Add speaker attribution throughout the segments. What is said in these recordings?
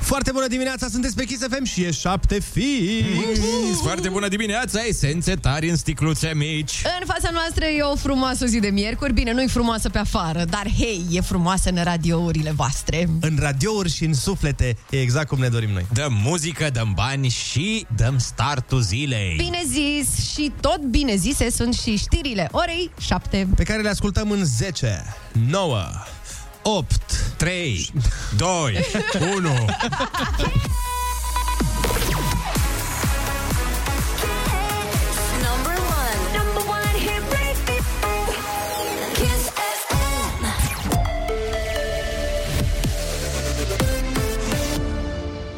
Speaker 1: Foarte bună dimineața, sunteți pe Kiss FM și e șapte fi.
Speaker 2: Foarte bună dimineața, esențe tari în sticluțe mici.
Speaker 3: În fața noastră e o frumoasă zi de miercuri. Bine, nu-i frumoasă pe afară, dar hei, e frumoasă în radiourile voastre.
Speaker 1: În radiouri și în suflete e exact cum ne dorim noi.
Speaker 2: Dăm muzică, dăm bani și dăm startul zilei.
Speaker 3: Bine zis și tot bine zise sunt și știrile orei 7.
Speaker 1: Pe care le ascultăm în 10, 9, 8,
Speaker 2: 3, 2, 1.
Speaker 4: Number one. Number one hit radio. Kiss FM.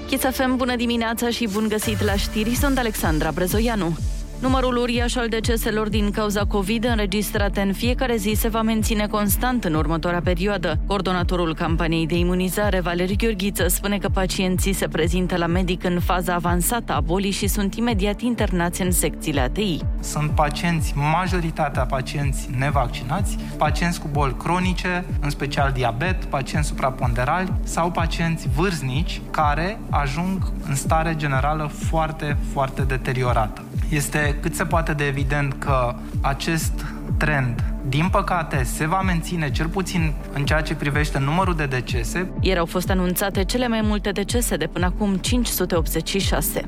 Speaker 5: Chițafem, bună dimineața și bun găsit la știri, sunt Alexandra Brezoianu. Numărul uriaș al deceselor din cauza COVID înregistrate în fiecare zi se va menține constant în următoarea perioadă. Coordonatorul campaniei de imunizare, Valeriu Gheorghiță, spune că pacienții se prezintă la medic în faza avansată a bolii și sunt imediat internați în secțiile ATI.
Speaker 6: Sunt pacienți, majoritatea pacienți nevaccinați, pacienți cu boli cronice, în special diabet, pacienți supraponderali sau pacienți vârstnici care ajung în stare generală foarte, foarte deteriorată. Este cât se poate de evident că acest trend, din păcate, se va menține cel puțin în ceea ce privește numărul de decese,
Speaker 5: Ieri au fost anunțate cele mai multe decese de până acum 586.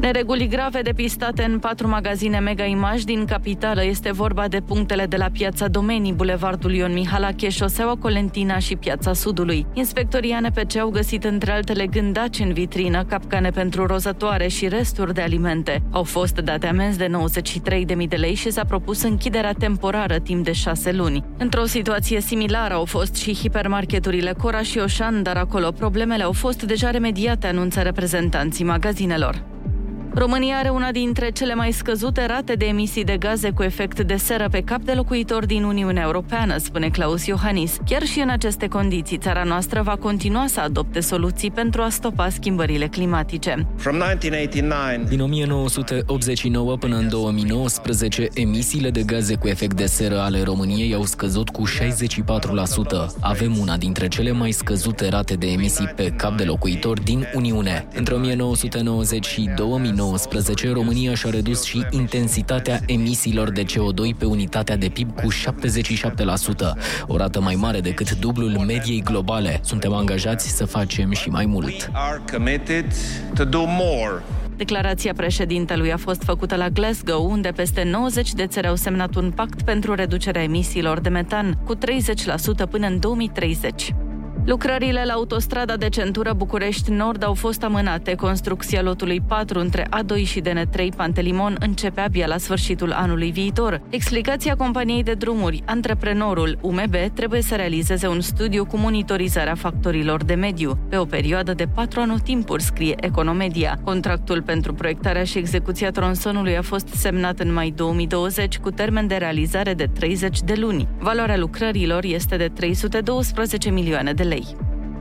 Speaker 5: Nereguli grave depistate în patru magazine Mega Image din capitală este vorba de punctele de la Piața Domenii, Bulevardul Ion Mihalache, șoseaua Colentina și Piața Sudului. Inspectorii ANPC au găsit între altele gândaci în vitrină, capcane pentru rozătoare și resturi de alimente. Au fost date amenzi de 93.000 de lei și s-a propus închiderea temporară timp de șase luni. Într-o situație similară au fost și hipermarketurile Cora și Oșan, dar acolo problemele au fost deja remediate, anunță reprezentanții magazinelor. România are una dintre cele mai scăzute rate de emisii de gaze cu efect de seră pe cap de locuitor din Uniunea Europeană, spune Claus Iohannis. Chiar și în aceste condiții, țara noastră va continua să adopte soluții pentru a stopa schimbările climatice.
Speaker 7: From 1989,
Speaker 8: Din 1989 până în 2019, emisiile de gaze cu efect de seră ale României au scăzut cu 64%. Avem una dintre cele mai scăzute rate de emisii pe cap de locuitor din Uniune. Între 1990 și 2019, România și-a redus și intensitatea emisiilor de CO2 pe unitatea de PIB cu 77%, o rată mai mare decât dublul mediei globale. Suntem angajați să facem și mai mult.
Speaker 7: are committed to do more.
Speaker 5: Declarația președintelui a fost făcută la Glasgow, unde peste 90 de țări au semnat un pact pentru reducerea emisiilor de metan cu 30% până în 2030. Lucrările la autostrada de centură București Nord au fost amânate. Construcția lotului 4 între A2 și DN3 Pantelimon începe abia la sfârșitul anului viitor. Explicația companiei de drumuri, antreprenorul UMB trebuie să realizeze un studiu cu monitorizarea factorilor de mediu pe o perioadă de patru anotimpuri, scrie Economedia. Contractul pentru proiectarea și execuția tronsonului a fost semnat în mai 2020 cu termen de realizare de 30 de luni. Valoarea lucrărilor este de 312 milioane de lei.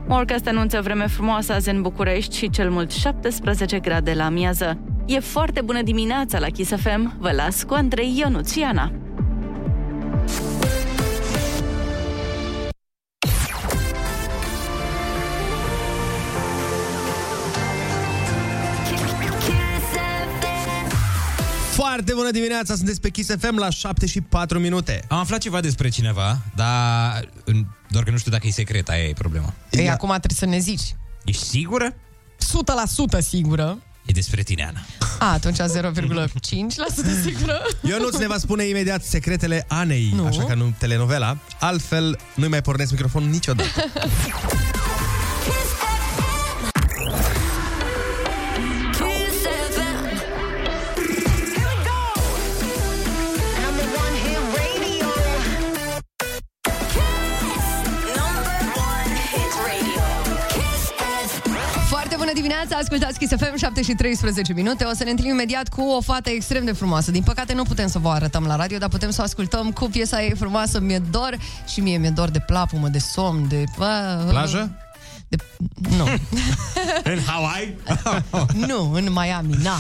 Speaker 5: Morcast anunță vreme frumoasă azi în București și cel mult 17 grade la amiază. E foarte bună dimineața la Kiss FM, vă las cu Andrei Ionuțiana.
Speaker 4: Kiss FM.
Speaker 1: Foarte bună dimineața, sunteți pe Kiss FM la 7 și 4 minute.
Speaker 2: Am aflat ceva despre cineva, dar în- doar că nu știu dacă e secret, aia e problema.
Speaker 3: Ei, acum trebuie să ne zici.
Speaker 2: Ești sigură?
Speaker 3: 100% sigură.
Speaker 2: E despre tine, Ana.
Speaker 3: A, atunci 0,5% sigură.
Speaker 1: Eu nu ne va spune imediat secretele Anei,
Speaker 3: Nu.
Speaker 1: așa că nu telenovela. Altfel, nu-i mai pornesc microfonul niciodată.
Speaker 4: Kiss FM. Kiss FM. Here we go. Number one hit radio. Kiss. Number one hit radio. Kiss FM.
Speaker 3: Foarte bună dimineața, ascultați Kiss FM 7 și 13 minute. O să ne întâlnim imediat cu o fată extrem de frumoasă. Din păcate nu putem să vă arătăm la radio, dar putem să o ascultăm cu piesa ei frumoasă Mi-e dor și mie mi-e dor de plapumă, de somn, de...
Speaker 1: Plajă?
Speaker 3: De... Nu,
Speaker 2: În Hawaii?
Speaker 3: nu, în Miami, na.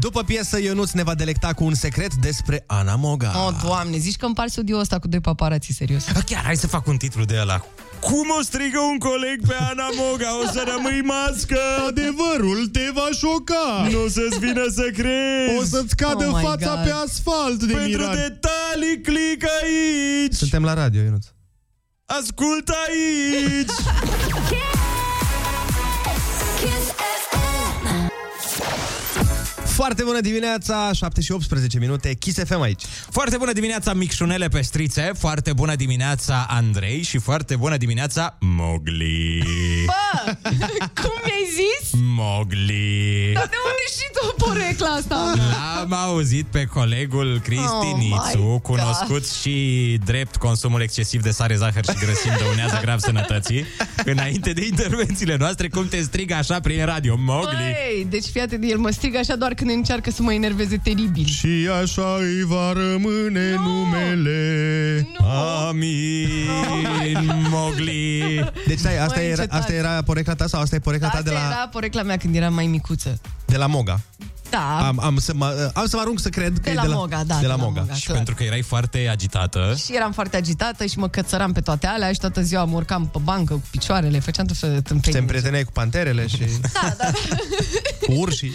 Speaker 1: După piesă, Ionuț ne va delecta cu un secret despre Ana Moga.
Speaker 3: O, oh, doamne, zici că împar studioul ăsta cu doi paparații, serios.
Speaker 2: Bă, chiar, hai să fac un titlu de ăla Cum o strigă un coleg pe Ana Moga? O să rămâi mască!
Speaker 1: Adevărul te va șoca.
Speaker 2: Nu o să-ți vină să crezi!
Speaker 1: O să-ți cadă
Speaker 3: Oh my
Speaker 1: fața
Speaker 3: God.
Speaker 1: pe asfalt de
Speaker 2: Pentru
Speaker 1: mirare.
Speaker 2: detalii, clic aici!
Speaker 1: Suntem la radio, Ionuț.
Speaker 2: Ascultă aici!
Speaker 4: Kiss FM.
Speaker 1: Foarte bună dimineața, 7 și 18 minute, Kiss FM aici.
Speaker 2: Foarte bună dimineața, micșunele pe strițe, foarte bună dimineața, Andrei și foarte bună dimineața, Mogli.
Speaker 3: Bă, cum mi-ai zis?
Speaker 2: Mogli.
Speaker 3: Dar de unde și tu porecla asta?
Speaker 2: L-am auzit pe colegul Cristi
Speaker 3: Oh my
Speaker 2: Nițu,
Speaker 3: God.
Speaker 2: cunoscut și drept consumul excesiv de sare, zahăr și grăsimi dăunează grav sănătății, înainte de intervențiile noastre, cum te strigă așa prin radio, Mogli.
Speaker 3: Băi, deci fii atent, el mă strigă așa doar când încearcă să mă enerveze teribil.
Speaker 1: Și așa îi va rămâne
Speaker 3: Nu!
Speaker 1: numele.
Speaker 3: Nu.
Speaker 2: Amin, Mogli.
Speaker 1: Deci stai, asta,
Speaker 3: Măi,
Speaker 1: era,
Speaker 3: încetați.
Speaker 1: asta era porecla ta sau asta e porecla
Speaker 3: Asta
Speaker 1: ta da, de la,
Speaker 3: era porecla mea când eram mai micuță.
Speaker 1: de la Moga?
Speaker 3: Da,
Speaker 1: Am, am, să mă, am să mă arunc să cred că
Speaker 3: de
Speaker 1: e
Speaker 3: la,
Speaker 1: de la
Speaker 3: Moga, da,
Speaker 1: de la Moga.
Speaker 2: Și
Speaker 3: clar.
Speaker 2: pentru că erai foarte agitată,
Speaker 3: Și eram foarte agitată și mă cățăram pe toate alea și toată ziua mă urcam pe bancă cu picioarele, făceam tot felul de
Speaker 1: Te
Speaker 3: tâmpenii.
Speaker 1: împrieteneai cu panterele și
Speaker 3: Da, da,
Speaker 1: cu urșii.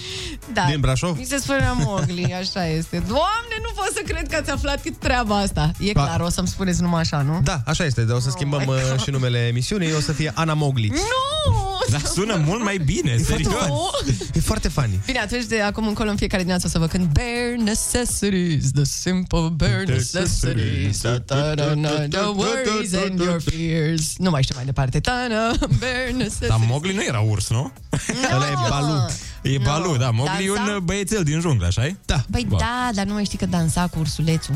Speaker 3: da.
Speaker 1: Din Brașov?
Speaker 3: Mi se spunea Mogli, așa este. Doamne, nu pot să cred că ați aflat cât treaba asta. E
Speaker 1: Pa-
Speaker 3: clar, o să-mi spuneți numai așa, nu?
Speaker 1: Da, așa este, dar o să schimbăm
Speaker 3: Oh my
Speaker 1: uh, și numele emisiunii, o să fie Ana Mogli.
Speaker 3: Nu!
Speaker 2: dar sună mult mai bine, serios.
Speaker 3: Nu!
Speaker 1: E foarte funny.
Speaker 3: Bine, atunci de acum încolo în fiecare dimineață o să vă cânt Bare necessities, the simple bare necessities ta-ta-na-na, The worries and your fears Nu mai știu mai departe Ta-na, Bare
Speaker 2: Dar
Speaker 3: necessities
Speaker 2: Mogli nu era urs, nu?
Speaker 1: Ăla e Balu.
Speaker 2: E Balu, da, Mogli e
Speaker 3: Dansa?
Speaker 2: un băiețel din junglă, așa Da.
Speaker 3: Băi, da, dar nu mai știi că dansa cu ursulețul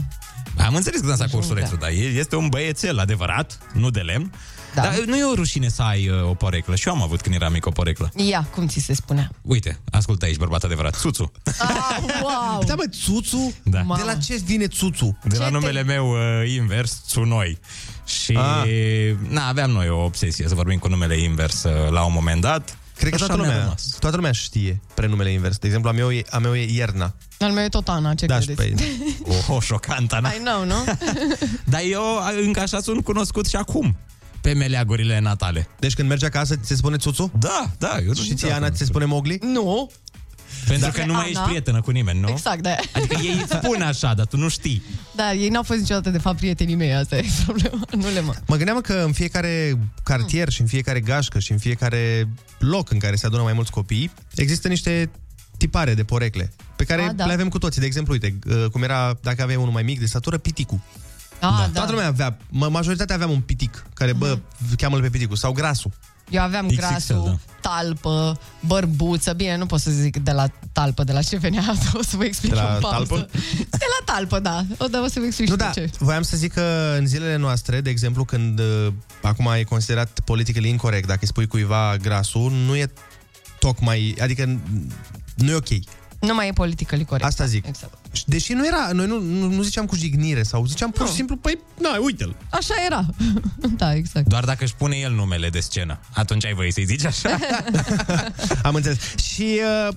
Speaker 2: Am înțeles că dansa cu
Speaker 3: Junglă.
Speaker 2: ursulețul, dar e- este un băiețel adevărat, nu de lemn.
Speaker 3: Da.
Speaker 2: Dar nu e o rușine să ai uh, o poreclă. Și eu am avut când eram mic o poreclă.
Speaker 3: Ia, cum ți se spunea
Speaker 2: Uite, ascultă aici, bărbat adevărat, Suțu.
Speaker 3: ah, Wow
Speaker 1: Da, mă, Țuțu?
Speaker 2: Da.
Speaker 1: De la ce vine Țuțu?
Speaker 2: De
Speaker 3: Ce
Speaker 2: la
Speaker 3: te-
Speaker 2: numele meu uh, invers, Sunoi. Și
Speaker 1: Ah.
Speaker 2: na, aveam noi o obsesie să vorbim cu numele invers uh, la un moment dat.
Speaker 1: Cred că
Speaker 2: Așa
Speaker 1: toată
Speaker 2: mi-a
Speaker 1: lumea,
Speaker 2: rămas.
Speaker 1: toată lumea știe prenumele invers. De exemplu, a meu e, a meu e Ierna.
Speaker 3: Al meu e tot Ana, ce
Speaker 1: Da, și
Speaker 3: credeți?
Speaker 1: pe
Speaker 2: O, o șocant, Ana.
Speaker 3: I know, nu?
Speaker 2: Oh, Dar eu a, încă așa sunt cunoscut și acum pe meleagurile natale.
Speaker 1: Deci când mergi acasă, ți se spune Țuțu?
Speaker 2: Da, da. Eu
Speaker 1: Și ție, Ana, ți se spune Mogli?
Speaker 3: nu,
Speaker 2: Pentru
Speaker 3: Da.
Speaker 2: că nu mai
Speaker 3: Ana.
Speaker 2: ești prietenă cu nimeni, nu?
Speaker 3: exact, da
Speaker 2: Adică ei îți spun așa, dar tu nu știi.
Speaker 3: Da, ei n-au fost niciodată de fapt prietenii mei Asta e problema, nu le mă
Speaker 1: Mă gândeam mă, că în fiecare cartier și în fiecare gașcă și în fiecare loc în care se adună mai mulți copii, există niște tipare de porecle pe care
Speaker 3: A, da.
Speaker 1: le avem cu toții. De exemplu, uite, uh, cum era, dacă aveai unul mai mic de statură, Piticu.
Speaker 3: ah, da.
Speaker 1: Toată lumea avea, mă, majoritatea aveam un pitic, care, bă, mm. cheamă-l pe piticul, sau grasul.
Speaker 3: Eu aveam
Speaker 2: XXL,
Speaker 3: grasul,
Speaker 2: da.
Speaker 3: talpă, bărbuță. Bine, nu pot să zic de la talpă, de la ce venea. O să vă explic
Speaker 1: De la
Speaker 3: eu în pauză.
Speaker 1: talpă?
Speaker 3: De la talpă, da. O, da, o să vă explic
Speaker 1: Nu,
Speaker 3: și
Speaker 1: da,
Speaker 3: da. ce.
Speaker 1: voiam să zic că în zilele noastre, de exemplu, când uh, acum e considerat politically incorrect, dacă îi spui cuiva grasul, nu e tocmai, adică n- nu e ok.
Speaker 3: Nu mai e politică corect.
Speaker 1: Asta zic.
Speaker 3: Exact.
Speaker 1: Și Deși nu era, noi nu, nu, nu ziceam cu jignire sau ziceam pur și simplu, păi, na, uite-l.
Speaker 3: Așa era. da, exact.
Speaker 2: Doar dacă își pune el numele de scenă, atunci ai voie să-i zici așa.
Speaker 1: Am înțeles. Și uh,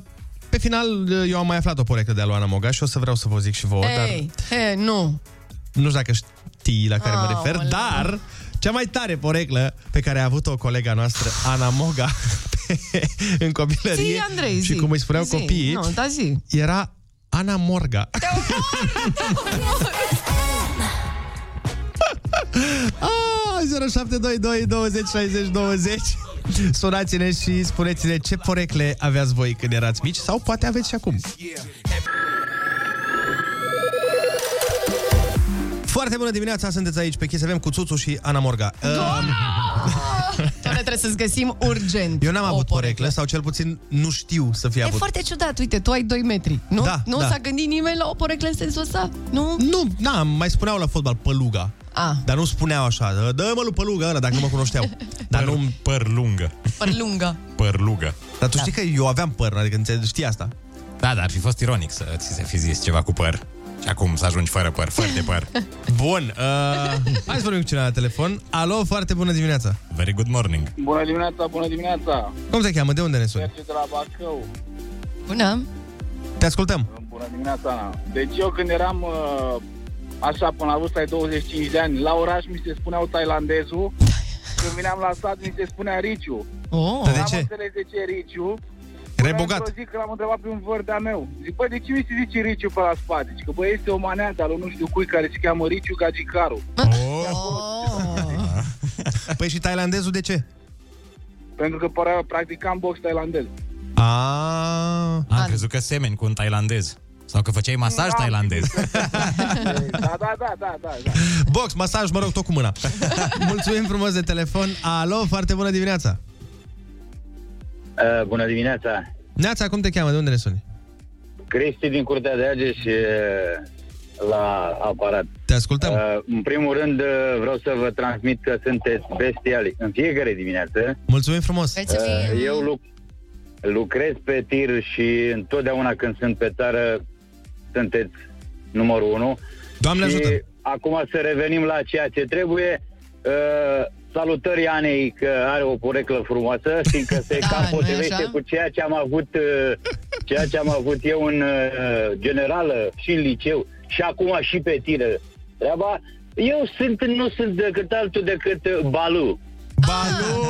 Speaker 1: pe final uh, eu am mai aflat o poreclă de a lui Ana Moga și o să vreau să vă zic și vouă, dar
Speaker 3: Ei, he, nu.
Speaker 1: nu știu dacă știi la care mă refer,
Speaker 3: Aoleu.
Speaker 1: dar cea mai tare poreclă pe care a avut-o colega noastră, Ana Moga, pe, în copilărie
Speaker 3: Zi, Andrei,
Speaker 1: și
Speaker 3: zi.
Speaker 1: cum îi spuneau
Speaker 3: zi.
Speaker 1: copiii,
Speaker 3: Nu, da, zi.
Speaker 1: era Ana Morga. Ah, 0722 20 60 20 Sunați-ne și spuneți-ne ce porecle aveați voi când erați mici sau poate aveți și acum. Foarte bună dimineața, sunteți aici pe Kiss FM cu Țuțu și Ana Morga. Uh,
Speaker 3: Doamne, trebuie să-ți găsim urgent.
Speaker 1: Eu n-am
Speaker 3: o
Speaker 1: avut poreclă sau cel puțin nu știu să fi
Speaker 3: E
Speaker 1: avut.
Speaker 3: foarte ciudat, uite, tu ai 2 metri, nu?
Speaker 1: Da,
Speaker 3: nu
Speaker 1: da.
Speaker 3: s-a gândit nimeni la o poreclă în sensul ăsta? Nu?
Speaker 1: Nu, na, mai spuneau la fotbal păluga.
Speaker 3: Ah.
Speaker 1: Dar nu spuneau așa, dă-mă lui păluga ăla, dacă nu mă cunoșteau. Dar, nu,
Speaker 2: păr lungă.
Speaker 3: Păr lungă.
Speaker 2: Părlugă.
Speaker 1: dar tu știi că eu aveam păr, adică înțe- știi asta.
Speaker 2: Da, dar ar fi fost ironic să ți se fi zis ceva cu păr. Și acum să ajungi fără păr, fără de păr.
Speaker 1: Bun, uh, hai să vorbim cu cineva la telefon. Alo, foarte bună dimineața.
Speaker 2: Very good morning.
Speaker 9: Bună dimineața, bună dimineața!
Speaker 1: Cum te cheamă? De unde ne suni?
Speaker 9: Merge de la Bacău.
Speaker 3: Bună.
Speaker 1: Te ascultăm.
Speaker 9: Bună dimineața, Ana. Deci eu când eram uh, așa până la vârsta de 25 de ani, la oraș mi se spuneau tailandezul când veneam la sat, mi se spunea Riciu.
Speaker 3: Oh.
Speaker 1: Dar de
Speaker 9: N-am
Speaker 1: ce?
Speaker 9: înțeles de ce Riciu.
Speaker 1: Erai
Speaker 9: Până
Speaker 1: bogat.
Speaker 9: într-o zi că l-am întrebat pe un văr de-a meu. Zic, bă, de ce mi se zice Riciu pe la spate? Zic, că bă, este o maneată al unui nu știu cui care se cheamă Riciu Gagicaru.
Speaker 2: Oh.
Speaker 3: Oh.
Speaker 1: Păi și tailandezul de ce?
Speaker 9: Pentru că părea- practicam box tailandez.
Speaker 1: A,
Speaker 2: Am crezut că semeni cu un tailandez. Sau că făceai masaj
Speaker 9: Da.
Speaker 2: tailandez.
Speaker 9: da, da, da, da, da, da.
Speaker 1: box, masaj, mă rog, tot cu mâna. Mulțumim frumos de telefon. Alo, foarte bună dimineața.
Speaker 10: Uh, bună dimineața!
Speaker 1: Neața, cum te cheamă? De unde ne suni?
Speaker 10: Cristi din Curtea de Age și uh, la aparat.
Speaker 1: Te ascultăm.
Speaker 10: Uh, în primul rând uh, vreau să vă transmit că sunteți bestiali în fiecare dimineață.
Speaker 1: Mulțumim frumos. Eh,
Speaker 3: Mulțumim.
Speaker 10: Uh, eu lu- lucrez pe tir și întotdeauna când sunt pe țară sunteți numărul unu.
Speaker 1: Doamne
Speaker 10: și
Speaker 1: ajută.
Speaker 10: acum să revenim la ceea ce trebuie. Uh, salutări Anei că are o poreclă frumoasă și că se
Speaker 3: Da,
Speaker 10: cam
Speaker 3: nu-i
Speaker 10: potrivește
Speaker 3: așa?
Speaker 10: cu ceea ce am avut uh, ceea ce am avut eu în uh, generală și în liceu și acum și pe tine. Treaba eu sunt, nu sunt decât altul decât uh, Balu.
Speaker 1: Balu!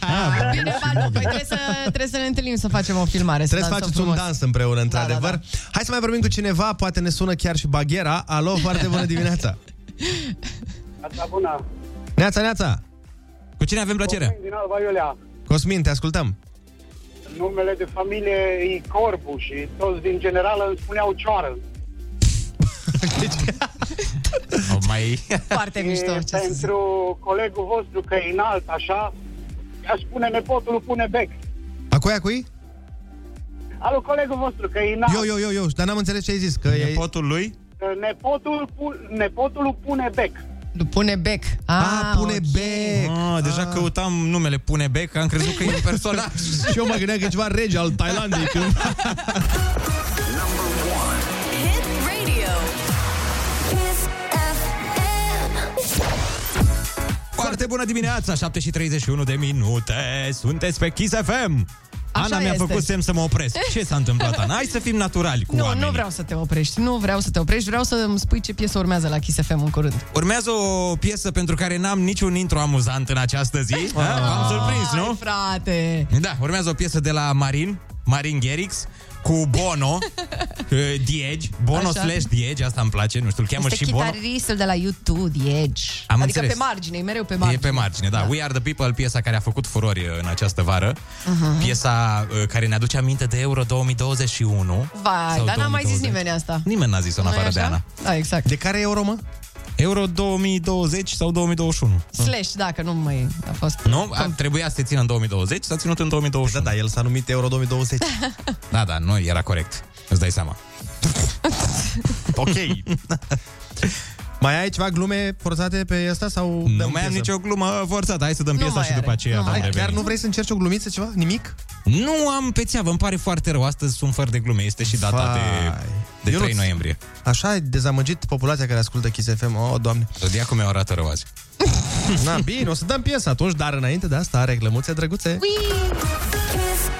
Speaker 3: Ah! Bine, Balu, păi trebuie să, trebuie să ne întâlnim să facem o filmare.
Speaker 1: Trebuie să
Speaker 3: dansăm
Speaker 1: faceți un
Speaker 3: frumos.
Speaker 1: dans împreună, într-adevăr.
Speaker 3: da,
Speaker 1: Hai să mai vorbim cu cineva, poate ne sună chiar și Baghera. Alo, foarte bună dimineața!
Speaker 9: Asta da, bună.
Speaker 1: Neața, Neața!
Speaker 2: Cu cine avem plăcere?
Speaker 9: Din Alba Iulia.
Speaker 1: Cosmin, te ascultăm!
Speaker 9: Numele de familie e Corbu și toți din generală îmi spuneau Cioară.
Speaker 2: O mai...
Speaker 3: Foarte mișto,
Speaker 9: E
Speaker 3: ce să zic.
Speaker 9: pentru colegul vostru că e înalt așa, aș spune nepotul lui pune bec.
Speaker 1: A cui, a cui?
Speaker 9: Alu, colegul vostru că e înalt,
Speaker 1: Eu, eu, eu, eu, dar n-am înțeles ce ai zis, că e...
Speaker 2: Nepotul lui?
Speaker 9: că nepotul, pu- nepotul lui pune bec.
Speaker 3: Nu Pune bec.
Speaker 1: A, pune
Speaker 3: ok.
Speaker 1: bec!
Speaker 2: Ah, deja căutam numele Pune Bec, am crezut că e un personaj.
Speaker 1: Și eu mă gândeam că e ceva rege al Thailandei.
Speaker 4: Hit Radio. Kiss FM.
Speaker 2: Foarte bună dimineața, 7 și 31 de minute. Sunteți pe Kiss FM.
Speaker 3: Așa
Speaker 2: Ana mi-a
Speaker 3: este.
Speaker 2: făcut semn să mă opresc. Ce s-a întâmplat, Ana? Hai să fim naturali cu
Speaker 3: Nu,
Speaker 2: oamenii.
Speaker 3: nu vreau să te oprești, nu vreau să te oprești, vreau să îmi spui ce piesă urmează la Kiss FM în curând.
Speaker 2: Urmează o piesă pentru care n-am niciun intro amuzant în această zi. Ah, V-am surprins,
Speaker 3: Ai,
Speaker 2: nu?
Speaker 3: frate!
Speaker 2: Da, urmează o piesă de la Marin, Marin Gerix, cu Bono, eh, Diegi, Bono
Speaker 3: Așa.
Speaker 2: slash Diegi, asta îmi place, nu știu, îl cheamă
Speaker 3: Este
Speaker 2: și Bono.
Speaker 3: chitaristul de la YouTube, The Edge.
Speaker 2: Am
Speaker 3: adică
Speaker 2: înțeles.
Speaker 3: pe margine, e mereu pe margine.
Speaker 2: E pe margine, da. We Are The People, piesa care a făcut furori eh, în această vară.
Speaker 3: Mhm.
Speaker 2: Uh-huh. Piesa eh, care ne aduce aminte de Euro 2021.
Speaker 3: Vai,
Speaker 2: sau
Speaker 3: dar n-a mai zis
Speaker 2: 2020.
Speaker 3: nimeni asta.
Speaker 2: Nimeni n-a zis-o în
Speaker 3: Nu-i
Speaker 2: afară de
Speaker 3: așa?
Speaker 2: Ana.
Speaker 3: Da, exact.
Speaker 1: De care e euro, mă?
Speaker 2: Euro 2020 sau 2021?
Speaker 3: Slash, dacă nu mai a fost.
Speaker 2: Nu? A, trebuia să se țină în 2020, s-a ținut în 2021.
Speaker 1: Da, da, el s-a numit Euro 2020.
Speaker 2: Da, da, nu, era corect. Îți dai seama.
Speaker 1: ok. Mai ai ceva glume forțate pe asta sau
Speaker 2: Nu
Speaker 1: dăm
Speaker 2: mai am
Speaker 1: piesă?
Speaker 2: nicio glumă forțată. Hai să dăm
Speaker 3: Nu
Speaker 2: piesa
Speaker 3: mai
Speaker 2: și după
Speaker 3: are.
Speaker 2: aceea
Speaker 3: Nu
Speaker 2: vom
Speaker 3: mai
Speaker 1: Hai,
Speaker 2: reveni.
Speaker 1: chiar nu vrei să încerci o glumiță ceva? Nimic?
Speaker 2: Nu am pe țeavă, îmi pare foarte rău. Astăzi sunt fără de glume. Este și data
Speaker 1: Vai.
Speaker 2: de, de
Speaker 1: Ionuț.
Speaker 2: 3 noiembrie.
Speaker 1: Așa ai dezamăgit populația care ascultă Kiss FM. Oh, doamne.
Speaker 2: Zodia cum mi-o arată rău azi.
Speaker 1: Na, bine, o să dăm piesa atunci, dar înainte de asta, reclămuțe drăguțe.
Speaker 4: Kiss FM.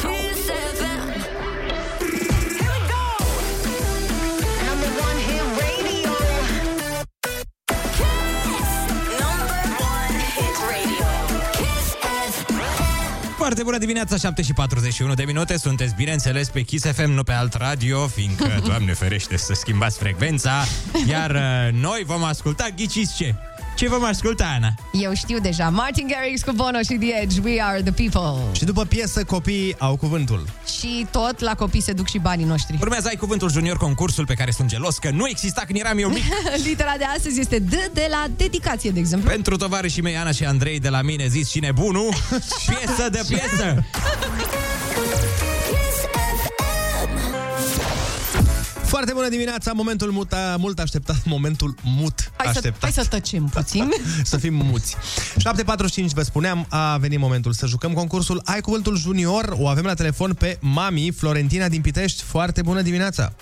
Speaker 4: Kiss FM. Here we go. Number one hit radio. Kiss. Number one hit radio. Kiss FM.
Speaker 2: Foarte bună dimineața, 7 și 41 de minute. Sunteți, bineînțeles, pe Kiss FM, nu pe alt radio, fiindcă, Doamne ferește, să schimbați frecvența. Iar uh, noi vom asculta, ghiciți ce? Ce vom asculta, Ana?
Speaker 3: Eu știu deja. Martin Garrix cu Bono și The Edge, We Are The People.
Speaker 1: Și după piesă, copiii au cuvântul.
Speaker 3: Și tot la copii se duc și banii noștri.
Speaker 2: Urmează ai cuvântul junior concursul pe care sunt gelos că nu exista când eram eu mic.
Speaker 3: Litera de astăzi este D de la dedicație, de exemplu.
Speaker 2: Pentru tovarășii mei Ana și Andrei de la mine zis și nebunul, piesă de piesă.
Speaker 4: Kiss FM.
Speaker 1: Foarte bună dimineața, momentul muta, mult așteptat, momentul mut
Speaker 3: Hai să,
Speaker 1: așteptat.
Speaker 3: hai să tăcem puțin.
Speaker 1: să fim muți. 7.45, vă spuneam, a venit momentul să jucăm concursul Ai Cuvântul Junior. O avem la telefon pe Mami, Florentina din Pitești. Foarte bună dimineața!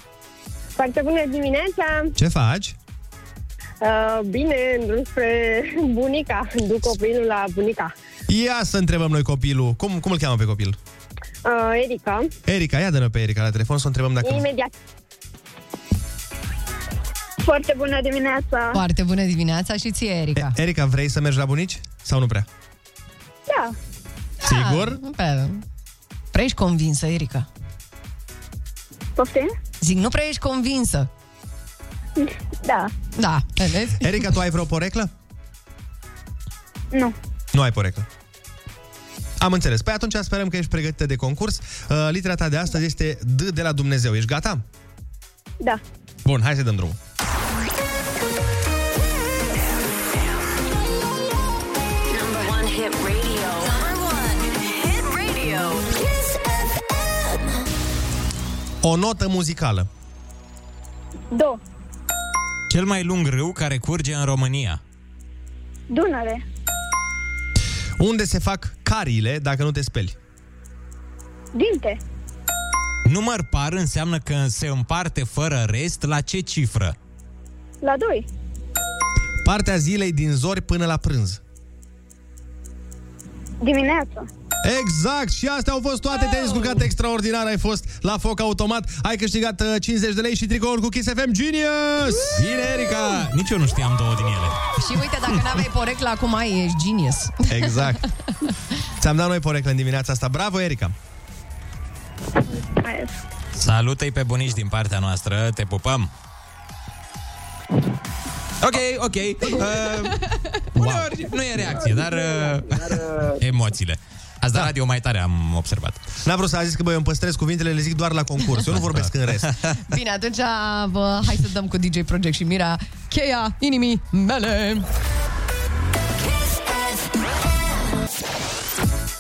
Speaker 11: Foarte bună dimineața!
Speaker 1: Ce faci?
Speaker 11: Uh, bine, înspre bunica. Duc copilul la bunica.
Speaker 1: Ia să întrebăm noi copilul. Cum, cum îl cheamă pe copil?
Speaker 11: Uh, Erica,
Speaker 1: Erica, ia dă-ne pe Erica la telefon să o întrebăm dacă...
Speaker 11: imediat. Foarte bună dimineața!
Speaker 3: Foarte bună dimineața și ție, Erica.
Speaker 1: Erica, vrei să mergi la bunici sau nu prea?
Speaker 11: Da!
Speaker 1: Sigur?
Speaker 3: Da. Pe... Prea ești convinsă, Erica.
Speaker 11: Poftim?
Speaker 3: Zic, nu prea ești convinsă.
Speaker 11: Da.
Speaker 3: Da, vezi?
Speaker 1: Erica, tu ai vreo poreclă?
Speaker 11: Nu.
Speaker 1: Nu ai poreclă. Am înțeles. Păi atunci sperăm că ești pregătită de concurs. Uh, litera ta de astăzi este D de la Dumnezeu. Ești gata?
Speaker 11: Da.
Speaker 1: Bun, hai să dăm drumul.
Speaker 4: Number one hit radio. Number one hit radio. Kiss FM.
Speaker 1: O notă muzicală.
Speaker 11: Do.
Speaker 2: Cel mai lung râu care curge în România.
Speaker 11: Dunăre.
Speaker 1: Unde se fac cariile dacă nu te speli?
Speaker 11: Dinte.
Speaker 2: Număr par înseamnă că se împarte fără rest la ce cifră?
Speaker 11: La doi.
Speaker 1: Partea zilei din zori până la prânz.
Speaker 11: Dimineața.
Speaker 1: Exact! Și astea au fost toate. Te-ai descurcat extraordinar. Ai fost la foc automat. Ai câștigat uh, 50 de lei și tricouri cu Kiss FM Genius! Bine, Erica!
Speaker 2: Nici eu nu știam două din ele.
Speaker 3: Și uite, dacă n-aveai poreclă, acum ai, ești genius.
Speaker 1: Exact. Ți-am dat noi poreclă în dimineața asta. Bravo, Erica!
Speaker 2: Salută-i pe bunici din partea noastră, te pupăm! Ok, ok. Uh, uneori nu e reacție, dar uh, emoțiile. Azi
Speaker 3: Da.
Speaker 2: de radio mai tare am observat.
Speaker 1: N-a vrut să a zis că băi, eu îmi păstrez cuvintele, le zic doar la concurs. Eu nu vorbesc în rest.
Speaker 3: Bine, atunci bă, hai să dăm cu DJ Project și Mira cheia inimii mele.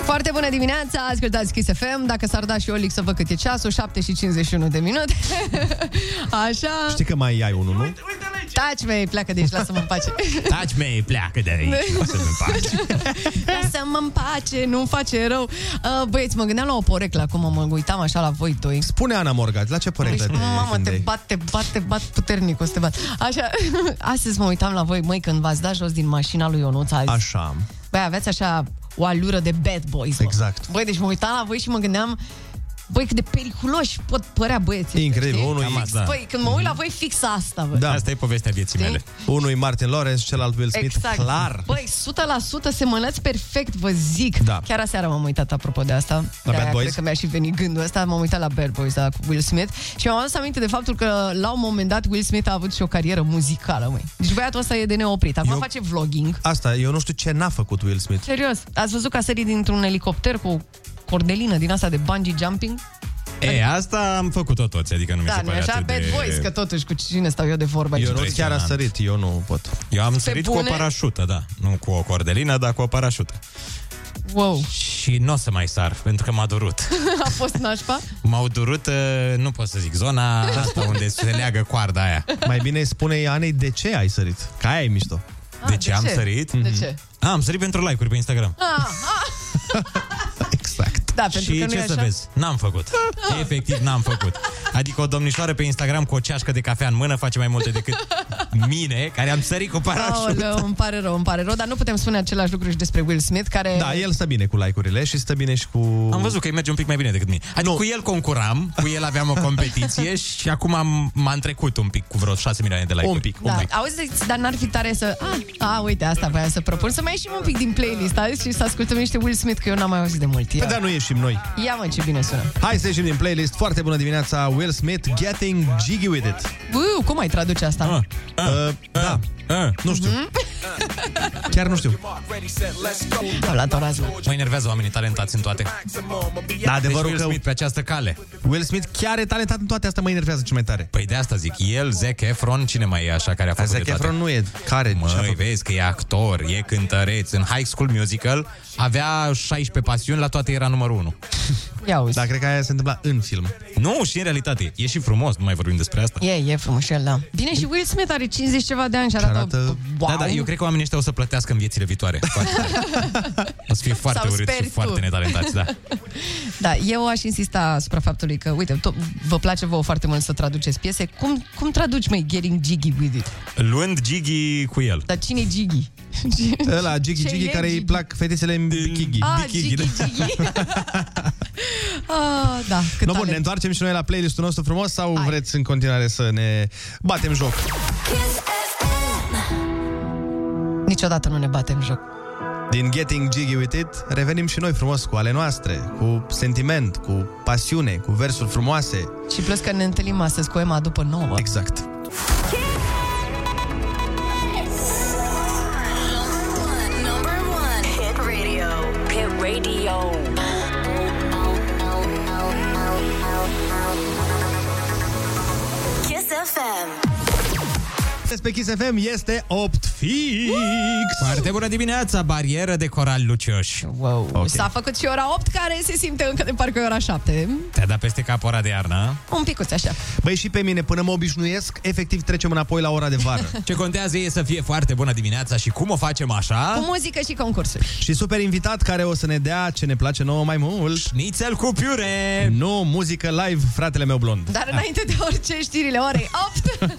Speaker 3: Foarte bună dimineața, ascultați Kiss FM Dacă s-ar da și Olic să văd cât e ceasul 7 și 51 de minute Așa
Speaker 1: Știi că mai ai unul, nu?
Speaker 3: Taci, mei, pleacă de aici, lasă-mă în pace
Speaker 2: Taci mei, pleacă de aici, o să mă faci.
Speaker 3: Lasă-mă în pace, nu-mi face rău uh, Băieți, mă gândeam la o poreclă acum Mă uitam așa la voi doi
Speaker 1: Spune Ana Morgat, la ce părere
Speaker 3: Deci,
Speaker 1: te
Speaker 3: mamă, te
Speaker 1: gândeai?
Speaker 3: bat, te bat, te bat puternic, o să te bat. Așa, astăzi mă uitam la voi, măi, când v-ați dat jos din mașina lui Ionuț azi.
Speaker 1: Așa.
Speaker 3: Băi, aveți așa o alură de bad boys, mă.
Speaker 1: Exact.
Speaker 3: Băi, deci mă uitam la voi și mă gândeam, băi, cât de periculoși pot părea băieții. ăștia,
Speaker 1: Incredibil,
Speaker 3: știi?
Speaker 1: unul
Speaker 2: Cam
Speaker 1: e-
Speaker 2: asta.
Speaker 3: Băi, când mă uit la voi, fix asta, bă.
Speaker 1: Da.
Speaker 2: Asta e povestea vieții
Speaker 3: Știi?
Speaker 2: mele.
Speaker 1: Unul e Martin Lawrence, celălalt Will Smith.
Speaker 3: Exact.
Speaker 1: Clar.
Speaker 3: Băi, 100% semănați perfect, vă zic.
Speaker 1: Da.
Speaker 3: Chiar aseară m-am uitat apropo de asta.
Speaker 1: La
Speaker 3: De-aia
Speaker 1: Bad Boys?
Speaker 3: Cred că mi-a și venit gândul ăsta. M-am uitat la Bad Boys, da, cu Will Smith. Și mi-am adus aminte de faptul că la un moment dat Will Smith a avut și o carieră muzicală, măi. Deci băiatul ăsta e de neoprit. Acum
Speaker 1: Eu-
Speaker 3: face vlogging.
Speaker 1: Asta, eu nu știu ce n-a făcut Will Smith.
Speaker 3: Serios, ați văzut că a sărit dintr-un elicopter cu cordelină din asta de bungee jumping?
Speaker 2: E, asta am făcut-o toți, adică nu mi
Speaker 3: da,
Speaker 2: se
Speaker 3: nu
Speaker 2: pare
Speaker 3: așa?
Speaker 2: atât
Speaker 3: Bad
Speaker 2: de...
Speaker 3: Boys, că totuși cu cine stau eu de vorbă aici.
Speaker 1: Eu nu chiar a
Speaker 2: Impresionant.
Speaker 1: sărit, eu nu pot.
Speaker 2: Eu am sărit cu o
Speaker 3: bune?
Speaker 2: parașută, da. Nu cu o cordelină, dar cu o parașută.
Speaker 3: Wow,
Speaker 2: Și nu o să mai sar, pentru că m-a durut.
Speaker 3: a fost nașpa?
Speaker 2: M-au durut, uh, nu pot să zic, zona asta unde se leagă coarda aia.
Speaker 1: Mai bine spune Anei de ce ai sărit. Ca aia e mișto.
Speaker 2: De ce am sărit?
Speaker 3: Ah, De
Speaker 1: Mhm.
Speaker 3: ce?
Speaker 2: Ah, am sărit pentru like-uri pe Instagram.
Speaker 3: Ah, ah.
Speaker 1: Exact.
Speaker 3: Da, pentru
Speaker 2: și
Speaker 3: că nu
Speaker 2: ce
Speaker 3: e
Speaker 2: să
Speaker 3: așa?
Speaker 2: vezi? N-am făcut. Efectiv, n-am făcut. Adică o domnișoară pe Instagram cu o ceașcă de cafea în mână face mai multe decât mine, care am sărit cu parașută.
Speaker 3: Aoleu, îmi pare rău, îmi pare rău, dar nu putem spune același lucru și despre Will Smith, care...
Speaker 1: Da, el stă bine cu like-urile și stă bine și cu...
Speaker 2: Am văzut că îi merge un pic mai bine decât mine. Adică nu. cu el concuram, cu el aveam o competiție și acum am, m-am trecut un pic cu vreo 6 milioane de like-uri.
Speaker 1: Un pic, un
Speaker 3: Da,
Speaker 1: pic.
Speaker 3: auzi, dar n-ar fi tare să... Ah, A, a, uite, asta voiam să propun, să mai ieșim un pic din playlist azi și să ascultăm niște Will Smith, că eu n-am mai auzit de mult. Ia,
Speaker 1: Păi da, nu ieșim noi.
Speaker 3: ia mă, ce bine sună.
Speaker 1: Hai să ieșim din playlist. Foarte bună dimineața, Will Smith, Getting Jiggy With It.
Speaker 3: Uu, cum ai traduce asta?
Speaker 2: Ah,
Speaker 1: Uh, da,
Speaker 2: ah.
Speaker 1: nu știu. Chiar nu știu.
Speaker 4: Da,
Speaker 2: Da,
Speaker 3: Am luat o razna.
Speaker 2: Mă enervează oamenii talentați în toate.
Speaker 1: Da,
Speaker 2: Adevărul
Speaker 1: adevărul
Speaker 2: deci Will
Speaker 1: că
Speaker 2: Smith pe această cale.
Speaker 1: Will Smith chiar e talentat în toate astea, mă enervează ce mai tare.
Speaker 2: Păi de asta zic, el, Zac Efron, cine mai e așa care a făcut
Speaker 1: Zac
Speaker 2: de toate?
Speaker 1: Efron nu e care ce-a
Speaker 2: Măi,
Speaker 1: făcut?
Speaker 2: vezi că e actor, e cântăreț. În High School Musical avea 16 pasiuni, la toate era numărul 1.
Speaker 3: Ia uzi.
Speaker 1: Dar cred că aia se întâmpla în film.
Speaker 2: Nu, și în realitate. E și frumos, nu mai vorbim despre asta.
Speaker 3: E, e frumos el, da. Bine, și Will Smith are 50 ceva de ani și arată...
Speaker 1: arată-
Speaker 3: Wow.
Speaker 2: Da, da, eu cred că oamenii ăștia o să plătească în viețile viitoare. Foarte tare. o să fie foarte
Speaker 3: Sau
Speaker 2: urâți și
Speaker 3: speri tu.
Speaker 2: foarte netalentați, da.
Speaker 3: Da, eu aș insista asupra faptului că, uite, tot, vă place vouă foarte mult să traduceți piese. Cum, cum traduci, mai Getting Jiggy With It?
Speaker 2: Luând Gigi cu el.
Speaker 3: Dar cine e Jiggy?
Speaker 1: Ăla, Gigi
Speaker 3: Ce
Speaker 1: Gigi,
Speaker 3: e
Speaker 1: care îi
Speaker 3: Gigi?
Speaker 1: plac fetițele în bikini.
Speaker 3: Ah, Gigi,
Speaker 2: da.
Speaker 3: Gigi. ah, da, cât
Speaker 1: No, bun, ne
Speaker 3: talent.
Speaker 1: întoarcem și noi la playlistul nostru frumos sau Hai. vreți în continuare să ne batem joc?
Speaker 3: Niciodată nu ne batem joc.
Speaker 1: Din Getting Jiggy With It revenim și noi frumos cu ale noastre, cu sentiment, cu pasiune, cu versuri frumoase.
Speaker 3: Și plus că ne întâlnim astăzi cu Emma după 9.
Speaker 1: Exact.
Speaker 4: Number one hit radio. Hit radio. Kiss FM.
Speaker 1: Sunteți Pe Kiss FM este 8 fix!
Speaker 2: Foarte bună dimineața, barieră de coral Lucioș.
Speaker 3: Wow. Okay. S-a făcut și ora 8, care se simte încă de parcă e ora 7.
Speaker 2: Te-a dat peste cap ora de iarnă.
Speaker 3: Un picuț așa.
Speaker 1: Băi, și pe mine, până mă obișnuiesc, efectiv trecem înapoi la ora de vară.
Speaker 2: Ce contează e să fie foarte bună dimineața și cum o facem așa?
Speaker 1: Ah.
Speaker 3: Cu muzică și concursuri.
Speaker 1: Și super invitat care o să ne dea ce ne place nouă mai mult.
Speaker 2: Nițel cu piure!
Speaker 1: Nu, muzică live, fratele meu blond.
Speaker 2: Ah.
Speaker 3: Dar înainte de orice știrile orei 8.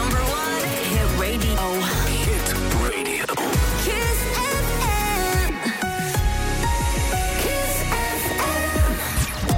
Speaker 4: Number one hit radio. Hit radio. Kiss FM. Kiss FM.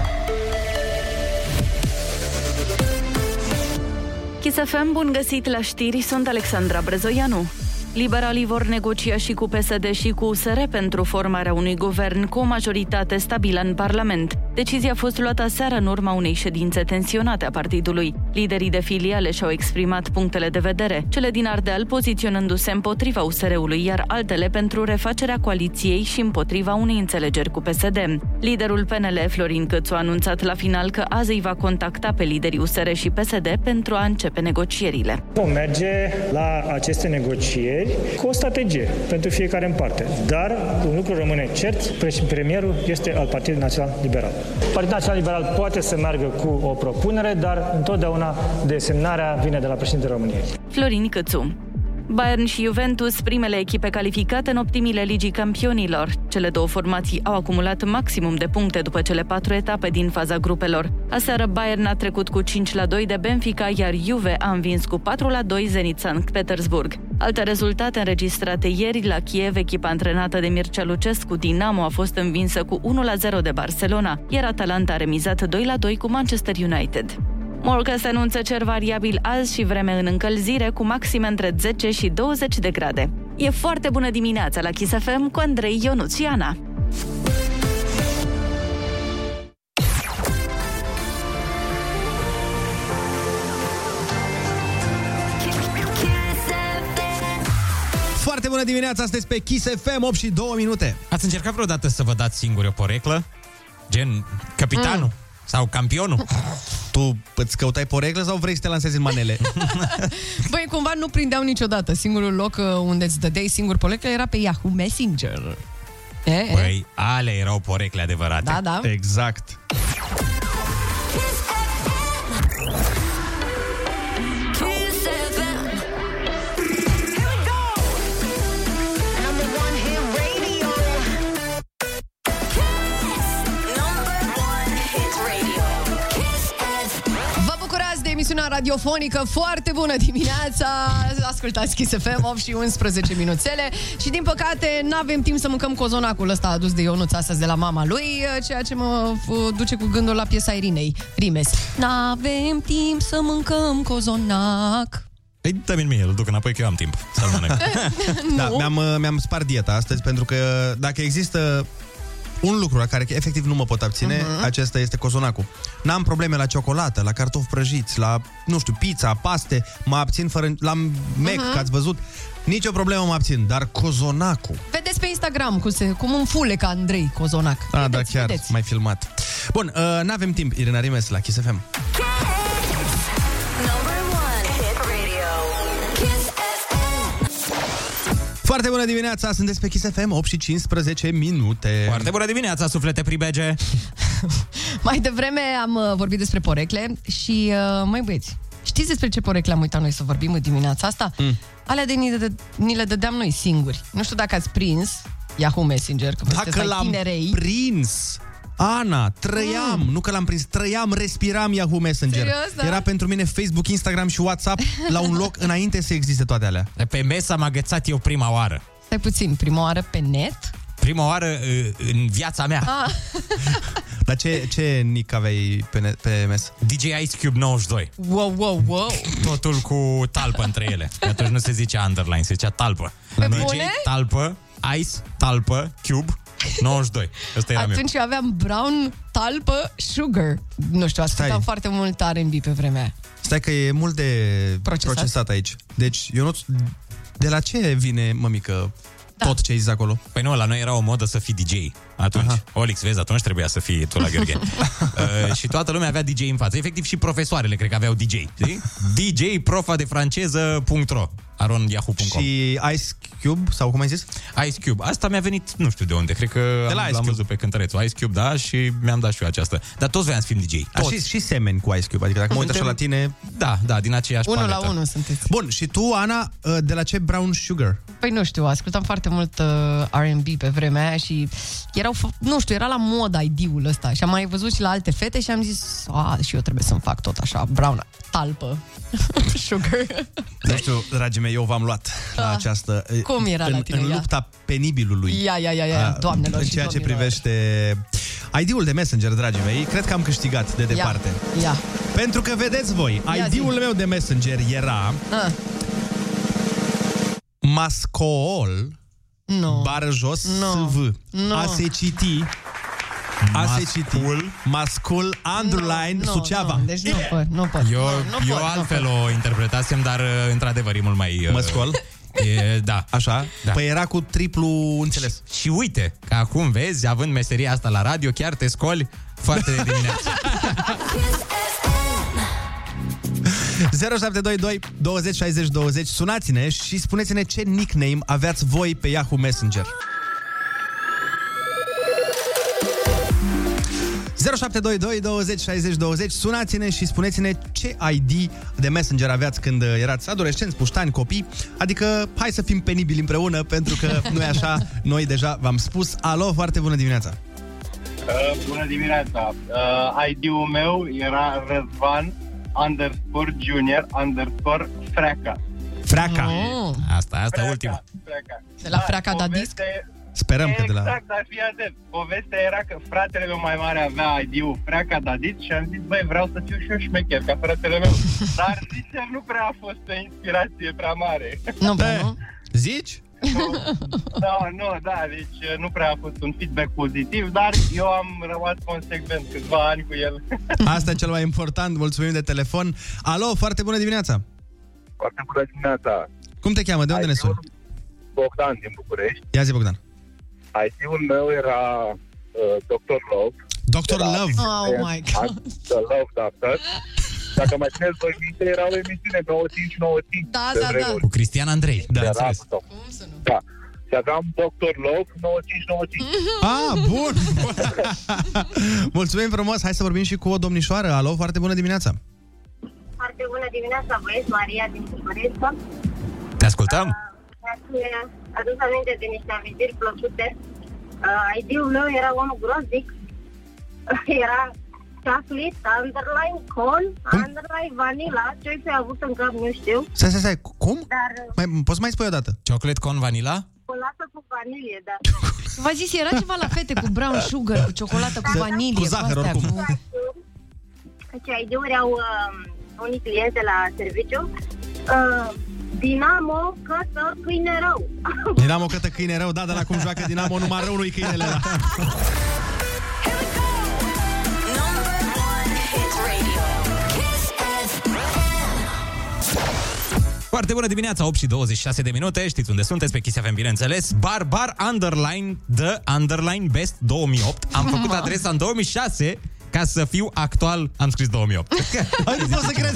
Speaker 5: Chisafem, bun găsit la știri, sunt Alexandra Brezoianu. Liberalii vor negocia și cu PSD și cu USR pentru formarea unui guvern cu o majoritate stabilă în Parlament. Decizia a fost luată aseară în urma unei ședințe tensionate a partidului. Liderii de filiale și-au exprimat punctele de vedere, cele din Ardeal poziționându-se împotriva USR-ului, iar altele pentru refacerea coaliției și împotriva unei înțelegeri cu PSD. Liderul PNL, Florin Cățu, a anunțat la final că azi îi va contacta pe liderii USR și PSD pentru a începe negocierile.
Speaker 12: Vom merge la aceste negocieri cu o strategie pentru fiecare în parte. Dar un lucru rămâne cert, pre- premierul este al Partidului Național Liberal. Partidul Național Liberal poate să meargă cu o propunere, dar întotdeauna desemnarea vine de la președintele României.
Speaker 5: Florin Cățu. Bayern și Juventus, primele echipe calificate în optimile Ligii Campionilor. Cele două formații au acumulat maximum de puncte după cele patru etape din faza grupelor. Aseară Bayern a trecut cu 5 la 2 de Benfica, iar Juve a învins cu 4 la 2 Zenit Sankt Petersburg. Alte rezultate înregistrate ieri la Kiev, echipa antrenată de Mircea Lucescu, Dinamo a fost învinsă cu 1 la 0 de Barcelona, iar Atalanta a remizat 2 la 2 cu Manchester United. Morca se anunță cer variabil azi și vreme în încălzire cu maxime între 10 și 20 de grade. E foarte bună dimineața la Kiss FM cu Andrei Ionuțiana.
Speaker 1: Ah. Foarte bună dimineața, sunteți pe Kiss FM, 8 și 2 minute.
Speaker 2: Ați încercat vreodată să vă dați singuri o poreclă? Gen capitanul? Mm. Sau campionul?
Speaker 1: Tu îți căutai poreclă sau vrei să te lansezi în manele?
Speaker 3: Băi, cumva nu prindeau niciodată. Singurul loc uh, unde îți dădeai singur polecă era pe Yahoo Messenger. E, e.
Speaker 2: Păi, ale erau porecle adevărate.
Speaker 3: Da, da.
Speaker 1: Exact.
Speaker 4: Kiss FM. Here we go. Number one hit radio. Kiss. Number one hit radio. Kiss FM.
Speaker 3: Vă bucurați de emisiunea radiofonică Foarte bună dimineața Ascultați Kiss FM 8 și 11 minuțele Și din păcate n-avem timp să mâncăm cozonacul ăsta adus de Ionuț astăzi de la mama lui Ceea ce mă f- duce cu gândul la piesa Irinei Rimes N-avem timp să mâncăm cozonac
Speaker 2: Păi, dă-mi mie, îl duc înapoi că eu am timp să
Speaker 1: Da, mi-am, uh, mi-am spart dieta astăzi pentru că dacă există un lucru la care efectiv nu mă pot abține, uh-huh. acesta este cozonacul. N-am probleme la ciocolată, la cartofi prăjiți, la, nu știu, pizza, paste, mă abțin fără... La mec, uh-huh. că ați văzut, nicio problemă mă abțin, dar cozonacul...
Speaker 3: Vedeți pe Instagram cum, se, cum înfule ca Andrei cozonac
Speaker 1: Ah, da, chiar,
Speaker 3: vedeți.
Speaker 1: mai filmat. Bun, uh, n-avem timp, Irina Rimes la Kiss FM.
Speaker 4: Number one hit radio. Kiss FM.
Speaker 1: Foarte bună dimineața, sunteți pe Kiss FM, 8 și 15 minute.
Speaker 2: Foarte bună dimineața, suflete pribege!
Speaker 3: Mai devreme am uh, vorbit despre porecle și, uh, mai băieți, știți despre ce porecle am uitat noi să vorbim în dimineața asta? Mm. Alea de ni, de ni le dădeam noi singuri. Nu știu dacă ați prins Yahoo Messenger, că vă sunteți
Speaker 1: Dacă
Speaker 3: mai
Speaker 1: l-am
Speaker 3: tinerei.
Speaker 1: prins, Ana, trăiam, mm. nu că l-am prins, trăiam, respiram Yahoo Messenger.
Speaker 2: Serios, da?
Speaker 1: Era pentru mine Facebook, Instagram și WhatsApp la un loc înainte să existe toate alea.
Speaker 2: Pe mes am agățat eu prima oară.
Speaker 3: Stai puțin, prima oară pe net?
Speaker 2: Prima oară uh, în viața mea.
Speaker 3: Ah,
Speaker 1: Dar ce, ce nick aveai pe, ne- pe MS?
Speaker 2: DJ Ice Cube 92.
Speaker 3: wow, wow, wow.
Speaker 2: Totul cu talpă între ele. Că Atunci nu se zicea underline, se zicea talpă.
Speaker 3: Pe
Speaker 2: DJ
Speaker 3: bune?
Speaker 2: talpă, Ice, talpă, Cube, 92. Ăsta era
Speaker 3: Atunci eu aveam brown, talpă, sugar. Nu știu, ascultam
Speaker 1: Stai.
Speaker 3: foarte mult R&B pe vremea aia.
Speaker 1: Stai că e mult de procesat, procesat aici. Deci, eu nu... De la ce vine, mămică, da. tot ce ai zis acolo?
Speaker 2: Păi nu, la noi era o modă să fii DJ atunci. Aha. Olix, vezi, atunci trebuia să fii tu la Gheorghe. uh, și toată lumea avea DJ în față. Efectiv și profesoarele, cred că aveau DJ. Știi? DJ profa de franceză.ro aronyahoo.com
Speaker 1: Și Ice Cube, sau cum ai zis?
Speaker 2: Ice Cube. Asta mi-a venit nu știu de unde. Cred că
Speaker 1: De la
Speaker 2: am- l-am
Speaker 1: Ice Cube.
Speaker 2: văzut pe cântărețul Ice Cube, da, și mi-am dat și eu aceasta. Dar toți voiam să fim DJ.
Speaker 1: Dar și, și semeni cu Ice Cube, adică dacă mă uit așa la
Speaker 2: Suntem-
Speaker 1: tine...
Speaker 2: Da, da, din aceeași
Speaker 3: Unul la unul sunteți.
Speaker 1: Bun, și tu, Ana, uh, de la ce brown sugar?
Speaker 3: Păi nu știu, ascultam foarte mult uh, R&B pe vremea aia și erau, f- nu știu, era la mod ID-ul ăsta și am mai văzut și la alte fete și am zis, a, și eu trebuie să-mi fac tot așa, brown, talpă, sugar.
Speaker 1: Nu știu, dragii mei, eu v-am luat la
Speaker 3: Ah,
Speaker 1: această...
Speaker 3: cum era
Speaker 1: în,
Speaker 3: la tine
Speaker 1: În
Speaker 3: ea?
Speaker 1: lupta penibilului.
Speaker 3: Ia, ia, ia, ia,
Speaker 1: A,
Speaker 3: doamnelor
Speaker 1: În
Speaker 3: și
Speaker 1: ceea ce
Speaker 3: domnilor.
Speaker 1: privește ID-ul de Messenger, dragii mei, cred că am câștigat de departe.
Speaker 3: Ia, ia.
Speaker 1: Pentru că, vedeți voi,
Speaker 3: Ia zi.
Speaker 1: ID-ul meu de Messenger era
Speaker 3: Ah,
Speaker 1: Mascool
Speaker 3: nu.
Speaker 1: bară jos no. SV.
Speaker 3: Nu.
Speaker 1: A se citi a se citi mascul underline
Speaker 3: nu,
Speaker 1: Suceava.
Speaker 3: Nu, deci nu pot, nu pot.
Speaker 2: Eu,
Speaker 3: nu, nu
Speaker 2: eu
Speaker 3: pot,
Speaker 2: altfel o interpretasem, dar uh, într-adevăr e mult mai... uh,
Speaker 1: Măscol?
Speaker 2: E, da.
Speaker 1: Așa?
Speaker 2: Da.
Speaker 1: Păi era cu triplu înțeles.
Speaker 2: Și, și uite, că acum vezi, având meseria asta la radio, chiar te scoli foarte de dimineață.
Speaker 1: 0722 20 60 20 Sunați-ne și spuneți-ne ce nickname aveați voi pe Yahoo Messenger 0722 20 60 20 Sunați-ne și spuneți-ne ce ID de Messenger aveați când erați adolescenți, puștani, copii Adică hai să fim penibili împreună pentru că nu e așa, noi deja v-am spus Alo, foarte bună dimineața
Speaker 13: Uh, bună dimineața! Uh, ID-ul meu era Răzvan underscore junior underscore freaca.
Speaker 1: Freaca
Speaker 13: Oh.
Speaker 2: Asta, asta ultima.
Speaker 13: freaca.
Speaker 3: De la Freaca da disc?
Speaker 1: Sperăm că
Speaker 13: exact,
Speaker 1: de la...
Speaker 13: Exact, dar fii atent. Povestea era că fratele meu mai mare avea ID-ul Freaca Dadit și am zis, băi, vreau să fiu și eu șmecher ca fratele meu. Dar sincer, nu prea a fost o inspirație prea mare.
Speaker 3: Nu, bă, nu.
Speaker 1: Eh, Zici?
Speaker 13: Nu. da, nu, da, deci nu prea a fost un feedback pozitiv, dar eu am rămas consecvent câțiva ani cu el.
Speaker 1: Asta e cel mai important, mulțumim de telefon Alo, foarte bună dimineața
Speaker 14: Foarte bună dimineața!
Speaker 1: Cum te cheamă? De unde ne suni?
Speaker 14: Bogdan din București.
Speaker 1: Ia zi, Bogdan.
Speaker 14: IT-ul meu era uh, Dr. Love.
Speaker 1: Dr. Love?
Speaker 14: Oh my God! The Love da, Doctor. Dacă mai țineți voi minte, era o emisiune 9595.
Speaker 3: Da,
Speaker 14: pe
Speaker 3: da, da.
Speaker 14: vremuri.
Speaker 2: Cu Cristian Andrei. Da,
Speaker 14: Era
Speaker 2: înțeles.
Speaker 14: cu Tom. Da. Și aveam Dr. Love 9595.
Speaker 1: Ah, bun! Mulțumim frumos! Hai să vorbim și cu o domnișoară. Alo, foarte bună dimineața!
Speaker 15: Foarte bună dimineața, băieți, Maria din București.
Speaker 2: Te ascultăm?
Speaker 15: Mi-a adus aminte de niște amintiri plăcute. Uh, ID-ul meu era unul grozic. Era chocolate, underline, corn, underline, vanilla. Ce fi avut în cap, nu știu.
Speaker 1: Stai, stai, stai, cum?
Speaker 15: Dar uh,
Speaker 1: Mai, poți să mai spui o dată?
Speaker 2: Chocolate con vanilla?
Speaker 15: colată cu vanilie, da.
Speaker 3: V-a zis, era ceva la fete cu brown sugar, cu ciocolată, cu
Speaker 1: Cu
Speaker 3: vanilie.
Speaker 1: zahăr,
Speaker 3: astea,
Speaker 1: oricum.
Speaker 3: Cu...
Speaker 15: Căci ID-uri au uh, unii clienți de la serviciu. Uh, Dinamo, cătă, câine rău.
Speaker 1: Dinamo cătă câine rău, da, dar acum joacă Dinamo numai rău lui câinele ăla.
Speaker 4: Hit radio. Kiss
Speaker 2: Foarte bună dimineața, 8 și 26 de minute, știți unde sunteți, pe Kiss FM, bineînțeles. Barbar underline, the underline best 2008. Am făcut
Speaker 3: Mamă.
Speaker 2: adresa în 2006 Ca să fiu actual, am scris 2008.
Speaker 1: nu pot să cred.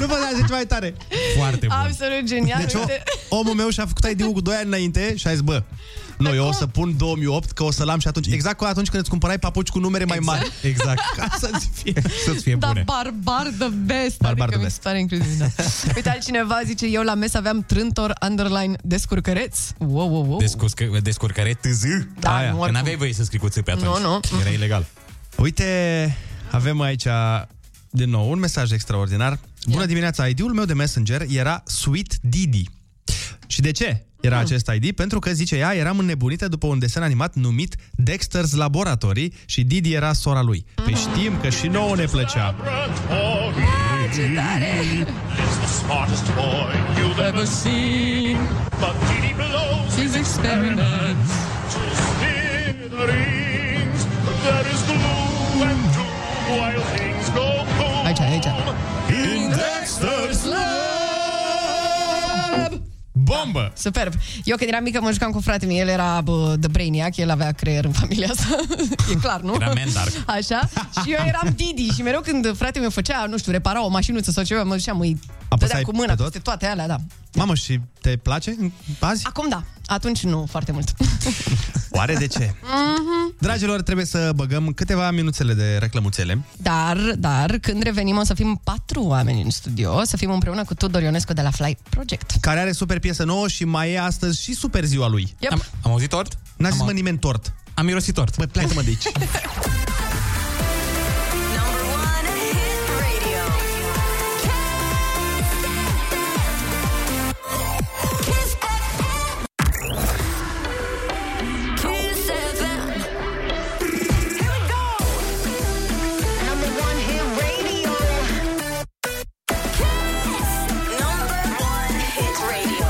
Speaker 1: nu pot să zici mai tare.
Speaker 2: Foarte bun.
Speaker 3: Absolut genial.
Speaker 1: Deci o,
Speaker 3: Uite.
Speaker 1: omul meu și-a făcut ID-ul cu 2 ani înainte și a zis, bă, nu, eu o să pun 2008, că o să-l am și atunci. Exact ca atunci când îți cumpărai papuci cu numere mai mari.
Speaker 2: Exact.
Speaker 1: Ca să-ți fie, să-ți fie
Speaker 3: Da,
Speaker 1: bune.
Speaker 3: barbar the best.
Speaker 1: Barbar
Speaker 3: adică
Speaker 1: the
Speaker 3: mi se
Speaker 1: best.
Speaker 3: pare incredibil. Da. Uite, altcineva zice, eu la mes aveam trântor underline descurcăreț. Wow, wow, wow.
Speaker 2: Descurcă, descurcare TZ.
Speaker 3: Da,
Speaker 2: Aia,
Speaker 3: nu,
Speaker 2: că
Speaker 3: oricum.
Speaker 2: n-aveai voie să scrii cu ț pe atunci.
Speaker 3: Nu, nu.
Speaker 2: Era ilegal.
Speaker 1: Uite, avem aici din nou un mesaj extraordinar. Bună dimineața, ID-ul meu de Messenger era Sweet Didi. Și de ce era acest ID? Pentru că, zice ea, eram înnebunită după un desen animat numit Dexter's Laboratory și Didi era sora lui. Păi știm că și nouă ne plăcea.
Speaker 4: Ce tare! It's the smartest boy you've ever seen. But Didi blows his experiments. To smithereens, there is glue and two while things go boom.
Speaker 3: Aici, aici.
Speaker 4: In Dexter's lab.
Speaker 1: Bombă!
Speaker 3: Da, Superb. Eu când eram mică mă jucam cu fratele meu. El era bă, The Brainiac, el avea creier în familia asta. e clar, nu?
Speaker 4: Era Mandark.
Speaker 3: Așa. Și eu eram Didi și mereu când fratele meu făcea, nu știu, repara o mașinuță sau ceva, mă duceam, îi
Speaker 1: Apăsai
Speaker 3: dădea cu mâna
Speaker 1: pe tot?
Speaker 3: peste toate alea, da.
Speaker 1: Mamă, și te place azi?
Speaker 3: Acum da, atunci nu foarte mult.
Speaker 1: Oare de ce?
Speaker 3: Mhm.
Speaker 1: Dragilor, trebuie să băgăm câteva minuțele de reclămuțele.
Speaker 3: Dar, dar, când revenim o să fim patru oameni în studio, o să fim împreună cu Tudor Ionescu de la Fly Project.
Speaker 1: Care are super piesă nouă și mai e astăzi și super ziua lui.
Speaker 3: Yep.
Speaker 1: Am,
Speaker 2: am auzit tort?
Speaker 1: N-a zis mă nimeni tort.
Speaker 2: Am mirosit tort.
Speaker 1: Băi, pleacă-mă de aici.
Speaker 4: Kiss FM. Here we go. Number one hit radio. Kiss. Number one hit radio.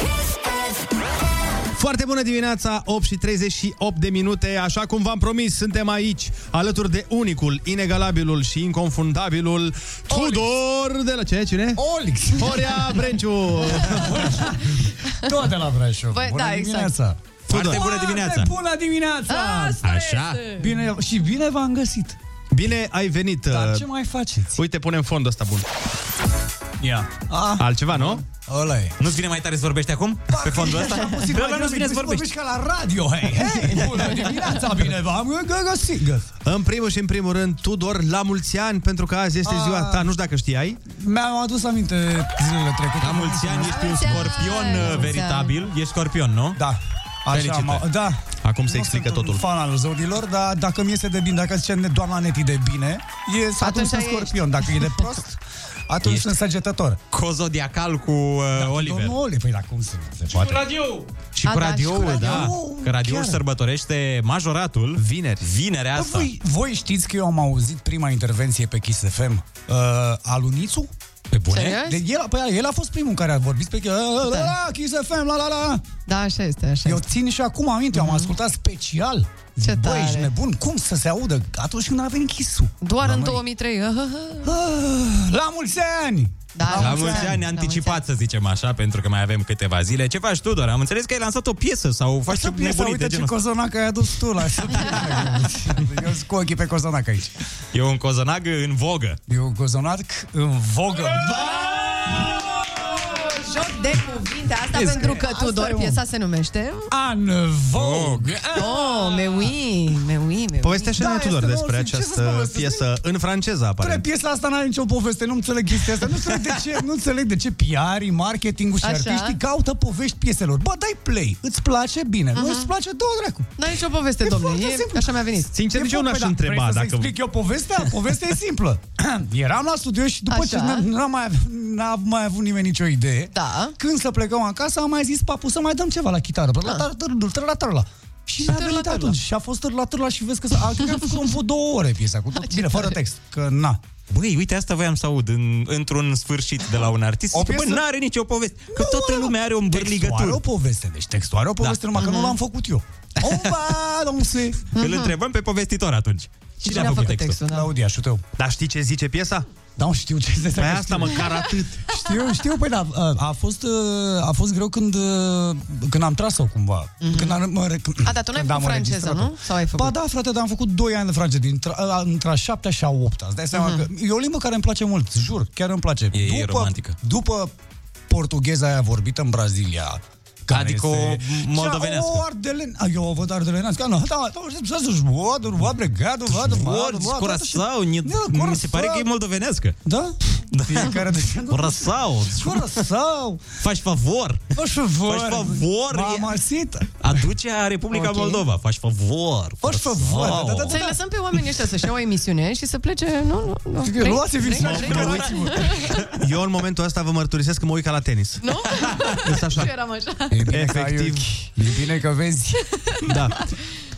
Speaker 4: Kiss FM.
Speaker 1: Foarte bună dimineața, 8 și 38 de minute. Așa cum v-am promis, suntem aici, alături de unicul, inegalabilul și inconfundabilul Tudor de la ce? Cine?
Speaker 16: Olix!
Speaker 1: Horia Brenciu!
Speaker 16: Tot de la Brașov.
Speaker 1: Bă,
Speaker 16: bună
Speaker 1: da, exact.
Speaker 16: dimineața!
Speaker 1: Foarte bună dimineața!
Speaker 16: bună dimineața!
Speaker 1: Asta Așa. este!
Speaker 16: Bine, și bine v-am găsit!
Speaker 1: Bine ai venit!
Speaker 16: Dar
Speaker 1: uh,
Speaker 16: ce mai faceți?
Speaker 1: Uite, punem fondul ăsta bun.
Speaker 16: Ia. Ah,
Speaker 1: Altceva, nu?
Speaker 16: Ăla e.
Speaker 2: Nu-ți vine mai tare să vorbești acum? Pe fondul ăsta?
Speaker 16: Așa, puțin
Speaker 2: Bă,
Speaker 16: mai
Speaker 2: nu-ți vine
Speaker 16: greu,
Speaker 2: să
Speaker 16: vorbești
Speaker 2: vorbești.
Speaker 16: ca la radio, hei! Hei, bună dimineața, bine v-am gă- găsit! Găsit.
Speaker 1: În primul și în primul rând, Tudor, la mulți ani, pentru că azi este
Speaker 16: Ah.
Speaker 1: ziua ta, nu știu dacă știai.
Speaker 16: Mi-am adus aminte zilele trecute.
Speaker 2: La mulți ani ești un scorpion uh, veritabil. Ești scorpion, nu?
Speaker 16: Da. Așa,
Speaker 2: Felicitări.
Speaker 16: m- da.
Speaker 1: Acum
Speaker 16: se
Speaker 1: explică
Speaker 16: totul. fan al zodilor, dar dacă mi este de bine, dacă zice ne- doamna Neti de bine, e atunci sunt scorpion. Dacă e de prost, atunci sunt săgetător.
Speaker 2: Cozodiacal cu uh, Oliver.
Speaker 16: Domnul Oliver, păi da, cum se, se poate?
Speaker 2: Poate. radio! Și
Speaker 16: A,
Speaker 2: cu
Speaker 16: da, și cu
Speaker 2: radioul, da.
Speaker 16: radioul,
Speaker 2: Că radioul
Speaker 16: chiar.
Speaker 2: sărbătorește majoratul.
Speaker 1: Vineri.
Speaker 2: Vinerea
Speaker 16: Bă,
Speaker 2: asta.
Speaker 16: Voi, Păi, voi știți că eu am auzit prima intervenție pe Kiss FM uh, al Unițu? Pe
Speaker 2: bune?
Speaker 3: Serios?
Speaker 16: De, el, păi, el a fost primul care a vorbit pe la, la, la, uh, Kiss FM, la la la.
Speaker 3: Da, așa este, așa
Speaker 16: Eu țin și acum aminte, eu am ascultat special. Ce Băi,
Speaker 3: tare. Da.
Speaker 16: ești nebun, cum să se audă atunci când a venit Kiss-ul?
Speaker 3: Doar în
Speaker 16: Mamă,
Speaker 3: 2003.
Speaker 16: La mulți ani!
Speaker 3: Da,
Speaker 2: La, mulți ani anticipat, să zicem așa, pentru că mai avem câteva zile. Ce faci, Tudor? Am înțeles că ai lansat o piesă sau faci
Speaker 16: Asta
Speaker 2: o
Speaker 16: piesa,
Speaker 2: nebunii de
Speaker 16: uite ce
Speaker 2: genul ăsta.
Speaker 16: cozonac ai adus tu la Eu sunt cu ochii pe cozonac aici.
Speaker 2: E un cozonag în vogă.
Speaker 16: E un cozonac în vogă.
Speaker 3: Joc de cuvinte, asta
Speaker 16: Vezi
Speaker 3: pentru
Speaker 16: că
Speaker 3: că
Speaker 16: asta e
Speaker 3: Tudor,
Speaker 16: om.
Speaker 3: piesa se numește...
Speaker 16: An uh, Vogue.
Speaker 3: Oh, me oui, me oui, me
Speaker 1: Povestea
Speaker 3: oui.
Speaker 1: și da, Ah. Tudor despre această piesă în franceză,
Speaker 16: Tre,
Speaker 1: aparent.
Speaker 16: piesa asta n-are nicio poveste, nu înțeleg chestia asta, nu înțeleg de ce, nu înțeleg de ce PR-ii, marketingul și
Speaker 3: Așa.
Speaker 16: artiștii caută povești pieselor. Bă, dai play, îți place, bine, nu
Speaker 3: Aha.
Speaker 16: îți place, două dracu.
Speaker 3: N-ai nicio poveste, domnule,
Speaker 16: foarte
Speaker 3: e-
Speaker 16: simplu.
Speaker 3: așa mi-a venit.
Speaker 1: Sincer,
Speaker 16: E
Speaker 1: nici eu
Speaker 16: bun,
Speaker 1: n-aș
Speaker 16: păi da,
Speaker 1: întreba
Speaker 16: vrei să
Speaker 1: dacă-
Speaker 16: explic eu povestea? Povestea e simplă. Eram la studio și după
Speaker 3: Așa.
Speaker 16: ce n- n-a mai, n-a mai avut nimeni nicio idee, da. când să plecăm acasă, am mai zis, papu, să mai dăm ceva la chitară.
Speaker 3: Ah.
Speaker 16: Bă, la tar- târâdul, târâla, târâla. Și mi-a venit atunci și a fost târla, târla și vezi că s-a a- cred că a făcut vreo două ore piesa, cu tot, bine, fără text, că na.
Speaker 2: Băi, uite, asta voiam să aud în, într-un sfârșit de la un artist.
Speaker 16: O
Speaker 2: Zice, Bă,
Speaker 16: piesă-
Speaker 2: n-are nicio poveste. Că toată lumea are o
Speaker 16: Textul are o
Speaker 2: îmbârligătură.
Speaker 16: poveste, deci textul are o poveste,
Speaker 2: Da.
Speaker 16: numai că nu
Speaker 2: Mhm.
Speaker 16: l-am făcut eu. Opa, domnule!
Speaker 2: Îl întrebăm pe povestitor atunci. Cine,
Speaker 16: Claudia, șuteu.
Speaker 1: Dar știi ce zice piesa?
Speaker 16: Da, mă, știu ce este
Speaker 1: Păi asta, măcar atât.
Speaker 16: Știu, știu, păi da, a- a fost, uh, a fost greu când, uh, când am tras-o cumva. Mm-hmm. Când am, mă, rec-
Speaker 3: A, dar tu n-ai făcut
Speaker 16: când am
Speaker 3: franceză,
Speaker 16: înregistrat-o.
Speaker 3: nu? Sau ai făcut?
Speaker 16: Ba da, frate, dar am făcut 2 ani de franceză, dintre, a- între a șaptea și a opta. Îți dai seama mm-hmm. că e o limbă care îmi place mult, jur, chiar îmi place. E, după, e romantică. După portugheza aia vorbită în Brazilia, care
Speaker 2: Adică
Speaker 16: este...
Speaker 2: o moldovenească.
Speaker 16: Cea- O ardelen... a, Eu o văd ardelenească. Da, da, da, să zici, văd, văd, brigadu, văd, văd,
Speaker 2: Orz,
Speaker 16: văd.
Speaker 2: Curaçao, ne- mi se pare că e moldovenească.
Speaker 16: Da? Fiecare de
Speaker 2: Curaçao.
Speaker 16: Curaçao.
Speaker 2: Faci favor.
Speaker 16: Faci favor.
Speaker 2: Faci favor.
Speaker 16: Mamacita.
Speaker 2: Aduce a Republica
Speaker 3: Ok.
Speaker 2: Moldova. Faci favor. Faci
Speaker 16: favor.
Speaker 3: Să-i lăsăm pe oamenii ăștia să-și ia o emisiune și să plece... Nu, nu, nu. Vrei? Vrei? Vrei?
Speaker 1: Eu în momentul ăsta vă mărturisesc că mă uit ca la tenis.
Speaker 3: Nu?
Speaker 1: Sunt așa.
Speaker 3: Și eram așa.
Speaker 1: Efectiv.
Speaker 16: E bine că vezi.
Speaker 1: Da.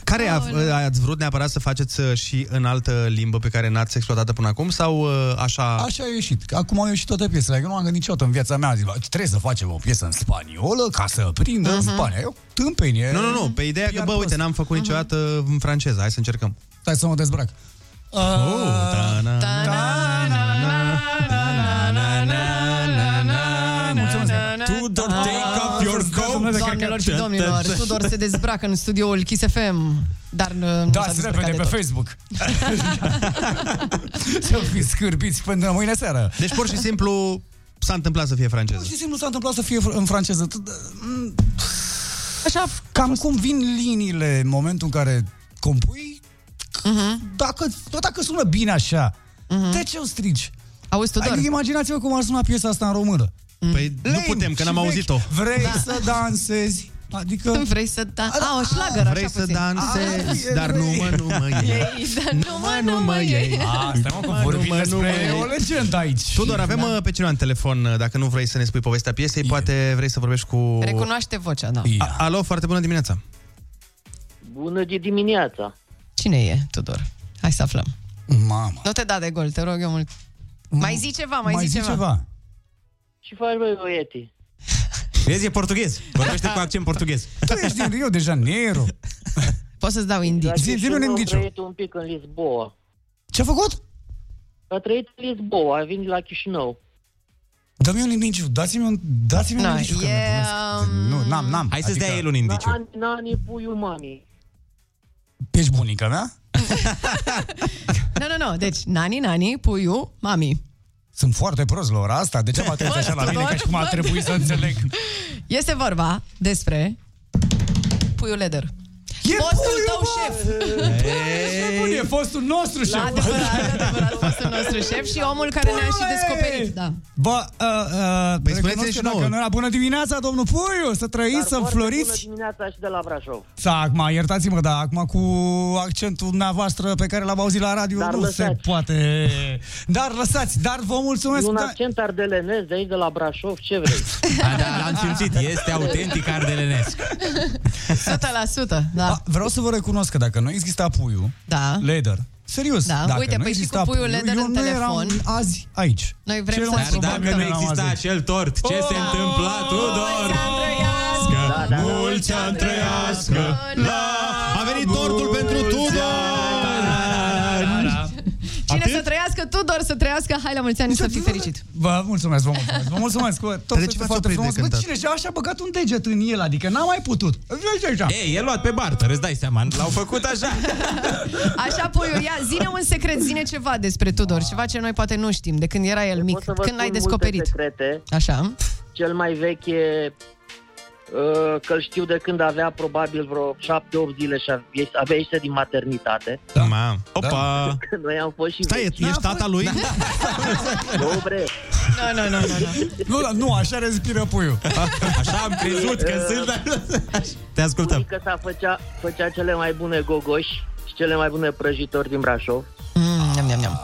Speaker 1: Care a, ați vrut neapărat să faceți uh, și în altă limbă pe care n-ați exploatat până acum sau uh, așa...
Speaker 16: Așa a ieșit. Că Acum au ieșit toate piesele. Eu nu am gândit niciodată în viața mea. Zic, "Bă, trebuie să facem o piesă în spaniolă ca să prindă în Spania. Eu tâmpenie.
Speaker 1: Nu, nu, nu, pe ideea că, bă, uite, n-am făcut niciodată în franceză, hai să încercăm.
Speaker 16: Stai să mă dezbrac.
Speaker 1: Oh, ta-na.
Speaker 2: Tudor, take off your coat.
Speaker 3: Ah. Doamnelor și domnilor, Tudor se dezbracă în studioul Kiss FM, dar uh, nu s-a
Speaker 16: Dați
Speaker 3: dezbrăcat
Speaker 16: Da, repede
Speaker 3: de
Speaker 16: pe
Speaker 3: tot.
Speaker 16: Facebook. Să fiți scârbiți până mâine seară.
Speaker 1: Deci, pur și simplu, s-a întâmplat să fie franceză.
Speaker 16: Pur și simplu s-a întâmplat să fie fr- în franceză. T- mm, Așa, cam cum vin liniile în momentul în care compui, dacă, tot dacă sună bine așa, de ce o strici?
Speaker 3: Auzi,
Speaker 1: Tudor.
Speaker 16: Adică imaginați-vă cum ar suna piesa asta în română.
Speaker 1: Păi nu putem, că
Speaker 16: și
Speaker 1: n-am
Speaker 16: vechi.
Speaker 1: auzit-o.
Speaker 16: Vrei
Speaker 3: Da.
Speaker 16: să dansezi? Adică...
Speaker 3: Vrei să da... A, o șlagăr,
Speaker 1: Vrei
Speaker 3: așa
Speaker 1: să
Speaker 3: puțin. Ah,
Speaker 16: Da.
Speaker 1: dansezi, dar nu mă, nu mă
Speaker 3: Ei, dar nu mă, nu mă
Speaker 1: iei.
Speaker 3: iei.
Speaker 4: Ah,
Speaker 16: Asta, mă, că vorbim despre o legendă aici.
Speaker 1: Tudor, avem da. pe cineva în telefon, dacă nu vrei să ne spui povestea piesei, poate vrei să vorbești cu...
Speaker 3: Recunoaște vocea, da.
Speaker 1: A- Alo, foarte bună dimineața.
Speaker 17: Bună de dimineața!
Speaker 3: Cine e, Tudor? Hai să aflăm.
Speaker 16: Mamă.
Speaker 3: Nu te da de gol, te rog eu mult. Mai zi ceva, mai, zi, ceva.
Speaker 17: Ce faci, băi, băieti?
Speaker 2: Vezi, e portughez. Vorbește cu accent portughez.
Speaker 16: Tu ești din Rio de Janeiro.
Speaker 3: Poți să-ți dau indicii.
Speaker 17: Am trăit Deci un pic în Lisboa.
Speaker 16: Ce-a făcut?
Speaker 17: A trăit în Lisboa, a venit la Chișinău.
Speaker 16: Dă-mi un indiciu, dați-mi un, dați-mi un
Speaker 17: Na,
Speaker 16: indiciu. că
Speaker 17: Da, e,
Speaker 16: nebunesc.
Speaker 3: um,
Speaker 16: Nu, n-am, n-am. Adică-
Speaker 2: Hai să-ți dea el un
Speaker 17: Na- Nani, puiul mami.
Speaker 16: Ești bunica mea?
Speaker 3: Nu, nu, nu. Deci, nani, nani, puiu, mami.
Speaker 16: Sunt foarte prost la ora asta, de ce mă atenți așa la mine ca și cum ar trebui să înțeleg?
Speaker 3: Este vorba despre puiul leder.
Speaker 16: E
Speaker 3: Fostul
Speaker 16: puiul,
Speaker 3: tău șef.
Speaker 16: Bun, e fostul nostru șef.
Speaker 3: Fostul nostru șef și omul care ne-a și descoperit. Da.
Speaker 16: Bă, uh, uh,
Speaker 1: Păi
Speaker 16: recunosc
Speaker 1: spuneți-ne
Speaker 16: că
Speaker 1: și
Speaker 16: dacă
Speaker 1: nouă.
Speaker 16: nu era- Bună dimineața, domnul Puiu, să trăiți, să
Speaker 17: foarte Bună
Speaker 16: floriți.
Speaker 17: dimineața și de la Brașov.
Speaker 16: Da, acum, iertați-mă, dar acum cu accentul dumneavoastră pe care l-am auzit la radio,
Speaker 17: Dar
Speaker 16: nu se
Speaker 17: lăsați.
Speaker 16: poate. Dar lăsați, dar vă mulțumesc.
Speaker 17: E un
Speaker 16: da-
Speaker 17: accent ardelenez de aici, de la Brașov, ce vrei?
Speaker 2: A, da, l-am simțit. Este autentic ardelenesc.
Speaker 3: 100%, da.
Speaker 16: A, Vreau să vă recunosc că dacă nu exista puiul,
Speaker 3: da.
Speaker 16: leder, serios,
Speaker 3: Da,
Speaker 16: dacă
Speaker 3: uite,
Speaker 16: nu
Speaker 3: păi și
Speaker 16: exista
Speaker 3: cu puiul leder
Speaker 16: eu
Speaker 3: în
Speaker 16: nu eram
Speaker 3: telefon.
Speaker 16: azi aici.
Speaker 3: Noi vrem
Speaker 16: Cel
Speaker 3: să
Speaker 16: mai
Speaker 3: ne
Speaker 16: probabil
Speaker 2: Dacă
Speaker 16: că
Speaker 2: nu
Speaker 16: n-am Oh! azi
Speaker 2: exista
Speaker 16: aici.
Speaker 2: acel tort, ce se întâmpla, Tudor?
Speaker 1: Da, da. Mulți ani trăiască
Speaker 2: la-
Speaker 1: A venit tortul pentru
Speaker 3: Da,
Speaker 1: Tudor!
Speaker 3: Cine să trăiască, Tudor să trăiască, hai la mulți ani și să fii fericit.
Speaker 16: Vă mulțumesc, vă mulțumesc, vă mulțumesc că tot
Speaker 2: ce
Speaker 16: este
Speaker 2: v-ați
Speaker 16: foarte
Speaker 2: oprit de
Speaker 16: frumos. Bă,
Speaker 2: cântat?
Speaker 16: cine și-a așa băgat un deget în el, adică n-a mai putut.
Speaker 2: Ei, e luat pe barter, îți dai seama. L-au făcut așa.
Speaker 3: Așa, puiul, ia, zine un secret, zine ceva despre Tudor, ceva ce noi poate nu știm, de când era el mic,
Speaker 17: Să vă
Speaker 3: când l-ai
Speaker 17: spun
Speaker 3: descoperit.
Speaker 17: Multe secrete.
Speaker 3: Așa.
Speaker 17: Cel mai vechi e uh, că-l știu de când avea probabil vreo 7-8 zile și avea- avea ieșit din maternitate.
Speaker 16: Da.
Speaker 1: Mam. Opa!
Speaker 17: Că Noi am fost și
Speaker 1: Stai,
Speaker 17: vechi.
Speaker 1: ești tata
Speaker 16: Da.
Speaker 1: lui?
Speaker 17: Nu, bre.
Speaker 3: Nu, nu, nu, nu.
Speaker 16: Nu, da, nu, așa respiră puiul.
Speaker 2: Așa am crezut că sunt, dar... Te ascultăm.
Speaker 17: Bunica sa făcea, făcea cele mai bune gogoși și cele mai bune prăjitori din Brașov.
Speaker 3: Mm, neam, neam.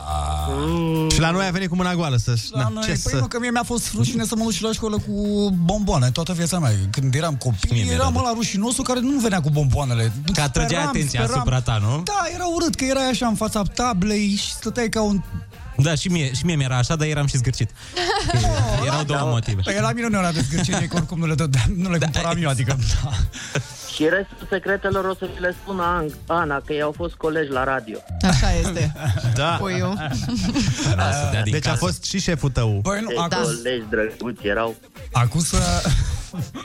Speaker 1: Și la noi a venit cu mâna goală să...
Speaker 16: La
Speaker 1: na,
Speaker 16: noi,
Speaker 1: ce
Speaker 16: păi
Speaker 1: să...
Speaker 16: nu, că mie mi-a fost rușine să mă duc și la școală cu bomboane toată viața mea. Când eram
Speaker 2: Mie
Speaker 16: copil,
Speaker 2: mi-era,
Speaker 16: eram
Speaker 2: da.
Speaker 16: la rușinosul care nu venea cu bomboanele.
Speaker 2: Că atrăgea
Speaker 16: Speram,
Speaker 2: atenția
Speaker 16: speram.
Speaker 2: asupra ta, nu?
Speaker 16: Da, era urât, că erai așa în fața tablei și stăteai ca un...
Speaker 2: Da, și mie, și mie mi-era așa, dar eram și zgârcit.
Speaker 16: Oh,
Speaker 2: Erau două motive.
Speaker 16: Păi la mine nu era de zgârcire, că oricum nu le, dă, nu le cumpăram eu, adică... Da.
Speaker 17: Și restul secretelor o să vi le spun Ang- Ana, că ei au fost colegi la radio.
Speaker 3: Așa este.
Speaker 1: Da.
Speaker 3: Puiu.
Speaker 1: Deci a fost și șeful tău.
Speaker 16: Da, Băi, nu,
Speaker 17: Ce
Speaker 3: da.
Speaker 16: acum-
Speaker 17: colegi drăguți erau.
Speaker 16: Acum să...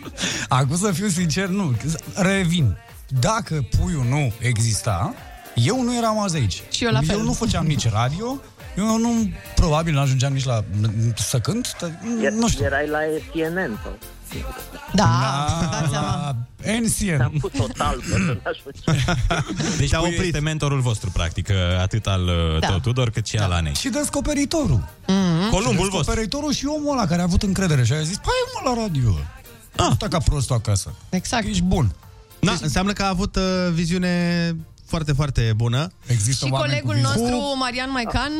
Speaker 16: Acum să fiu sincer, nu. Revin. Dacă puiul nu exista, eu nu eram azi aici.
Speaker 3: Și eu la fel.
Speaker 16: Eu nu făceam nici radio, eu nu, probabil, nu ajungeam nici la să cânt, dar nu știu.
Speaker 17: Erai la CNN sau?
Speaker 3: Da,
Speaker 16: dați seama.
Speaker 1: Ah,
Speaker 16: NCN.
Speaker 17: Am pus o talpă să n-aș face.
Speaker 2: Deci Puiu este mentorul vostru, practic, atât al
Speaker 16: Da.
Speaker 2: da. tău, Tudor, cât și da. al Anei.
Speaker 16: Și descoperitorul.
Speaker 2: Mhm. Columbul
Speaker 16: Și
Speaker 2: vostru.
Speaker 16: Descoperitorul și omul ăla care a avut încredere și a zis, hai mă la radio. Ah. Stai ca prostul acasă.
Speaker 3: Exact.
Speaker 16: Ești bun.
Speaker 1: Da, înseamnă că a avut uh, viziune foarte, foarte bună.
Speaker 16: Există
Speaker 3: Și colegul nostru, Marian Maican,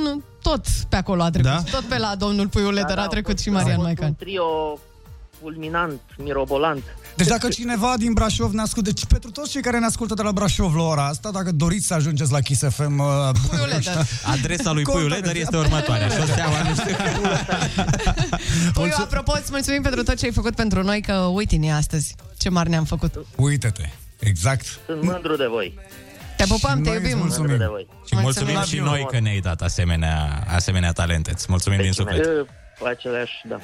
Speaker 3: tot pe acolo a trecut.
Speaker 1: Da?
Speaker 3: Tot pe la domnul Puiul Leder a
Speaker 17: Da, au
Speaker 3: trecut
Speaker 17: fost-
Speaker 3: și
Speaker 17: au
Speaker 3: Marian
Speaker 17: fost
Speaker 3: Maican.
Speaker 17: Un trio fulminant, mirobolant.
Speaker 16: Deci dacă cineva din Brașov ne ascultă, deci pentru toți cei care ne ascultă de la Brașov la ora asta, dacă doriți să ajungeți la Kiss FM... Uh,
Speaker 2: Adresa lui Puiu Leder este următoarea. Șoseaua, nu știu.
Speaker 3: Puiu, apropo, îți mulțumim pentru tot ce ai făcut pentru noi, că uite ne astăzi. Ce mari ne-am făcut.
Speaker 16: Uită-te. Exact.
Speaker 17: Sunt mândru de voi.
Speaker 3: Te pupăm, te iubim.
Speaker 17: Mândru de voi.
Speaker 2: Și mulțumim și noi că ne-ai dat asemenea, asemenea talente. Îți mulțumim din suflet.
Speaker 17: Eu, Aceleași, da.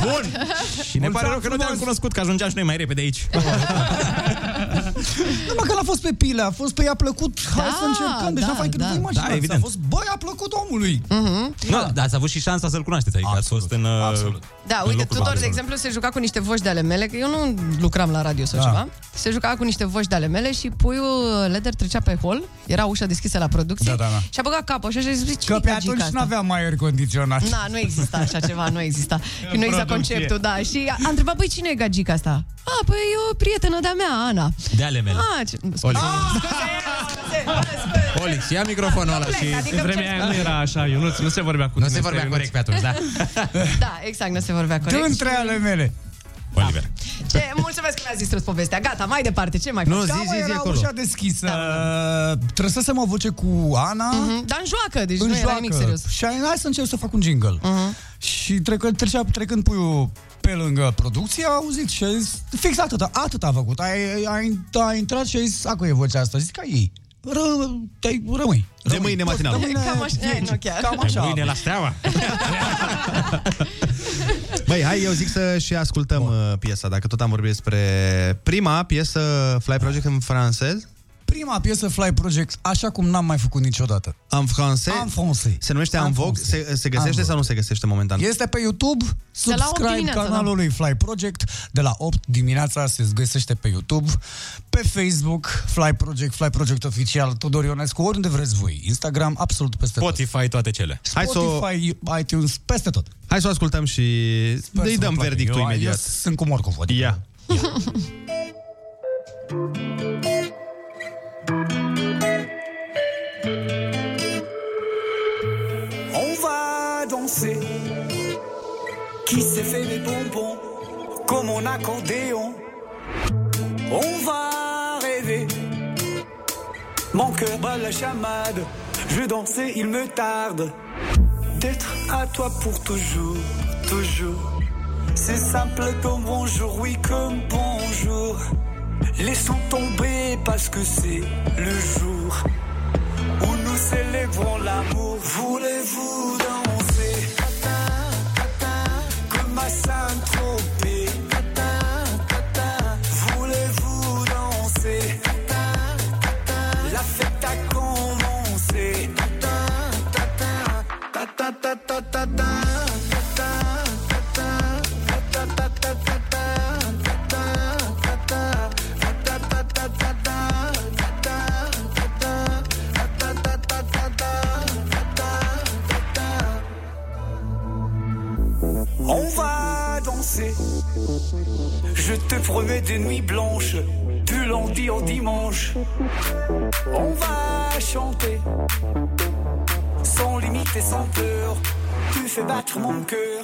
Speaker 2: Bun! Și ne pare rău că nu te-am cunoscut, că ajungeam și noi mai repede aici.
Speaker 16: Numai că l-a fost pe pile, a fost pe i-a plăcut, hai
Speaker 3: Da,
Speaker 16: să încercăm. Deci
Speaker 3: da,
Speaker 16: n-a mai
Speaker 3: da.
Speaker 16: da,
Speaker 2: Da,
Speaker 16: imaginați, a
Speaker 2: evident.
Speaker 16: fost, băi, a plăcut omului.
Speaker 3: Mhm.
Speaker 2: Nu, dar ați avut și șansa să-l cunoașteți, adică ați fost în... Absolut.
Speaker 3: Da, uite, Tudor, de exemplu, se juca cu niște voci de ale mele, că eu nu lucram la radio sau
Speaker 2: Da.
Speaker 3: ceva. Se juca cu niște voci de ale mele și puiul Leder trecea pe hol, era ușa deschisă la producție
Speaker 16: Da, da, da.
Speaker 3: și a băgat capul și așa zis,
Speaker 16: Că pe atunci nu aveam aer
Speaker 3: da.
Speaker 16: condiționat.
Speaker 3: Na, nu exista așa ceva, nu exista. Și nu exista
Speaker 16: Producție.
Speaker 3: conceptul, da. Și a, a întrebat, păi cine e gagica asta? A, păi e o prietenă de-a mea, Ana.
Speaker 2: De ale mele.
Speaker 3: A, Ah, ce...
Speaker 2: Oli.
Speaker 3: scuze,
Speaker 2: Oli, și ia microfonul ăla și...
Speaker 3: Adică îmi cer scuze.
Speaker 2: așa, eu nu, nu se vorbea cu Nu se vorbea corect pe atunci, da.
Speaker 3: Da, exact, nu se vorbea corect.
Speaker 16: Dintre ale mele.
Speaker 2: Oliver.
Speaker 3: Ce, mulțumesc că mi-ați distrus povestea. Gata, mai departe, ce mai faci?
Speaker 16: Da, mă, era ușa deschisă. Trăsesem o voce cu Ana.
Speaker 3: Da, Mhm, Dar în joacă, deci nu era nimic serios. Mhm.
Speaker 16: Și ai hai să încerc să fac un jingle. Și trec, trecea, trecând puiul pe lângă producție, a auzit și a zis, fix atâta, atât a făcut. A, a, a intrat și a zis, acolo e vocea asta, zic ca ei. Ră, te-ai- rămâi.
Speaker 1: De mâine matinal.
Speaker 3: Cam așa, e, nu chiar.
Speaker 16: Cam așa.
Speaker 2: Mâine la steaua.
Speaker 1: Băi, hai, eu zic să și ascultăm uh, piesa, dacă tot am vorbit despre prima piesă Fly Project în francez.
Speaker 16: Prima piesă Fly Project, așa cum n-am mai făcut niciodată.
Speaker 1: În francez.
Speaker 16: În francez.
Speaker 1: Se numește În Vogue. Se, se găsește
Speaker 16: Vogue.
Speaker 1: sau nu se găsește momentan?
Speaker 16: Este pe YouTube,
Speaker 3: la opt
Speaker 16: subscribe
Speaker 3: dimineața,
Speaker 16: canalul lui Fly Project, de la 8 dimineața se găsește pe YouTube, pe Facebook, Fly Project, Fly Project oficial, Tudor Ionescu, oriunde vreți voi, Instagram, absolut peste
Speaker 2: Spotify, toate cele.
Speaker 16: tot. Spotify, hai iTunes, peste tot.
Speaker 1: Hai să o ascultăm și
Speaker 16: Sper
Speaker 1: îi
Speaker 16: să
Speaker 1: dăm
Speaker 16: vă placă.
Speaker 1: verdictul
Speaker 16: Eu-
Speaker 1: imediat.
Speaker 16: Eu sunt cu morcov, adică.
Speaker 1: Ia.
Speaker 18: On va danser. Qui s'est fait des bonbons comme un accordéon On va rêver. Mon cœur bat la chamade. Je dansais, il me tarde. D'être à toi pour toujours, toujours. C'est simple comme bonjour, oui, comme bonjour. Laissons tomber parce que c'est le jour où nous célébrons l'amour. Voulez-vous danser Tata, tata, comme à Saint-Tropez. Tata, tata, voulez-vous danser Tata, tata, la fête a commencé. Tata, tata, tata, tata, tata, tata, tata, tata, tata, tata, tata, tata, tata, On va danser. Je te promets des nuits blanches, du lundi au dimanche. On va chanter, sans limite et sans peur. Tu fais battre mon cœur,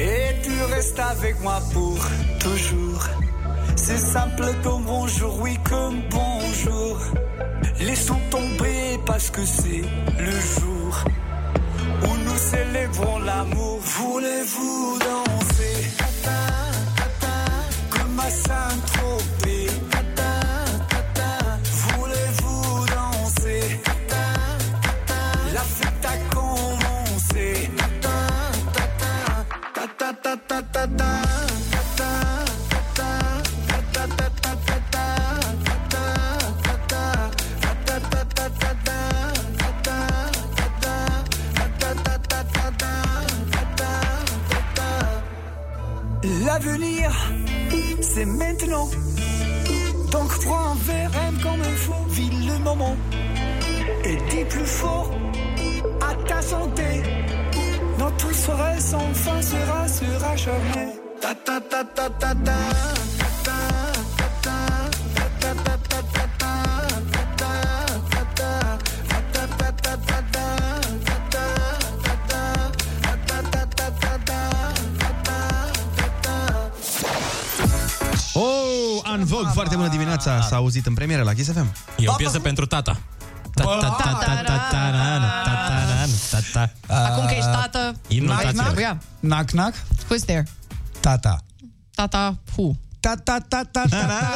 Speaker 18: et tu restes avec moi pour toujours. C'est simple comme bonjour, oui, comme bonjour. Laissons tomber parce que c'est le jour où nous célébrons l'amour. Voulez-vous danser Tata, tata, comme à Saint-Tropez c'est maintenant. Donc prends un verre, aime comme il faut, vis le moment. Et dis plus fort à ta santé. Notre soirée sans fin sera, sera charnée. Ta ta ta ta ta ta.
Speaker 1: Oh, An Vogue, foarte bună dimineața S-a auzit în premieră la Kiss Da, FM
Speaker 2: E o piesă pentru tata. Ta, ta,
Speaker 19: Ah.
Speaker 2: ta, ta, ta, ta, ta, ta, ta, ta, ta.
Speaker 19: Acum că ești tată,
Speaker 2: Uh, Imnul
Speaker 19: n-ai-
Speaker 2: taților.
Speaker 19: n-ai- ia.
Speaker 16: Knock, knock.
Speaker 19: Who's there?
Speaker 16: Tata.
Speaker 19: Tata who?
Speaker 16: Tata, tata, tata.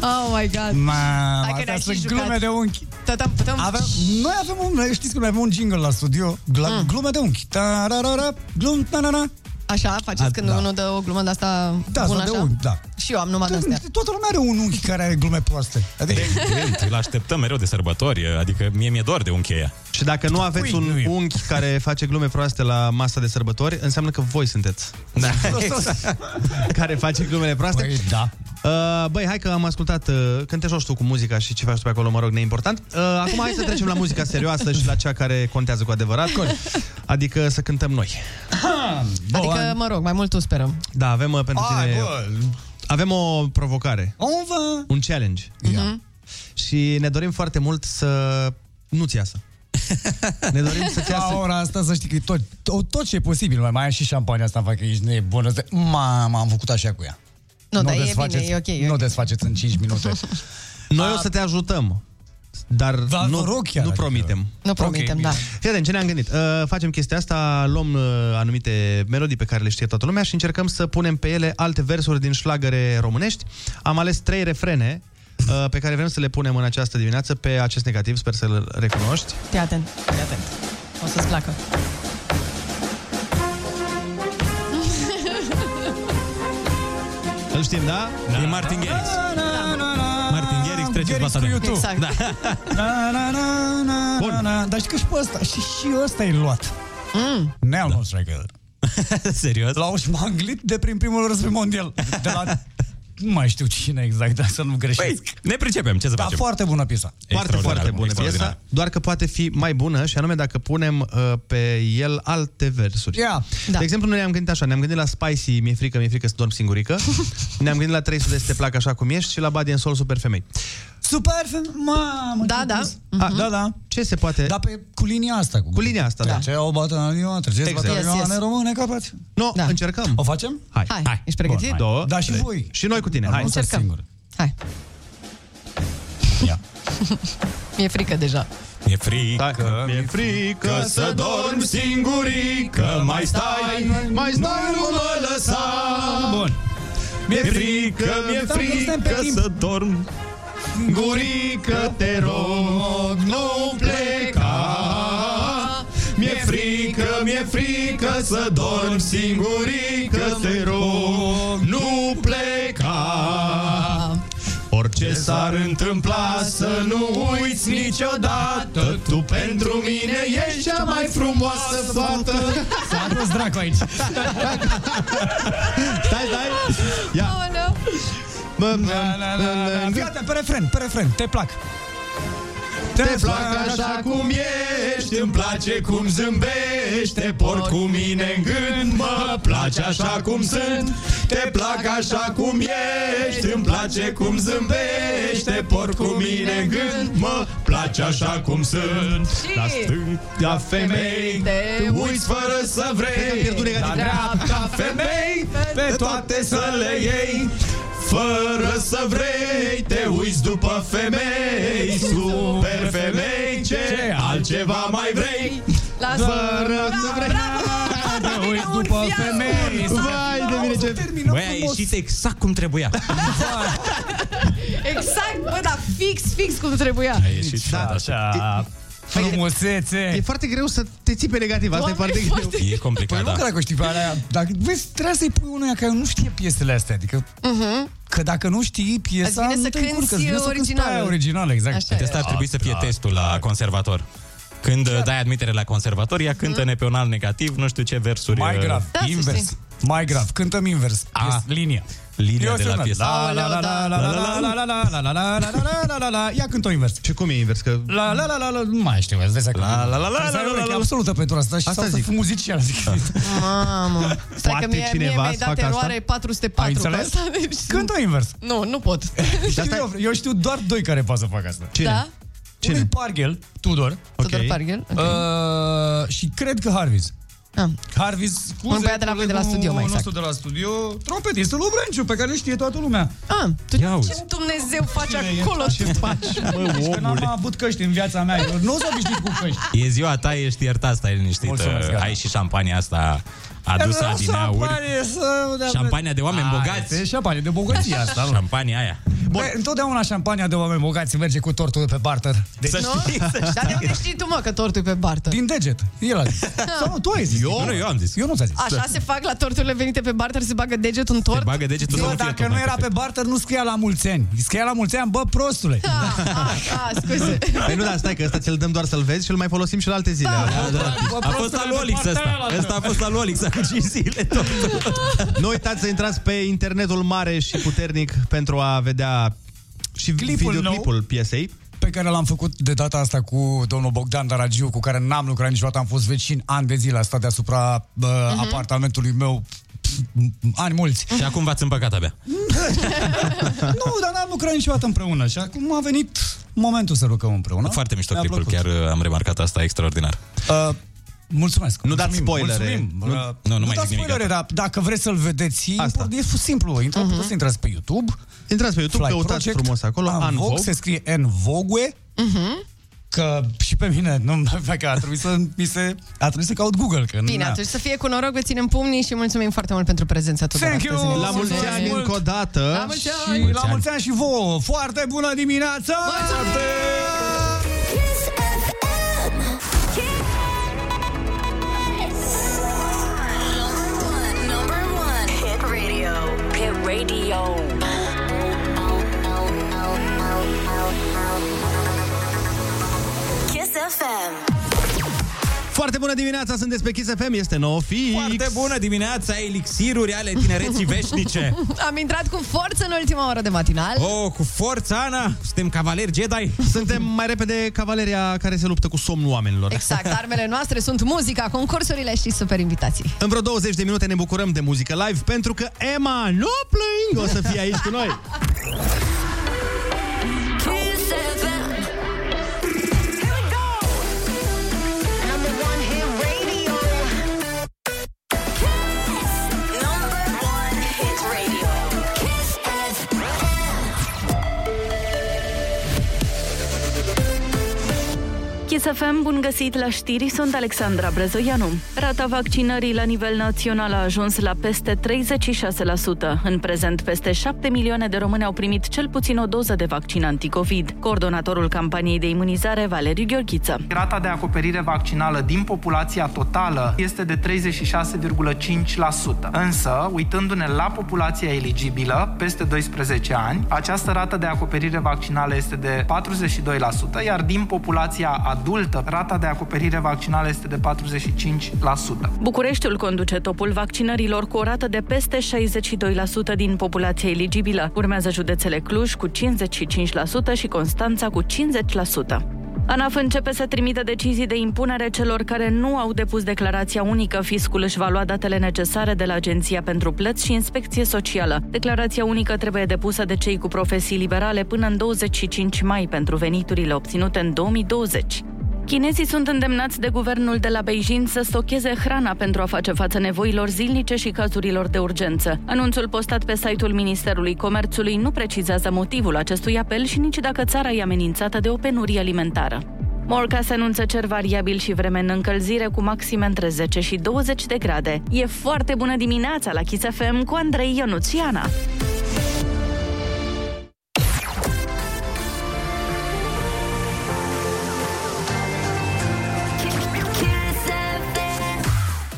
Speaker 19: Oh my god.
Speaker 16: Mamă,
Speaker 19: Dacă
Speaker 16: astea
Speaker 19: ne-ai și
Speaker 16: sunt
Speaker 19: jucat.
Speaker 16: glume de unchi.
Speaker 19: Tata, putem...
Speaker 16: Avem, noi avem un, noi știți că noi avem un jingle la studio,
Speaker 19: Ah.
Speaker 16: gla, glume de unchi. Tararara, glum, na, na, na.
Speaker 19: Așa faceți când
Speaker 16: da.
Speaker 19: unul dă o glumă de asta
Speaker 16: Da,
Speaker 19: bună
Speaker 16: sau de
Speaker 19: așa?
Speaker 16: unchi, da.
Speaker 19: Și eu am numai de astea.
Speaker 16: Toată lumea are un unchi care are glume proaste. Adică,
Speaker 2: Evident, îl așteptăm mereu de sărbători, adică mie mi-e dor de uncheia.
Speaker 1: Și dacă nu aveți
Speaker 2: Ui,
Speaker 1: un unchi care face glume proaste la masa de sărbători, înseamnă că voi sunteți.
Speaker 2: Da,
Speaker 1: exact. care face glumele proaste. Băi,
Speaker 16: da.
Speaker 1: Uh, băi, hai că am ascultat uh, când te joci tu cu muzica și ce faci tu pe acolo, mă rog, neimportant. Uh, acum hai să trecem la muzica serioasă și la cea care contează cu adevărat. Adică să cântăm noi.
Speaker 3: Ah,
Speaker 19: Adică, mă rog, mai mult tu sperăm.
Speaker 1: Da, avem uh, pentru
Speaker 19: Hai,
Speaker 1: tine...
Speaker 19: bă!
Speaker 1: Avem o provocare. Un challenge.
Speaker 19: Mhm.
Speaker 1: Și ne dorim foarte mult să nu-ți iasă. Ne dorim să-ți
Speaker 16: La
Speaker 1: iasă...
Speaker 16: ora asta să știi că e tot, tot, tot ce e posibil. Mai, mai ai și șampania asta, fac că ești nebună. Stai- Mama, am făcut așa cu ea.
Speaker 19: Nu,
Speaker 16: n-o
Speaker 19: dar e bine,
Speaker 16: desfaceți-
Speaker 19: e ok, e
Speaker 16: Nu o
Speaker 19: ok.
Speaker 16: desfaceți în 5 minute.
Speaker 1: Noi o să te ajutăm. Dar
Speaker 16: Dar
Speaker 1: nu,
Speaker 16: vă rog chiar,
Speaker 1: nu
Speaker 16: adică-
Speaker 1: promitem.
Speaker 19: Nu promitem, da.
Speaker 1: Fii atent, ce ne-am gândit? Uh, facem chestia asta, luăm uh, anumite melodii pe care le știe toată lumea și încercăm să punem pe ele alte versuri din șlagăre românești. Am ales trei refrene uh, pe care vrem să le punem în această dimineață pe acest negativ, sper să-l recunoști.
Speaker 19: Fii atent, fii atent. O să-ți placă.
Speaker 1: Îl știm, da?
Speaker 2: da. E Martin Garrix. Martin Garrix trece
Speaker 16: Gerix
Speaker 2: pasta
Speaker 16: cu
Speaker 2: mea.
Speaker 16: YouTube.
Speaker 19: Exact.
Speaker 2: Da.
Speaker 16: Na, na, na, na, na, na. Dar știi că și pe ăsta, și, și ăsta e luat. Mm. Neal da. nostru, adică.
Speaker 2: Serios?
Speaker 16: L-au șmanglit de prin primul război mondial. De la... Nu mai știu cine exact, dar să nu greșesc.
Speaker 2: Ne pricepem, ce să
Speaker 16: Dar
Speaker 2: facem?
Speaker 16: foarte bună piesa.
Speaker 1: Foarte, foarte bună
Speaker 2: extraordinar.
Speaker 1: piesa, doar că poate fi mai bună și anume dacă punem uh, pe el alte versuri.
Speaker 16: Yeah.
Speaker 1: Da. De exemplu, noi ne-am gândit așa, ne-am gândit la Spicy, mi-e frică, mi-e frică să dorm singurică, ne-am gândit la 300 de să te placă așa cum ești și la Body and Soul Super Femei.
Speaker 16: Super, fem- mamă,
Speaker 19: Da, da.
Speaker 1: A,
Speaker 16: Da, da.
Speaker 1: Ce se poate...
Speaker 16: Dar pe, cu linia asta. Cu,
Speaker 1: Cu linia asta, da.
Speaker 16: Treceau batalioane, treceau
Speaker 1: Exact.
Speaker 16: batalioane
Speaker 1: Yes, yes.
Speaker 16: române, capaci.
Speaker 1: Nu, da. încercăm.
Speaker 16: O facem?
Speaker 1: Hai.
Speaker 19: Hai, ești pregătit?
Speaker 1: Bun, hai. Două,
Speaker 16: Da, și
Speaker 1: trei.
Speaker 16: voi.
Speaker 1: Și noi cu tine,
Speaker 16: Am
Speaker 1: hai.
Speaker 19: Încercăm.
Speaker 16: încercat singur.
Speaker 19: Hai.
Speaker 16: Ia.
Speaker 19: Mi-e frică deja.
Speaker 2: Mi-e frică,
Speaker 1: Dacă mi-e frică
Speaker 4: să dorm singurică, mai stai, mai stai, nu mă lăsa.
Speaker 2: Bun.
Speaker 4: Mi-e frică, mi-e
Speaker 2: Stai, stai pe
Speaker 4: frică
Speaker 2: timp.
Speaker 4: să dorm. Gurică, te rog, nu pleca. Mi-e frică, mi-e frică să dorm singurică, te rog, nu pleca. Orice s-ar întâmpla să nu uiți niciodată Tu pentru mine ești cea mai frumoasă fată
Speaker 16: S-a dus dracu aici
Speaker 1: Stai, stai Ia Bă,
Speaker 16: Gata, pe refren, pe refren, te plac.
Speaker 4: Te plac așa cum ești, îmi place cum zâmbești Te port cu mine în gând, mă place așa cum sunt Te plac așa cum ești, îmi place cum zâmbești Te port cu mine în gând, mă place așa cum sunt
Speaker 1: Și-
Speaker 4: La
Speaker 2: Da,
Speaker 4: stânga femei, te uiți fără să
Speaker 1: Cred că am
Speaker 4: vrei
Speaker 1: pierdut
Speaker 4: La
Speaker 1: negativ.
Speaker 4: dreapta femei, pe toate să le iei fără să vrei, te uiți după femei Super femei, ce altceva mai vrei?
Speaker 19: Lasă.
Speaker 4: Fără să vrei Te uiți după femei Vai de mine ce...
Speaker 2: Băi, a ieșit exact cum trebuia.
Speaker 19: Exact, bă, dar fix, fix cum trebuia.
Speaker 2: A ieșit da,
Speaker 1: Păi,
Speaker 2: așa.
Speaker 16: Frumusețe.
Speaker 1: E foarte greu să te ții pe negativ, asta e foarte greu.
Speaker 2: E complicat,
Speaker 16: Păi nu
Speaker 2: da.
Speaker 16: cred că știi pe alea. Dacă, vezi, trebuie să-i pui unuia care nu știe piesele astea. Adică,
Speaker 1: Mhm.
Speaker 16: că dacă nu știi piesa,
Speaker 19: Îți vine
Speaker 16: nu
Speaker 19: să
Speaker 16: te
Speaker 19: cânti
Speaker 16: încurcă, îți vine să cânti pe aia
Speaker 19: originalul.
Speaker 16: originală, exact.
Speaker 19: Așa e.
Speaker 2: Testa ar trebui să fie testul la conservator. Când dai admitere la conservator, ea cântă-ne pe un alt negativ, nu știu ce versuri.
Speaker 16: Mai
Speaker 2: uh,
Speaker 16: grav,
Speaker 19: Da, să
Speaker 2: invers.
Speaker 19: știi.
Speaker 16: Exact. Mai grav, cântăm invers.
Speaker 2: A, linia.
Speaker 1: Linia de la
Speaker 16: Emoționant.
Speaker 1: piesă.
Speaker 16: La, la, la, la, la, la, la, la, la, la, la, la, la, la, la, la, la, la. Ia cânt-o invers.
Speaker 1: Și cum e invers? Că...
Speaker 16: La, la, la, la, la, nu mai știu, îți dai seama.
Speaker 1: La, la, la, la,
Speaker 16: Trebuie să ai
Speaker 1: la, la,
Speaker 16: ureche
Speaker 1: la.
Speaker 16: absolută pentru asta și
Speaker 1: Asta
Speaker 16: sau să
Speaker 1: zic.
Speaker 16: fii muzician. adică- zic.
Speaker 19: Mamă. Stai că
Speaker 16: Poate
Speaker 19: mie, mie
Speaker 16: cineva
Speaker 19: mi-ai
Speaker 16: să
Speaker 19: dat
Speaker 16: facă asta?
Speaker 19: eroare 404
Speaker 16: Ai
Speaker 19: pe
Speaker 16: înțeles?
Speaker 19: asta. Deci...
Speaker 16: Cânt-o invers.
Speaker 19: Nu, nu pot.
Speaker 16: Știu eu, eu știu doar doi care pot să facă asta.
Speaker 19: Cine? Da?
Speaker 16: Cine? Unul e Parghel, Tudor.
Speaker 19: Tudor Ok. Parghel, ok.
Speaker 16: Uh, și cred că Harvis.
Speaker 19: Ah.
Speaker 16: Harvis, cu
Speaker 19: Un băiat de la voi de la studio, mai exact.
Speaker 16: de la studio, trompetistul lui Brânciu, pe care îl știe toată lumea.
Speaker 19: Ah, tu
Speaker 16: Ia uzi.
Speaker 19: ce Dumnezeu faci acolo? Ce faci?
Speaker 16: Mă, omule. N-am avut căști în viața mea. Eu nu s-o obișnuit cu căști.
Speaker 2: E ziua ta, ești iertat, stai liniștit. uh,
Speaker 16: Mulțumesc, gata.
Speaker 2: Ai și șampania asta adusă
Speaker 16: Vreau
Speaker 2: din aur.
Speaker 16: șampanie să- da,
Speaker 2: Șampania de oameni
Speaker 16: Hai,
Speaker 2: bogați.
Speaker 16: e Șampanie de bogăție asta. nu?
Speaker 2: Șampania aia.
Speaker 16: Bun. Bă, Păi, întotdeauna șampania de oameni bogați merge cu tortul de pe barter. Deci,
Speaker 19: Să știi, să știi. Dar de unde știi tu, mă, că tortul e pe bartă?
Speaker 16: Din deget. El a zis. Sau nu, tu ai zis.
Speaker 2: Eu? Nu, eu am zis.
Speaker 16: Eu nu ți-a zis.
Speaker 19: Așa se fac la torturile venite pe barter, se bagă degetul în tort?
Speaker 2: Se bagă degetul să
Speaker 16: Bă,
Speaker 2: nu fie
Speaker 16: dacă
Speaker 2: tocmai
Speaker 16: nu era pe
Speaker 2: perfect.
Speaker 16: barter, nu scria la mulți ani. Scria la mulți ani, bă, prostule.
Speaker 19: Ah, scuze.
Speaker 1: Păi nu, dar stai că ăsta ți-l dăm doar să-l vezi și îl mai folosim și la alte zile.
Speaker 2: Da, da. A fost al lui Olix ăsta. Ăsta a fost al lui Olix acum 5 zile. Tot.
Speaker 1: Nu uitați să intrați pe internetul mare și puternic pentru a vedea și
Speaker 16: Clipul
Speaker 1: videoclipul
Speaker 16: nou.
Speaker 1: piesei.
Speaker 16: pe care l-am făcut de data asta cu domnul Bogdan Daragiu, cu care n-am lucrat niciodată, am fost vecin ani de zile, a stat deasupra uh,
Speaker 19: Mhm.
Speaker 16: apartamentului meu pf, ani mulți.
Speaker 2: Și acum v-ați împăcat abia.
Speaker 16: nu, dar n-am lucrat niciodată împreună și acum a venit momentul să lucrăm
Speaker 1: Da,
Speaker 16: împreună.
Speaker 2: Foarte mișto
Speaker 16: Mi-a
Speaker 2: clipul,
Speaker 16: plăcut.
Speaker 2: chiar uh, am remarcat asta extraordinar.
Speaker 16: Uh, Mulțumesc.
Speaker 1: Nu dați
Speaker 16: mulțumim,
Speaker 1: spoilere.
Speaker 16: Mulțumim.
Speaker 1: Nu-
Speaker 16: Uh,
Speaker 1: nu, nu mai zic
Speaker 16: dați
Speaker 1: nimic,
Speaker 16: spoilere, dar dacă vreți să-l vedeți, Asta. e simplu. Intra, uh-huh. Puteți să intrați pe YouTube.
Speaker 1: Mhm. Intrați pe YouTube,
Speaker 16: Fly
Speaker 1: căutați
Speaker 16: Project,
Speaker 1: frumos acolo, An
Speaker 16: Anvogue,
Speaker 1: Vogue.
Speaker 16: se scrie Envogue. Uh-huh. Că și pe mine, nu că a trebuit să mi se, a trebuit să caut Google. Că
Speaker 19: Bine,
Speaker 16: na.
Speaker 19: atunci să fie cu noroc, vă ținem pumnii și mulțumim foarte mult pentru prezența tuturor.
Speaker 16: Thank
Speaker 19: astăzi
Speaker 16: you!
Speaker 19: în
Speaker 1: La
Speaker 19: emisiune.
Speaker 1: mulți ani încă o dată.
Speaker 19: La mulți ani!
Speaker 16: Și la mulți ani și vouă! Foarte bună dimineața!
Speaker 20: Radio. Kiss FM.
Speaker 1: Foarte bună dimineața, sunteți pe Kiss FM, este nou fix.
Speaker 2: Foarte bună dimineața, elixiruri ale tinereții veșnice.
Speaker 19: Am intrat cu forță în ultima oră de matinal.
Speaker 2: Oh, cu forța, Ana! Suntem cavaleri Jedi!
Speaker 1: Suntem mai repede cavaleria care se luptă cu somnul oamenilor.
Speaker 19: Exact, armele noastre sunt muzica, concursurile și super invitații.
Speaker 1: În vreo 20 de minute ne bucurăm de muzică live pentru că Emma nu plâng o să fie aici cu noi.
Speaker 20: Kiss FM. Here we go. Number one hit radio. Kiss. Number one hit radio. Kiss FM.
Speaker 5: Kiss FM, bun găsit la știri, sunt Alexandra Brezoianu. Rata vaccinării la nivel național a ajuns la peste 36%. În prezent, peste 7 milioane de români au primit cel puțin o doză de vaccin anticovid. Coordonatorul campaniei de imunizare, Valeriu Gheorghiță.
Speaker 6: Rata de acoperire vaccinală din populația totală este de 36,5%. Însă, uitându-ne la populația eligibilă, peste 12 ani, această rată de acoperire vaccinală este de 42%, iar din populația adultă, rata de acoperire vaccinală este de 45%.
Speaker 5: Bucureștiul conduce topul vaccinărilor cu o rată de peste 62% din populația eligibilă. Urmează județele Cluj cu 55% și Constanța cu 50%. ANAF începe să trimită decizii de impunere celor care nu au depus declarația unică. Fiscul își va lua datele necesare de la Agenția pentru Plăți și Inspecție Socială. Declarația unică trebuie depusă de cei cu profesii liberale până în 25 mai pentru veniturile obținute în 2020. Chinezii sunt îndemnați de guvernul de la Beijing să stocheze hrana pentru a face față nevoilor zilnice și cazurilor de urgență. Anunțul postat pe site-ul Ministerului Comerțului nu precizează motivul acestui apel și nici dacă țara e amenințată de o penurie alimentară. Morca se anunță cer variabil și vreme în încălzire cu maxime între 10 și 20 de grade. E foarte bună dimineața la Kiss FM cu Andrei Ionuțiana.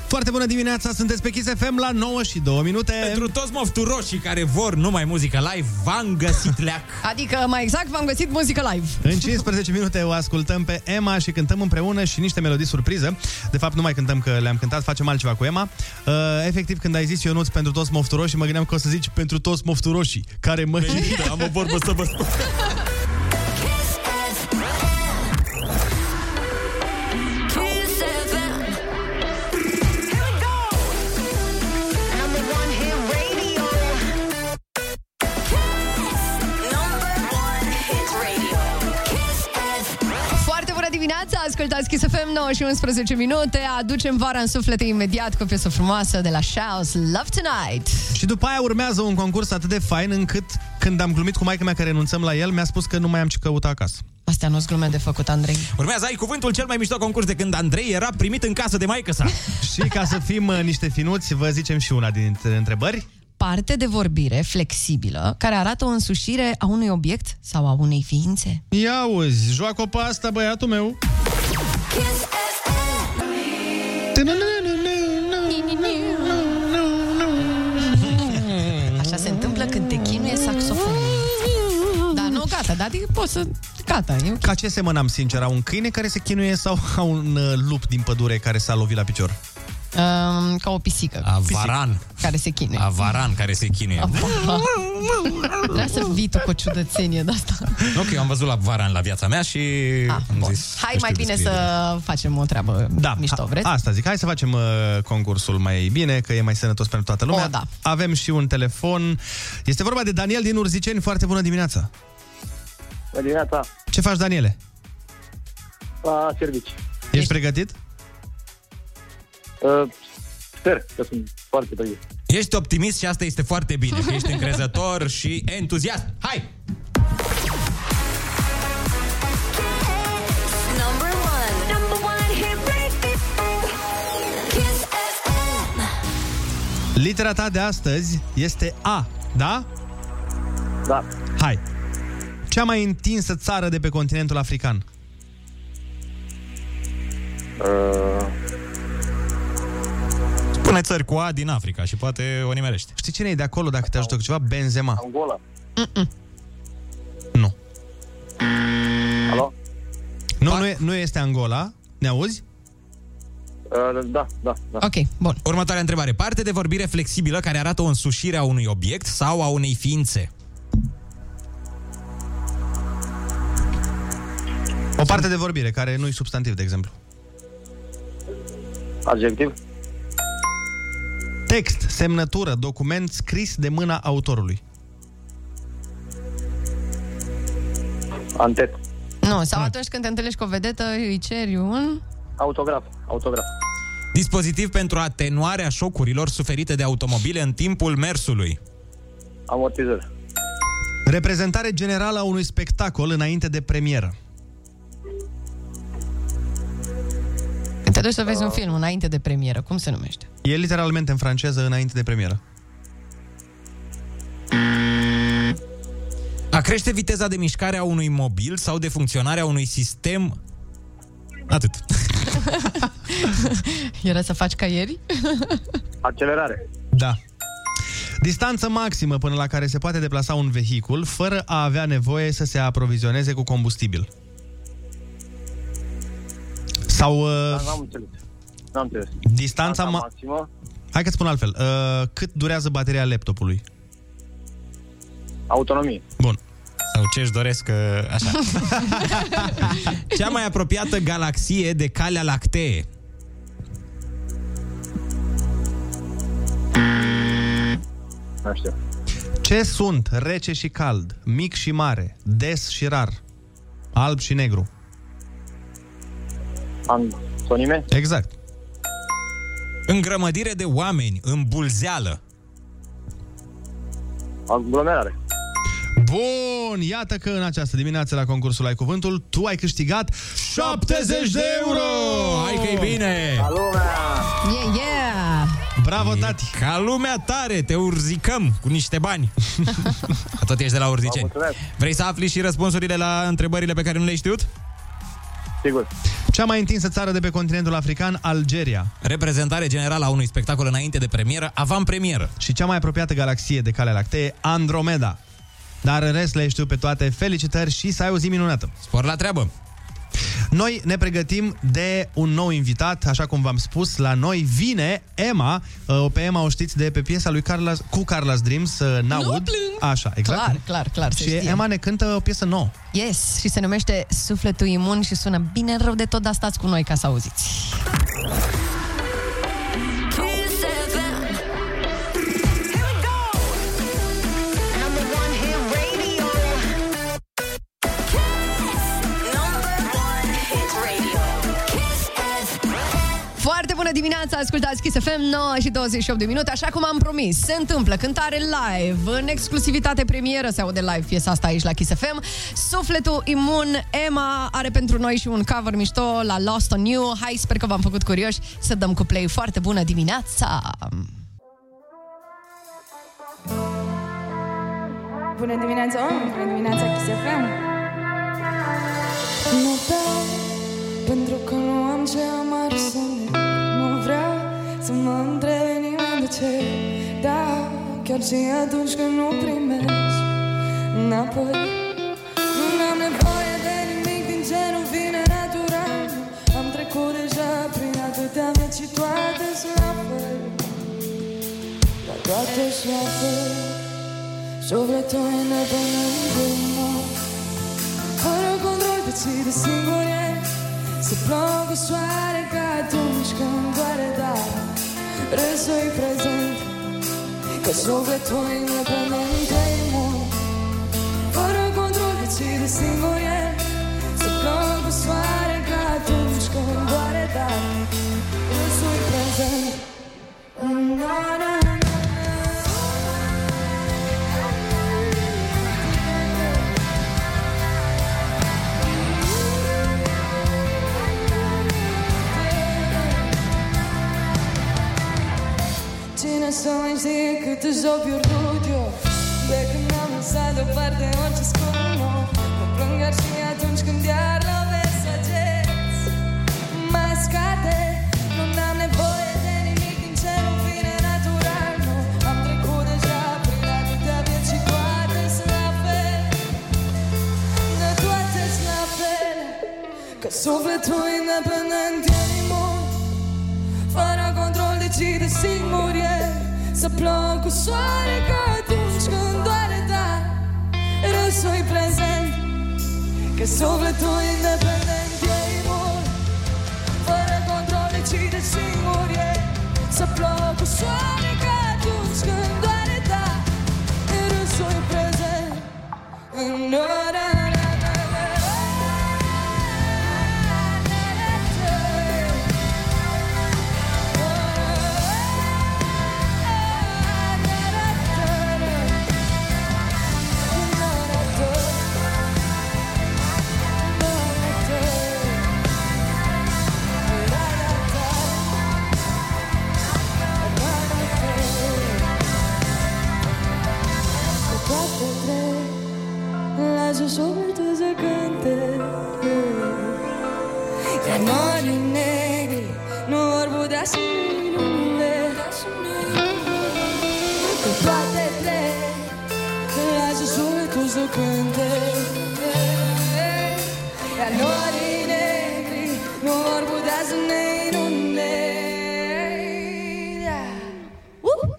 Speaker 1: Foarte bună dimineața, sunteți pe Kiss FM la 9 și 2 minute.
Speaker 2: Pentru toți mofturoșii care vor numai muzică live, v-am găsit leac.
Speaker 3: Adică, mai exact, v-am găsit muzică live.
Speaker 1: În 15 minute o ascultăm pe Emma și cântăm împreună și niște melodii surpriză. De fapt, nu mai cântăm că le-am cântat, facem altceva cu Emma. Uh, efectiv, când ai zis Ionuț pentru toți mofturoșii, mă gândeam că o să zici pentru toți mofturoșii care mă
Speaker 20: Merită, am o vorbă
Speaker 1: să vă spun.
Speaker 20: Kiss FM. Kiss FM. Here we go. Number one hit radio. Kiss. Number one hit radio. Kiss FM.
Speaker 3: Foarte bună dimineața, ascultați Kiss FM 9 și 11 minute. Aducem vara în suflete imediat cu o piesă frumoasă de la Shouse, Love Tonight.
Speaker 1: Și după aia urmează un concurs atât de fain încât când am glumit cu maica mea că renunțăm la el, mi-a spus că nu mai am ce căuta acasă.
Speaker 3: Astea nu sunt glume de făcut, Andrei.
Speaker 2: Urmează ai cuvântul cel mai mișto concurs de când Andrei era primit în casă de maică sa.
Speaker 1: Și ca să fim uh, niște finuți, vă zicem și una dintre întrebări.
Speaker 3: Parte de vorbire flexibilă care arată o însușire a unui obiect sau a unei ființe.
Speaker 1: Ia uzi, joacă-o pe asta, băiatul meu.
Speaker 3: Așa se întâmplă când te chinuie saxofonul. Dar nu, gata, dar adică poți să... Gata, e ok.
Speaker 1: Ca ce semănam, sincer, a un câine care se chinuie sau a un uh, lup din pădure care s-a lovit la picior?
Speaker 3: Um, ca o pisică.
Speaker 2: A varan.
Speaker 3: Care se chinuie.
Speaker 2: Avaran care se chinuie.
Speaker 3: Ah. Trebuie să vii tu cu o ciudățenie de asta.
Speaker 2: Nu, că eu am văzut la varan la viața mea și ah, am zis...
Speaker 3: Hai
Speaker 2: că
Speaker 3: mai
Speaker 2: știu
Speaker 3: bine
Speaker 2: descriere.
Speaker 3: să facem o treabă da, mișto,
Speaker 1: a-
Speaker 3: vreți?
Speaker 1: Asta zic, hai să facem uh, concursul mai bine, că e mai sănătos pentru toată lumea.
Speaker 3: O, da.
Speaker 1: Avem și un telefon. Este vorba de Daniel din Urziceni. Foarte bună dimineața!
Speaker 9: Bună dimineața,
Speaker 1: Ce faci, Daniele?
Speaker 9: la servici.
Speaker 1: Ești, pregătit?
Speaker 9: Uh, sper că sunt foarte pregătit.
Speaker 2: Ești optimist și asta este foarte bine, că ești încrezător și entuziast. Hai!
Speaker 20: Number one. Number one hit radio. Kiss FM.
Speaker 1: Litera ta de astăzi este A, da?
Speaker 9: Da.
Speaker 1: Hai! Cea mai întinsă țară de pe continentul african.
Speaker 2: Uh... Spune țări cu A din Africa și poate o nimerești.
Speaker 1: Știi cine e de acolo dacă te ajută cu ceva? Benzema.
Speaker 9: Angola.
Speaker 1: Alo? Nu, nu, e, nu este Angola. Ne auzi?
Speaker 9: Uh, da, da, da.
Speaker 3: Ok, bun.
Speaker 2: Următoarea întrebare. Parte de vorbire flexibilă care arată o însușire a unui obiect sau a unei ființe.
Speaker 1: O parte de vorbire care nu e substantiv, de exemplu.
Speaker 9: Adjectiv?
Speaker 1: Text, semnătură, document scris de mâna autorului.
Speaker 9: Antet.
Speaker 3: Nu, sau atunci când te întâlnești cu o vedetă, îi ceri un...
Speaker 9: Autograf. Autograf.
Speaker 2: Dispozitiv pentru atenuarea șocurilor suferite de automobile în timpul mersului.
Speaker 9: Amortizări.
Speaker 1: Reprezentare generală a unui spectacol înainte de premieră.
Speaker 3: Când te duci să vezi un film înainte de premieră, cum se numește?
Speaker 1: E literalmente în franceză înainte de premieră.
Speaker 2: A crește viteza de mișcare a unui mobil sau de funcționare a unui sistem... Atât.
Speaker 3: Era să faci ca ieri?
Speaker 9: Accelerare.
Speaker 1: Da. Distanță maximă până la care se poate deplasa un vehicul fără a avea nevoie să se aprovizioneze cu combustibil. Sau
Speaker 9: Da,
Speaker 1: uh,
Speaker 9: n-am înțeles. N-am înțeles.
Speaker 1: distanța...
Speaker 9: Asta
Speaker 1: Ma-
Speaker 9: maximă.
Speaker 1: Hai că spun altfel. Uh, cât durează bateria laptopului?
Speaker 9: Autonomie.
Speaker 1: Bun.
Speaker 2: Sau ce-și doresc, că- așa. Cea mai apropiată galaxie de Calea Lactee.
Speaker 9: Nu știu.
Speaker 1: Ce sunt rece și cald, mic și mare, des și rar, alb și negru?
Speaker 9: Antonime?
Speaker 1: Exact.
Speaker 2: Îngrămădire de oameni în bulzeală.
Speaker 9: Aglomerare.
Speaker 1: Bun, iată că în această dimineață la concursul Ai Cuvântul tu ai câștigat 70 de euro!
Speaker 2: Hai că e bine!
Speaker 3: Yeah, yeah!
Speaker 1: Bravo, tati!
Speaker 2: Ca lumea tare, te urzicăm cu niște bani. Că Tot ești de la urziceni. Vrei să afli și răspunsurile la întrebările pe care nu le-ai știut?
Speaker 1: Sigur. Cea mai întinsă țară de pe continentul african, Algeria.
Speaker 2: Reprezentare generală a unui spectacol înainte de premieră, avantpremieră.
Speaker 1: Și cea mai apropiată galaxie de Calea Lactee, Andromeda. Dar în rest le știu pe toate. Felicitări și să ai o zi minunată.
Speaker 2: Spor la treabă!
Speaker 1: Noi ne pregătim de un nou invitat, așa cum v-am spus, la noi vine Emma. Uh, Pe Emma o știți de pe piesa lui Carlos, cu Carlos Dreams, uh, Naud. Așa, exact.
Speaker 3: Clar, clar, clar, se
Speaker 1: Și
Speaker 3: știe.
Speaker 1: Emma ne cântă o piesă nouă.
Speaker 3: Yes, și se numește Sufletul Imun și sună bine rău de tot, dar stați cu noi ca să auziți.
Speaker 20: Kiss FM. Here we go. Number one hit radio. Kiss. Number one hit radio. Kiss FM.
Speaker 3: Foarte bună dimineața, ascultați Kiss FM 9 și 28 de minute, așa cum am promis. Se întâmplă cântare live, în exclusivitate premieră se aude live piesa asta aici la Kiss FM. Sufletul imun, Emma are pentru noi și un cover mișto la Lost on You. Hai, sper că v-am făcut curioși să dăm cu play. Foarte bună dimineața!
Speaker 21: Bună dimineața, oameni! Bună dimineața, Kiss FM! Nu beau, pentru că nu am ce am are să ne Nu vreau să mă întrebe nimeni de ce Da, chiar și atunci când nu primești Înapoi Nu am nevoie de nimic din ce nu vine natural Am trecut deja prin atâtea vieți și toate sunt la fel Dar toate sunt la fel Sufletul e nebunit de mult Fără control decide singur el Să plouă cu soare ca atunci când doare Dar râsul e prezent Că sufletul e nebunit de mult Fără control decide singur el Să plouă cu soare ca atunci când doare Dar râsul e prezent Na, na, na. Cine să mai știe câte joc pierdut eu De când am lăsat deoparte orice scop nou Mă plâng chiar și atunci când iar lovesc săgeți Mascate Nu am nevoie de nimic din ce nu vine natural Nu am trecut deja prin atâtea vieți și toate sunt la fel De toate sunt la fel Că sufletul independent e animal fără control decide singur el Să plouă cu soare ca atunci când doare Da, râsul e prezent Că sufletul independent e imun Fără control decide singur el Să plouă cu soare ca atunci când doare Da, râsul e prezent În ora toate trei Lasă sufletul să cânte Iar norii negri Nu vor putea să minune Că toate trei Lasă sufletul să cânte Iar norii negri Nu vor putea să ne inunde
Speaker 4: Oh, Oh,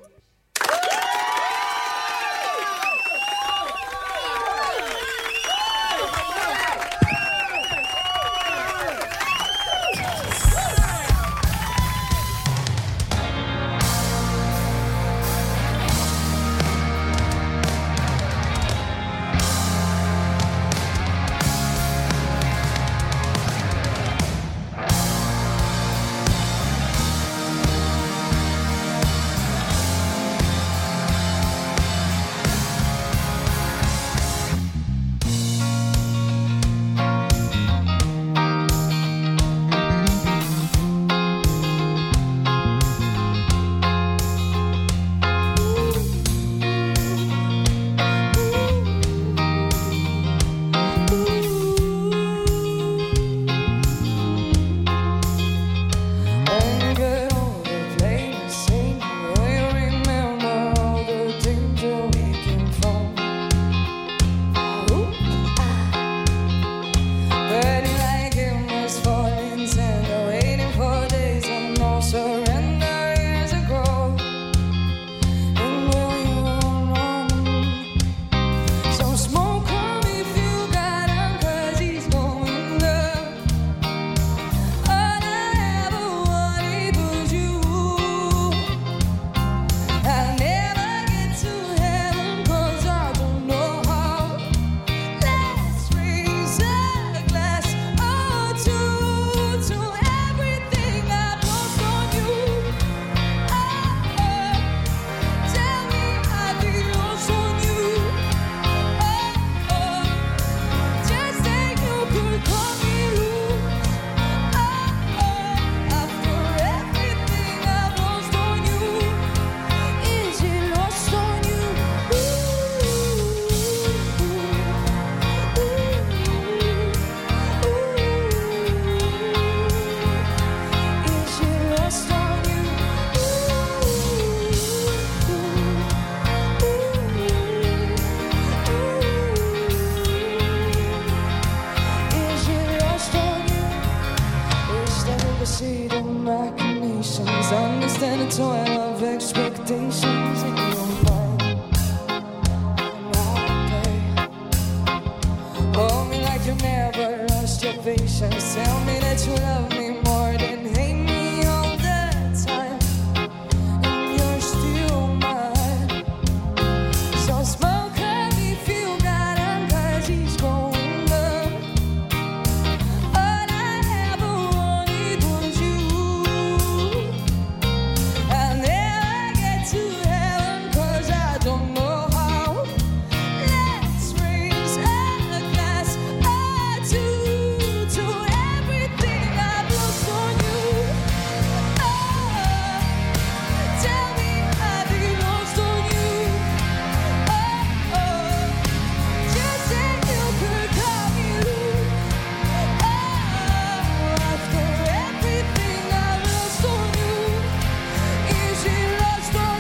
Speaker 4: Oh, Oh, Oh, Oh,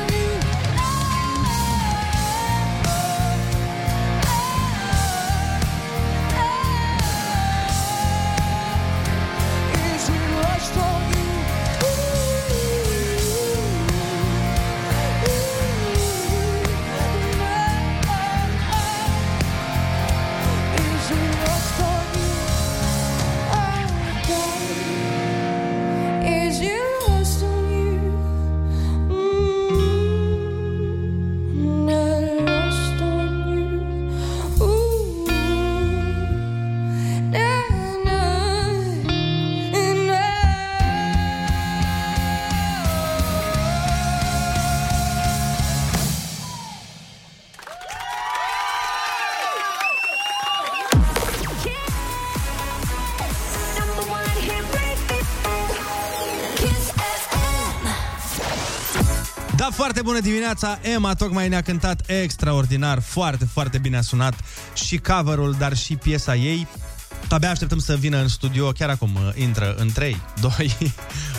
Speaker 1: Da, foarte bună dimineața! Emma tocmai ne-a cântat extraordinar, foarte, foarte bine a sunat și coverul, dar și piesa ei. Abia așteptăm să vină în studio, chiar acum uh, intră în 3, 2,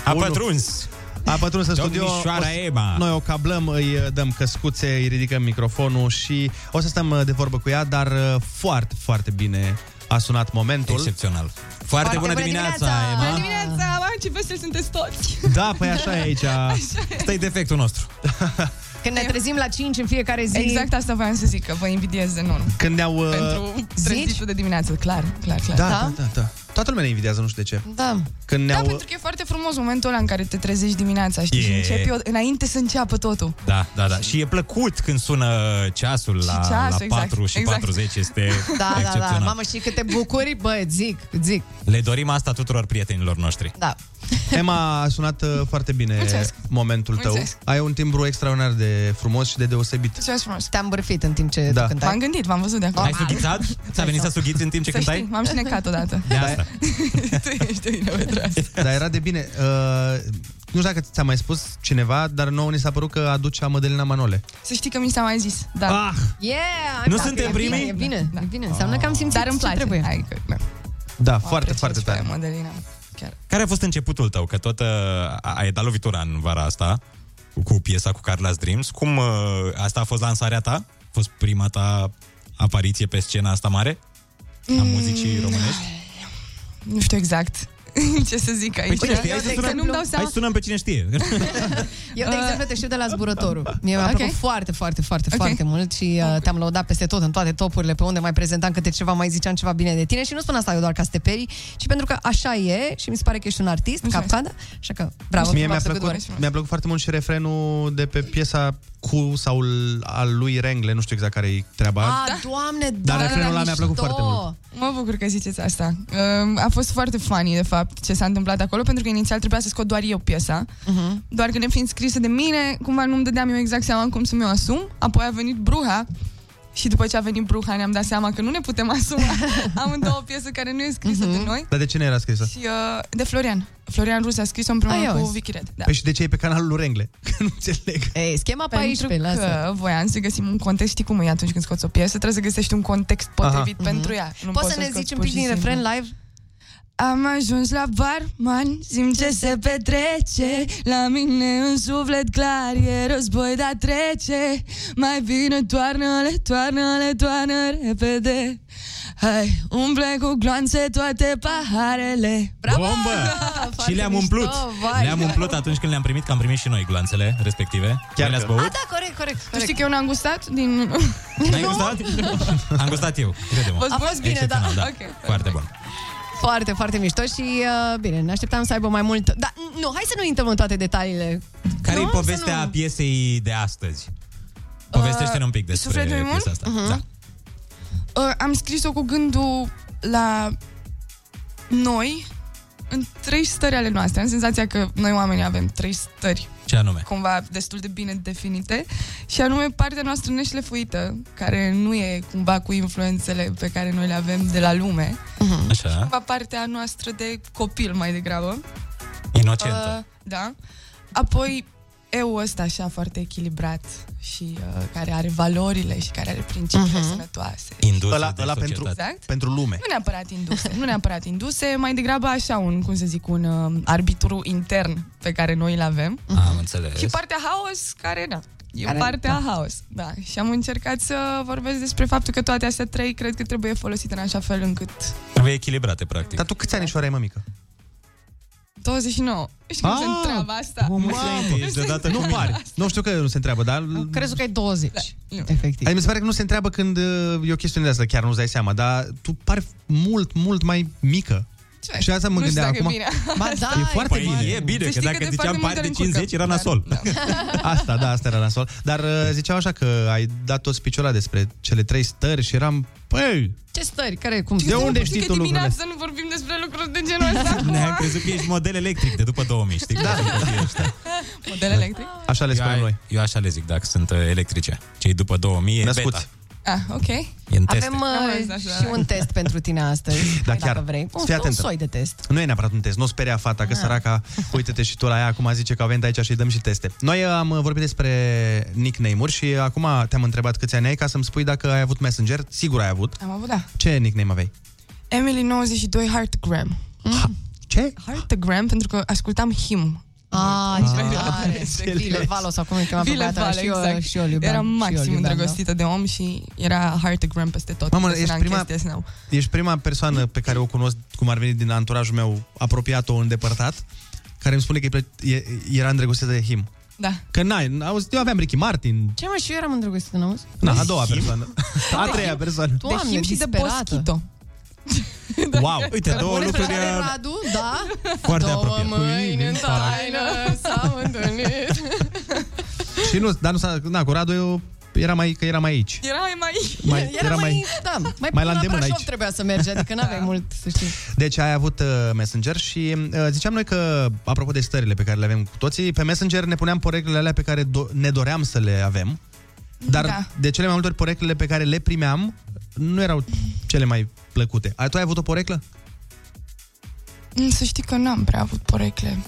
Speaker 2: A
Speaker 1: 1.
Speaker 2: pătruns.
Speaker 1: A pătruns în studio.
Speaker 2: Domnișoara
Speaker 1: O să-
Speaker 2: Emma.
Speaker 1: Noi o cablăm, îi uh, dăm căscuțe, îi ridicăm microfonul și o să stăm uh, de vorbă cu ea, dar uh, foarte, foarte bine a sunat momentul.
Speaker 2: Excepțional. Foarte, bună dimineața, Emma.
Speaker 8: Bună dimineața! Mamă, ce veseli sunteți toți!
Speaker 1: Da, păi așa e aici.
Speaker 2: Stai defectul nostru.
Speaker 19: Când ne trezim la 5 în fiecare zi.
Speaker 8: Exact asta voiam să zic, că vă invidiez de nu.
Speaker 1: Când ne-au... uh,
Speaker 8: Pentru trezitul de dimineață, clar, clar, clar.
Speaker 1: Da, da, da, da. Toată lumea ne invidiază, nu știu de ce.
Speaker 19: Da.
Speaker 1: Când
Speaker 8: Da,
Speaker 1: ne-au...
Speaker 8: pentru că e foarte frumos momentul ăla în care te trezești dimineața, știi,
Speaker 2: E.
Speaker 8: și începi, o- înainte să înceapă totul.
Speaker 2: Da, da, da. Și e plăcut când sună ceasul la,
Speaker 8: ceasul,
Speaker 2: la 4
Speaker 8: exact,
Speaker 2: și
Speaker 8: exact.
Speaker 2: 40. Este
Speaker 19: Da, da, da.
Speaker 2: excepțional.
Speaker 19: Mamă, și câte bucurii, bă, zic, zic.
Speaker 2: Le dorim asta tuturor prietenilor noștri.
Speaker 19: Da.
Speaker 1: Emma a sunat uh, foarte bine
Speaker 19: Mulțumesc.
Speaker 1: momentul tău.
Speaker 19: Mulțumesc.
Speaker 1: Ai un timbru extraordinar de frumos și de deosebit.
Speaker 8: Mulțumesc frumos.
Speaker 19: Te-am bârfit în timp ce
Speaker 1: Da.
Speaker 19: tu cântai.
Speaker 8: M-am gândit, v-am văzut de acolo.
Speaker 2: Ai sughițat? Ți-a venit să sughiți în timp ce
Speaker 8: Să știi,
Speaker 2: cântai?
Speaker 8: m-am șnecat odată.
Speaker 2: De asta.
Speaker 1: Dar Da. era de bine. Uh, nu știu dacă ți-a mai spus cineva, dar nouă ni s-a părut că aduce a Mădălina Manole.
Speaker 8: Să știi că mi s-a mai zis, da.
Speaker 1: Ah!
Speaker 19: Yeah!
Speaker 1: Nu
Speaker 19: da,
Speaker 1: suntem
Speaker 19: e
Speaker 1: primii?
Speaker 19: Bine, e bine, da. e bine. Înseamnă că am simțit
Speaker 8: Ah. Dar îmi place.
Speaker 19: ce trebuie.
Speaker 8: Adică, da.
Speaker 1: Da, foarte, foarte tare.
Speaker 8: Mădălina, chiar.
Speaker 2: Care a fost începutul tău? Că tot uh, ai dat lovitura în vara asta cu, cu piesa cu Carla's Dreams. Cum uh, asta a fost lansarea ta? A fost prima ta apariție pe scena asta mare? A muzicii românești?
Speaker 8: Nu știu exact Mm. ce să zic aici.
Speaker 2: Păi cine știe? Hai
Speaker 8: Eu,
Speaker 2: să
Speaker 8: de
Speaker 2: sunăm-
Speaker 8: exemplu, nu-mi dau
Speaker 2: Hai
Speaker 8: seama.
Speaker 2: să sunăm pe cine știe.
Speaker 19: Eu, de exemplu, te știu de la zburătorul. Mie mi-a plăcut
Speaker 8: Uh, Ok.
Speaker 19: foarte, foarte, foarte, foarte mult și uh, te-am lăudat peste tot, în toate topurile, pe unde mai prezentam câte ceva, mai ziceam ceva bine de tine și nu spun asta eu doar ca să te perii, ci pentru că așa e și mi se pare că ești un artist, cap așa că bravo.
Speaker 1: Mie
Speaker 19: v-am
Speaker 1: mi-a
Speaker 19: făcut doar.
Speaker 1: plăcut, mi-a plăcut foarte mult și refrenul de pe piesa cu sau l- al lui Rengle, nu știu exact care e treaba.
Speaker 8: Ah, da.
Speaker 19: A, doamne,
Speaker 1: Dar
Speaker 19: doamne,
Speaker 1: refrenul ăla mi-a plăcut
Speaker 19: mișto.
Speaker 1: foarte mult.
Speaker 8: Mă bucur că ziceți asta. Um, A fost foarte funny, de fapt, ce s-a întâmplat acolo, pentru că inițial trebuia să scot doar eu piesa.
Speaker 21: Mm-hmm.
Speaker 8: Doar că ne fiind scrisă de mine, cumva nu-mi dădeam eu exact seama cum să mi-o asum. Apoi a venit Bruha și după ce a venit Bruha ne-am dat seama că nu ne putem asuma amândouă piesă care nu e scrisă
Speaker 19: Mhm.
Speaker 8: de noi.
Speaker 1: Dar de ce nu era scrisă?
Speaker 8: Și uh, de Florian. Florian Rus a scris-o împreună
Speaker 19: Ai
Speaker 8: cu
Speaker 19: auzi.
Speaker 8: Vicky Red. Da.
Speaker 1: Păi și de ce e pe canalul lui Rengle? Că nu înțeleg.
Speaker 19: Ei, schema
Speaker 8: Pentru
Speaker 19: 14,
Speaker 8: că
Speaker 19: lasă.
Speaker 8: voiam să găsim un context, știi cum e atunci când scoți o piesă, trebuie să găsești un context potrivit
Speaker 19: Aha.
Speaker 8: pentru
Speaker 19: Mhm.
Speaker 8: ea. Nu
Speaker 19: Poți
Speaker 8: poți
Speaker 19: să
Speaker 8: să
Speaker 19: ne
Speaker 8: scoți
Speaker 19: zici un
Speaker 8: pur
Speaker 19: pic
Speaker 8: și
Speaker 19: din
Speaker 8: simplu.
Speaker 19: refren live?
Speaker 8: Am ajuns la barman, simt ce se petrece La mine în suflet clar e război, dar trece Mai vină, toarnă-le, toarnă-le, toarnă repede Hai, umple cu gloanțe toate paharele
Speaker 2: Bravo! Bombă! și le-am umplut.
Speaker 8: mișto, vai.
Speaker 2: le-am umplut atunci când le-am primit, că am primit și noi gloanțele respective. Chiar
Speaker 8: Ah,
Speaker 2: le-ați
Speaker 19: A,
Speaker 2: Mhm. băut?
Speaker 19: da, corect, corect.
Speaker 8: Tu știi
Speaker 19: corect.
Speaker 8: că eu n-am gustat din...
Speaker 2: N-ai gustat? am gustat eu, crede-mă.
Speaker 19: A fost bine, da.
Speaker 2: Excepțional,
Speaker 19: Ok.
Speaker 2: Foarte bun.
Speaker 19: Foarte, foarte mișto și uh, bine, ne așteptam să aibă mai mult. Dar nu, hai să nu intrăm în toate detaliile.
Speaker 2: Care e
Speaker 19: Nu, să
Speaker 2: povestea
Speaker 19: nu.
Speaker 2: piesei de astăzi? Povestește-ne un pic despre
Speaker 8: Sufletul e
Speaker 2: piesa
Speaker 8: mult?
Speaker 2: asta.
Speaker 8: Mhm.
Speaker 2: Da.
Speaker 8: Uh, am scris-o cu gândul la noi, în trei stări ale noastre. Am senzația că noi oamenii avem trei stări
Speaker 2: Ce anume?
Speaker 8: cumva destul de bine definite și anume partea noastră neșlefuită, care nu e cumva cu influențele pe care noi le avem de la lume,
Speaker 2: Așa.
Speaker 8: cumva partea noastră de copil mai degrabă.
Speaker 2: Inocentă.
Speaker 8: Uh, da. Apoi eu ăsta așa foarte echilibrat și uh, care are valorile și care are principiile
Speaker 1: Mhm.
Speaker 8: sănătoase.
Speaker 1: ăla, ăla pentru,
Speaker 8: Exact.
Speaker 1: pentru lume.
Speaker 8: Nu neapărat induse, nu neapărat induse, mai degrabă așa un, cum să zic, un uh, arbitru intern pe care noi îl avem.
Speaker 2: Am înțeles.
Speaker 8: Și partea haos, care, da, e
Speaker 2: Care-
Speaker 8: partea
Speaker 2: da.
Speaker 8: haos. Da, și am încercat să vorbesc despre faptul că toate astea trei cred că trebuie folosite în așa fel încât
Speaker 2: Trebuie Exact. echilibrate, practic.
Speaker 1: Dar tu câți anișori ai, mămică?
Speaker 8: 29. Știi cum se
Speaker 1: Ah,
Speaker 8: întreabă asta?
Speaker 2: Da,
Speaker 1: nu pari. Nu știu că nu se întreabă, dar...
Speaker 19: Crezut că ai 20.
Speaker 8: Da,
Speaker 1: Efectiv. Adică mi se pare că nu se întreabă când uh, e o chestiune de asta, chiar nu-ți dai seama, dar tu pari mult, mult mai mică.
Speaker 8: Ce?
Speaker 1: Și asta mă
Speaker 8: Nu știu
Speaker 1: gândeam
Speaker 8: dacă e
Speaker 1: acum.
Speaker 8: bine. Ba da,
Speaker 1: e
Speaker 8: e
Speaker 1: foarte
Speaker 8: bine.
Speaker 1: bine.
Speaker 2: E bine, Să că știi că dacă de ziceam foarte pari multe de ori încurcă. 50 era nasol.
Speaker 1: asta, da, asta era nasol. Dar uh, ziceau așa că ai dat tot spiciul ăla despre cele trei stări și eram, păi,
Speaker 19: Ce stări? Care, cum?
Speaker 1: De unde știi tu lucrurile?
Speaker 8: Dimineața nu vorbim despre lucruri de genul ăsta
Speaker 2: Ne-am
Speaker 8: acum.
Speaker 2: crezut că ești model electric de după 2000, știi? Da.
Speaker 8: Model electric?
Speaker 2: Așa le spunem noi. Eu așa le zic, dacă sunt uh, electrice. Cei după 2000 e
Speaker 1: Născuți.
Speaker 2: beta.
Speaker 8: Ah, ok.
Speaker 1: E în teste.
Speaker 3: Avem
Speaker 8: Am
Speaker 3: uh,
Speaker 8: auzit așa.
Speaker 3: și un test pentru tine astăzi,
Speaker 1: Da,
Speaker 3: da,
Speaker 1: chiar.
Speaker 3: dacă vrei. Un,
Speaker 1: Fii
Speaker 3: un
Speaker 1: atentă.
Speaker 3: soi de test.
Speaker 1: Nu e neapărat un test, nu o speria fata, că
Speaker 3: Ah.
Speaker 1: săraca, uite-te și tu la ea, acum zice că a venit aici și îi dăm și teste. Noi uh, am uh, vorbit despre nickname-uri și uh, acum te-am întrebat câți ani ai ca să-mi spui dacă ai avut Messenger. Sigur ai avut.
Speaker 8: Am avut, da.
Speaker 1: Ce nickname aveai?
Speaker 8: Emily 92 Heartgram.
Speaker 3: Mm?
Speaker 1: Ha, ce?
Speaker 8: Heartgram, pentru că ascultam him.
Speaker 3: Ah,
Speaker 8: Deci,
Speaker 3: ce
Speaker 8: pe
Speaker 3: tare. Vile Valo sau cum îl chema pe
Speaker 8: Vile
Speaker 3: băiatul ăla,
Speaker 8: Vale,
Speaker 3: și eu-
Speaker 8: exact.
Speaker 3: și eu îl iubeam,
Speaker 8: Eram
Speaker 3: și eu îl
Speaker 8: maxim
Speaker 3: iubeam, da.
Speaker 8: îndrăgostită de om și era Heartgram peste tot.
Speaker 1: Mamă,
Speaker 8: Peste
Speaker 1: ești
Speaker 8: n-am
Speaker 1: prima-
Speaker 8: chestia asta, n-au.
Speaker 1: Ești prima persoană pe care o cunosc, cum ar veni din anturajul meu apropiat-o îndepărtat, care îmi spune că îi plă- e, era îndrăgostită de him.
Speaker 8: Da.
Speaker 1: Că n-ai, auzi, eu aveam Ricky Martin,
Speaker 3: Ce mă, și eu eram îndrăgostită, n auzi?
Speaker 1: na, a doua persoană, a
Speaker 3: De
Speaker 1: treia
Speaker 3: him?
Speaker 1: persoană.
Speaker 3: Doamne,
Speaker 8: him și de
Speaker 3: disperată.
Speaker 8: boschito.
Speaker 1: Wow,
Speaker 2: Uite, două
Speaker 3: Bună
Speaker 2: lucruri
Speaker 3: întrebare,
Speaker 2: uh,
Speaker 3: Radu, da?
Speaker 2: foarte
Speaker 3: Două
Speaker 2: apropiate.
Speaker 3: mâini în taină s-au întâlnit.
Speaker 1: Și nu, dar nu s-a, na, cu Radu eu era mai, că era mai aici.
Speaker 8: Era mai...
Speaker 1: Mai-
Speaker 3: era,
Speaker 1: era
Speaker 3: mai,
Speaker 1: mai-
Speaker 3: da, mai,
Speaker 1: mai
Speaker 3: până
Speaker 1: la îndemână
Speaker 3: Brașov
Speaker 1: aici.
Speaker 3: trebuia să mergi, adică
Speaker 8: Da.
Speaker 3: n-aveai mult să știi.
Speaker 1: Deci ai avut uh, Messenger și uh, ziceam noi că, apropo de stările pe care le avem cu toții, pe Messenger ne puneam poreclele alea pe care do- ne doream să le avem, dar
Speaker 8: Da.
Speaker 1: da. de cele mai multe ori poreclele pe care le primeam nu erau cele mai plăcute. Ai, tu ai avut o poreclă?
Speaker 8: Mm, Să știi că n-am prea avut porecle.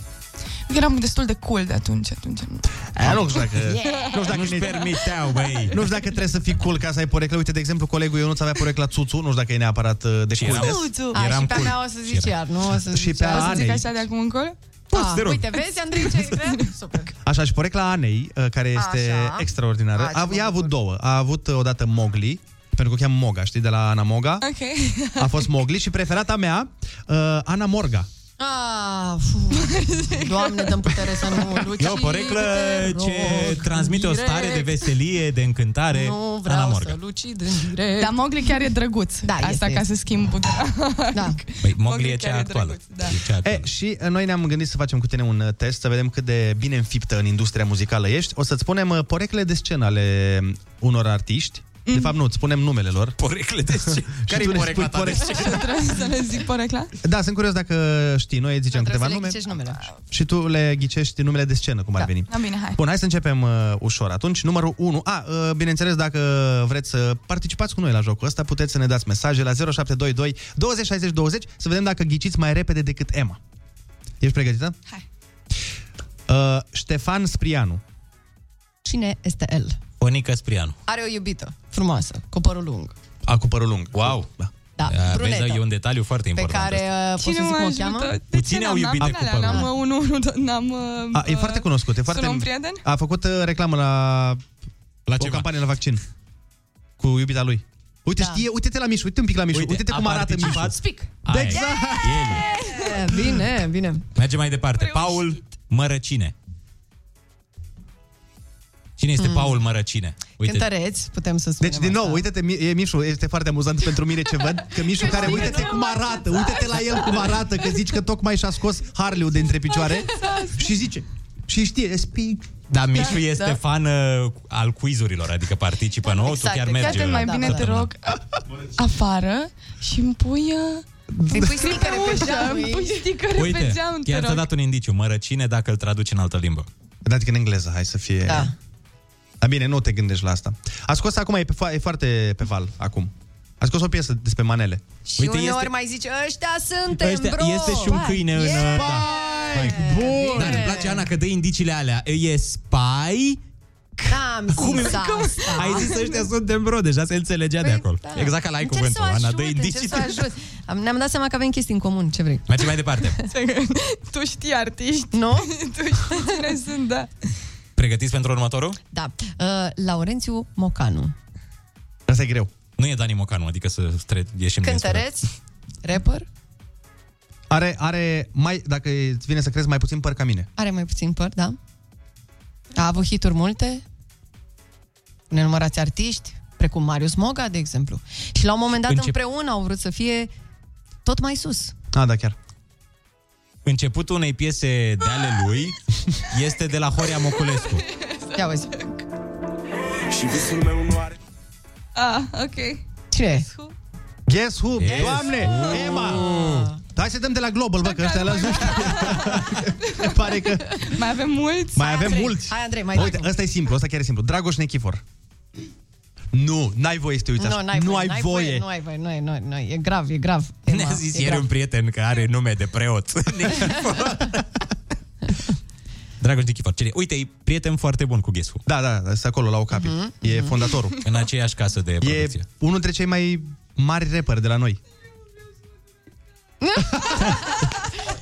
Speaker 8: Eram destul de cool de atunci, atunci. nu.
Speaker 1: A, nu știu dacă...
Speaker 8: Yeah.
Speaker 1: Nu știu dacă
Speaker 8: Nu-și
Speaker 1: ne-
Speaker 8: permiteau, băi.
Speaker 1: Nu știu dacă trebuie să fii cool ca să ai poreclă. Uite, de exemplu, colegul eu nu avea porecla Țuțu, nu știu dacă e neapărat uh, de coolness.
Speaker 3: A, și pe a mea da, o să zici iar, nu? O să
Speaker 1: Și
Speaker 3: zici
Speaker 1: pe
Speaker 3: iar.
Speaker 1: a
Speaker 3: O să zic
Speaker 1: Anei.
Speaker 8: Așa de acum încolo?
Speaker 3: Poți,
Speaker 1: te rog.
Speaker 3: Ah, Uite, vezi, Andrei, ce ai vrea? Super.
Speaker 1: Așa, și porecla Anei, uh, care este
Speaker 3: Așa.
Speaker 1: Așa. extraordinară,
Speaker 3: Hai,
Speaker 1: a,
Speaker 3: mă
Speaker 1: ea a avut două. A avut uh, odată Mogli, pentru că o cheamă Moga, știi, de la Ana Moga.
Speaker 8: Ok.
Speaker 1: A fost Mogli și preferata mea, uh, Ana Morga.
Speaker 3: Ah, fu. Doamne, dăm putere să nu luci.
Speaker 2: E o poreclă
Speaker 3: Te rog,
Speaker 2: ce transmite o stare de veselie, de încântare.
Speaker 3: Nu
Speaker 2: Ana
Speaker 3: vreau
Speaker 2: Morgan.
Speaker 3: să lucid în direct.
Speaker 8: Dar Mowgli chiar e drăguț. Da, Asta
Speaker 3: este,
Speaker 8: ca să schimb puțin.
Speaker 3: Da.
Speaker 2: Băi, Păi, Mogli e cea actuală.
Speaker 1: E, și uh, noi ne-am gândit să facem cu tine un uh, test, să vedem cât de bine înfiptă în industria muzicală ești. O să-ți punem uh, poreclele de scenă ale um, unor artiști. De fapt, nu, îți punem numele lor.
Speaker 2: Porecle de scenă. Care-i porecla ta de scenă?
Speaker 8: Trebuie să le zic porecla?
Speaker 1: Da, sunt curios dacă știi. Noi îi zicem câteva nume
Speaker 3: numele.
Speaker 1: și tu le ghicești numele de scenă, cum ar veni.
Speaker 8: Ah, Da, bine, hai.
Speaker 1: Bun, hai să începem uh, ușor atunci. Numărul 1. A, uh, bineînțeles, dacă vreți să participați cu noi la jocul ăsta, puteți să ne dați mesaje la 0722 20 60 20 să vedem dacă ghiciți mai repede decât Emma. Ești pregătită?
Speaker 8: Hai.
Speaker 1: Uh, Ștefan Sprianu.
Speaker 3: Cine este el?
Speaker 2: Onica Sprianu.
Speaker 3: Are o iubită frumoasă, cu părul lung.
Speaker 1: A, cu părul lung.
Speaker 2: Wow! Da.
Speaker 3: Da,
Speaker 2: Vezi,
Speaker 3: brunetă.
Speaker 2: da, e un detaliu foarte
Speaker 3: Pe
Speaker 2: important.
Speaker 3: care, uh, poți să
Speaker 8: Cine
Speaker 3: zic
Speaker 8: mă
Speaker 3: cum o
Speaker 8: ajută?
Speaker 3: cheamă?
Speaker 2: Puține au iubite
Speaker 8: n-am
Speaker 2: cu
Speaker 8: alea,
Speaker 2: părul.
Speaker 8: N-am uh, unul, n-am... uh,
Speaker 1: A, e foarte cunoscut. E foarte...
Speaker 8: Sună un prieten?
Speaker 1: A făcut uh, reclamă la, la o
Speaker 2: ceva.
Speaker 1: campanie la vaccin cu iubita lui. Uite, da. știe, uite-te la Mișu, uite un pic la Mișu,
Speaker 2: Uite,
Speaker 1: uite, uite
Speaker 2: a
Speaker 1: cum arată Mișu.
Speaker 2: participat.
Speaker 3: Spic.
Speaker 1: Da,
Speaker 2: Aia e.
Speaker 8: Deci-
Speaker 1: exact.
Speaker 3: E, Bine, bine.
Speaker 2: Mergem mai departe. Paul Mărăcine. Cine este Paul Mărăcine? Uite.
Speaker 3: Cântăreți, putem să spunem
Speaker 1: Deci, din nou,
Speaker 3: asta. Păi,
Speaker 1: uite-te, Mi- e Mișu, este foarte amuzant pentru mine ce văd, că Mișu care,
Speaker 3: știi că
Speaker 1: uite-te
Speaker 3: nu
Speaker 1: cum
Speaker 3: am
Speaker 1: arată,
Speaker 3: așteptat.
Speaker 1: uite-te la el
Speaker 3: păi,
Speaker 1: cum arată, că zici că tocmai și-a scos Harley-ul de între picioare
Speaker 3: păi,
Speaker 1: și zice, și știe, speak.
Speaker 2: Da, Mișu
Speaker 1: Da,
Speaker 2: este
Speaker 1: da.
Speaker 2: fan uh, al quizurilor, adică participă nou,
Speaker 8: Exact,
Speaker 2: tu chiar
Speaker 8: exact.
Speaker 2: mergi.
Speaker 8: Fii atent, mai
Speaker 2: uh,
Speaker 8: bine,
Speaker 2: da,
Speaker 8: te
Speaker 2: da.
Speaker 8: rog, afară și îmi pui... uh,
Speaker 3: Îi pui sticăre pe
Speaker 8: ușă,
Speaker 3: geam,
Speaker 8: Îmi pui
Speaker 3: îi-
Speaker 8: sticăre pe
Speaker 2: Uite,
Speaker 8: geam, te
Speaker 2: chiar ți-a
Speaker 8: rog.
Speaker 2: dat un indiciu. Mărăcine dacă îl traduci în altă limbă.
Speaker 1: Adică în engleză, hai să fie...
Speaker 3: Da.
Speaker 1: Da, bine, nu te gândești la asta. A scos acum, e, pe, fo- e foarte pe val acum. A scos o piesă despre manele.
Speaker 3: Și uite, uneori mai zice, ăștia suntem,
Speaker 2: Ăștia-
Speaker 3: bro!
Speaker 2: este și un câine în... uh,
Speaker 3: Yeah!
Speaker 2: Da. Bun! Dar îmi Da, place, Ana, că dă indiciile alea. E spy...
Speaker 3: N-am
Speaker 2: Cum
Speaker 3: zis
Speaker 2: e-
Speaker 3: asta.
Speaker 2: Ai zis ăștia suntem bro, deja se înțelegea de acolo.
Speaker 3: Da.
Speaker 2: Exact ca la ai
Speaker 3: Încerc
Speaker 2: cuvântul,
Speaker 3: să o
Speaker 2: Ana,
Speaker 3: ajut,
Speaker 2: dă
Speaker 3: încerc
Speaker 2: indicii.
Speaker 3: să o ajut. Am- Ne-am dat seama că avem chestii în comun, ce vrei.
Speaker 2: Mergem mai departe.
Speaker 8: Tu știi artiști.
Speaker 3: Nu?
Speaker 8: tu știi cine sunt, da.
Speaker 2: Pregătiți pentru următorul?
Speaker 3: Da. Uh, Laurențiu Mocanu.
Speaker 1: Asta e greu.
Speaker 2: Nu e Dani Mocanu, adică să tre- ieșim din asta.
Speaker 3: Cântăreț, rapper,
Speaker 1: Are, are mai, dacă îți vine să crezi, mai puțin păr ca mine.
Speaker 3: are mai puțin păr, da? A avut hituri multe, nenumărați artiști, precum Marius Moga, de exemplu. Și la un moment dat
Speaker 2: Încep-
Speaker 3: împreună au vrut să fie tot mai sus.
Speaker 1: A, da, chiar.
Speaker 2: Începutul unei piese de ale lui este de la Horia Moculescu.
Speaker 3: Ia uzi.
Speaker 2: Și visul meu nu are...
Speaker 8: Ah, ok.
Speaker 3: Cine?
Speaker 1: Guess who?
Speaker 2: Guess
Speaker 1: Doamne!
Speaker 2: who.
Speaker 1: Emma! Hai să dăm de la Global, bă, că ăștia la Pare că...
Speaker 8: Mai avem mulți?
Speaker 1: Mai avem mulți.
Speaker 3: Hai, Andrei, mai
Speaker 1: Uite,
Speaker 3: dai.
Speaker 1: ăsta e simplu, ăsta chiar e simplu. Dragoș Nechifor. Nu, n-ai voie să te uiți așa.
Speaker 3: Nu, n-ai voie, n-ai voie. Nu ai voie, nu, ai- nu, ai- nu, ai- e grav, e grav. Emma,
Speaker 2: Ne-a zis
Speaker 3: e da.
Speaker 2: ieri
Speaker 3: grav.
Speaker 2: un prieten că are nume de preot. Dragoș Nichifor, cine? Uite, e prieten foarte bun cu Ghescu.
Speaker 1: Da, da, da, este acolo la Ocapi.
Speaker 2: Mhm,
Speaker 1: E
Speaker 3: Mm?
Speaker 2: mhm.
Speaker 1: fondatorul.
Speaker 2: În aceeași casă de
Speaker 1: E
Speaker 2: producție.
Speaker 1: unul dintre cei mai mari rapperi de la noi.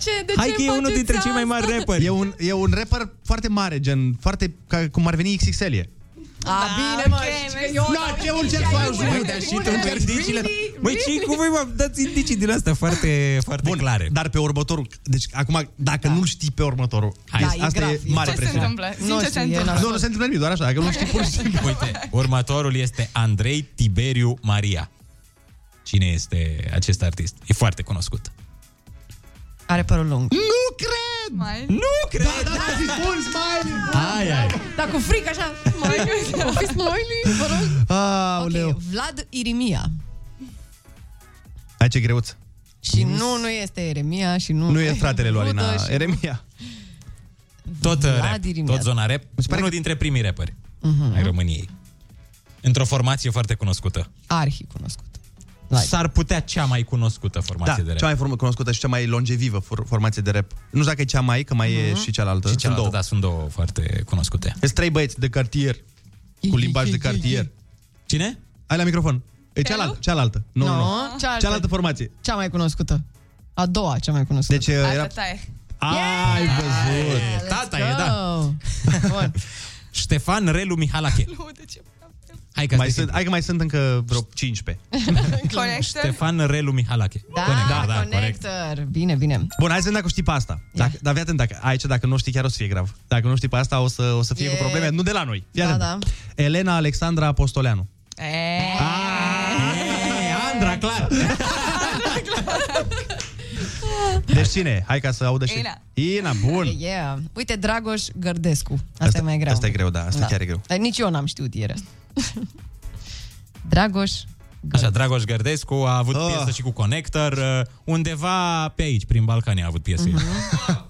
Speaker 20: Ce? De
Speaker 1: Hai că e unul dintre cei mai mari rapperi. E un, e un rapper foarte mare, gen, foarte, ca cum ar veni XXL e.
Speaker 3: A,
Speaker 1: Ah,
Speaker 3: bine, mă, okay, eu...
Speaker 1: Na, ce
Speaker 20: încerc să ajung?
Speaker 2: Măi, dar și tu cu indiciile... Măi, ce cu voi, mă, dați indicii din astea foarte, foarte
Speaker 1: Bun,
Speaker 2: clare.
Speaker 1: dar pe următorul, deci acum, dacă da. nu-l știi pe următorul,
Speaker 2: Hai.
Speaker 1: este-
Speaker 2: Da, e
Speaker 1: asta
Speaker 2: grav,
Speaker 1: e,
Speaker 2: e grav.
Speaker 1: mare
Speaker 2: Ce se
Speaker 1: presiune.
Speaker 2: întâmplă? Zi Nu, ce se e întâmplă. nasol.
Speaker 1: Nu, nu se întâmplă nimic, doar așa, dacă nu știi pur și simplu.
Speaker 3: Da.
Speaker 2: Uite, următorul este Andrei Tiberiu Maria. Cine este acest artist? E foarte cunoscut.
Speaker 3: Are părul lung.
Speaker 1: Nu cred!
Speaker 8: Mai?
Speaker 2: Nu cred!
Speaker 1: Da, da, da, zi, bun, smiley!
Speaker 2: Ai, ai.
Speaker 3: Dar Da, cu frică așa, smiley, o fi smiley, vă rog.
Speaker 1: Aoleu. Okay.
Speaker 3: Vlad Irimia.
Speaker 1: Ai ce greuț.
Speaker 3: Și nu, nu este Eremia și nu...
Speaker 1: Nu e fratele lui Alina
Speaker 3: Rudă și-
Speaker 1: Eremia.
Speaker 2: Tot
Speaker 3: Vlad
Speaker 2: rap,
Speaker 3: Irimia.
Speaker 2: tot zona rap. Unul dintre primii rapperi
Speaker 3: Mhm.
Speaker 1: Mhm.
Speaker 2: ai României. Într-o formație foarte cunoscută.
Speaker 3: Arhi cunoscut.
Speaker 2: S-ar putea cea mai cunoscută
Speaker 1: Da,
Speaker 2: formație de rap.
Speaker 1: cea mai form- cunoscută și cea mai longevivă for- formație de rap. Nu știu dacă e cea mai, că mai
Speaker 2: Mhm.
Speaker 1: e și cealaltă.
Speaker 2: Și
Speaker 1: Sunt
Speaker 2: cealaltă,
Speaker 1: două.
Speaker 2: da, sunt două foarte cunoscute.
Speaker 1: Sunt trei băieți de cartier, cu limbaj de cartier.
Speaker 2: Cine?
Speaker 1: Ai la microfon. E cealaltă, cealaltă. Nu, nu,
Speaker 3: Nu,
Speaker 1: nu.
Speaker 3: cealaltă.
Speaker 1: Cealaltă formație.
Speaker 3: Cea mai cunoscută. A doua cea mai cunoscută.
Speaker 1: Deci era... Ai văzut!
Speaker 2: Tata uh, e, da.
Speaker 3: Bun.
Speaker 2: Ștefan Relu Mihalache. Hai că
Speaker 1: mai sunt, hai că mai sunt încă vreo 15.
Speaker 2: Ștefan Relu Mihalache.
Speaker 3: Da, da, da, connector. Bine, bine.
Speaker 1: Bun, hai să vedem dacă știi pe asta. Dacă, dar fii atent, dacă, aici dacă nu știi chiar o să fie grav. Dacă nu știi pe asta o să, o să fie
Speaker 3: E-
Speaker 1: cu probleme. Nu de la noi. Fii
Speaker 3: Da,
Speaker 1: atent.
Speaker 3: da.
Speaker 1: Elena Alexandra Apostoleanu.
Speaker 2: Ah, Andra, clar.
Speaker 1: Deci cine e? Hai ca să audă și...
Speaker 3: Ina.
Speaker 1: Ina, bun.
Speaker 3: Yeah. Uite, Dragoș Gărdescu. Asta,
Speaker 1: Asta-
Speaker 3: e mai greu.
Speaker 1: asta e greu, da, asta chiar e greu.
Speaker 3: Dar nici eu n-am știut ieri asta. Dragoș
Speaker 2: Așa, Dragoș Gărdescu a avut oh. piesă și cu Connector. uh, Undeva pe aici, prin Balcani, a avut piesă.
Speaker 3: Mhm.
Speaker 2: Mm-hmm.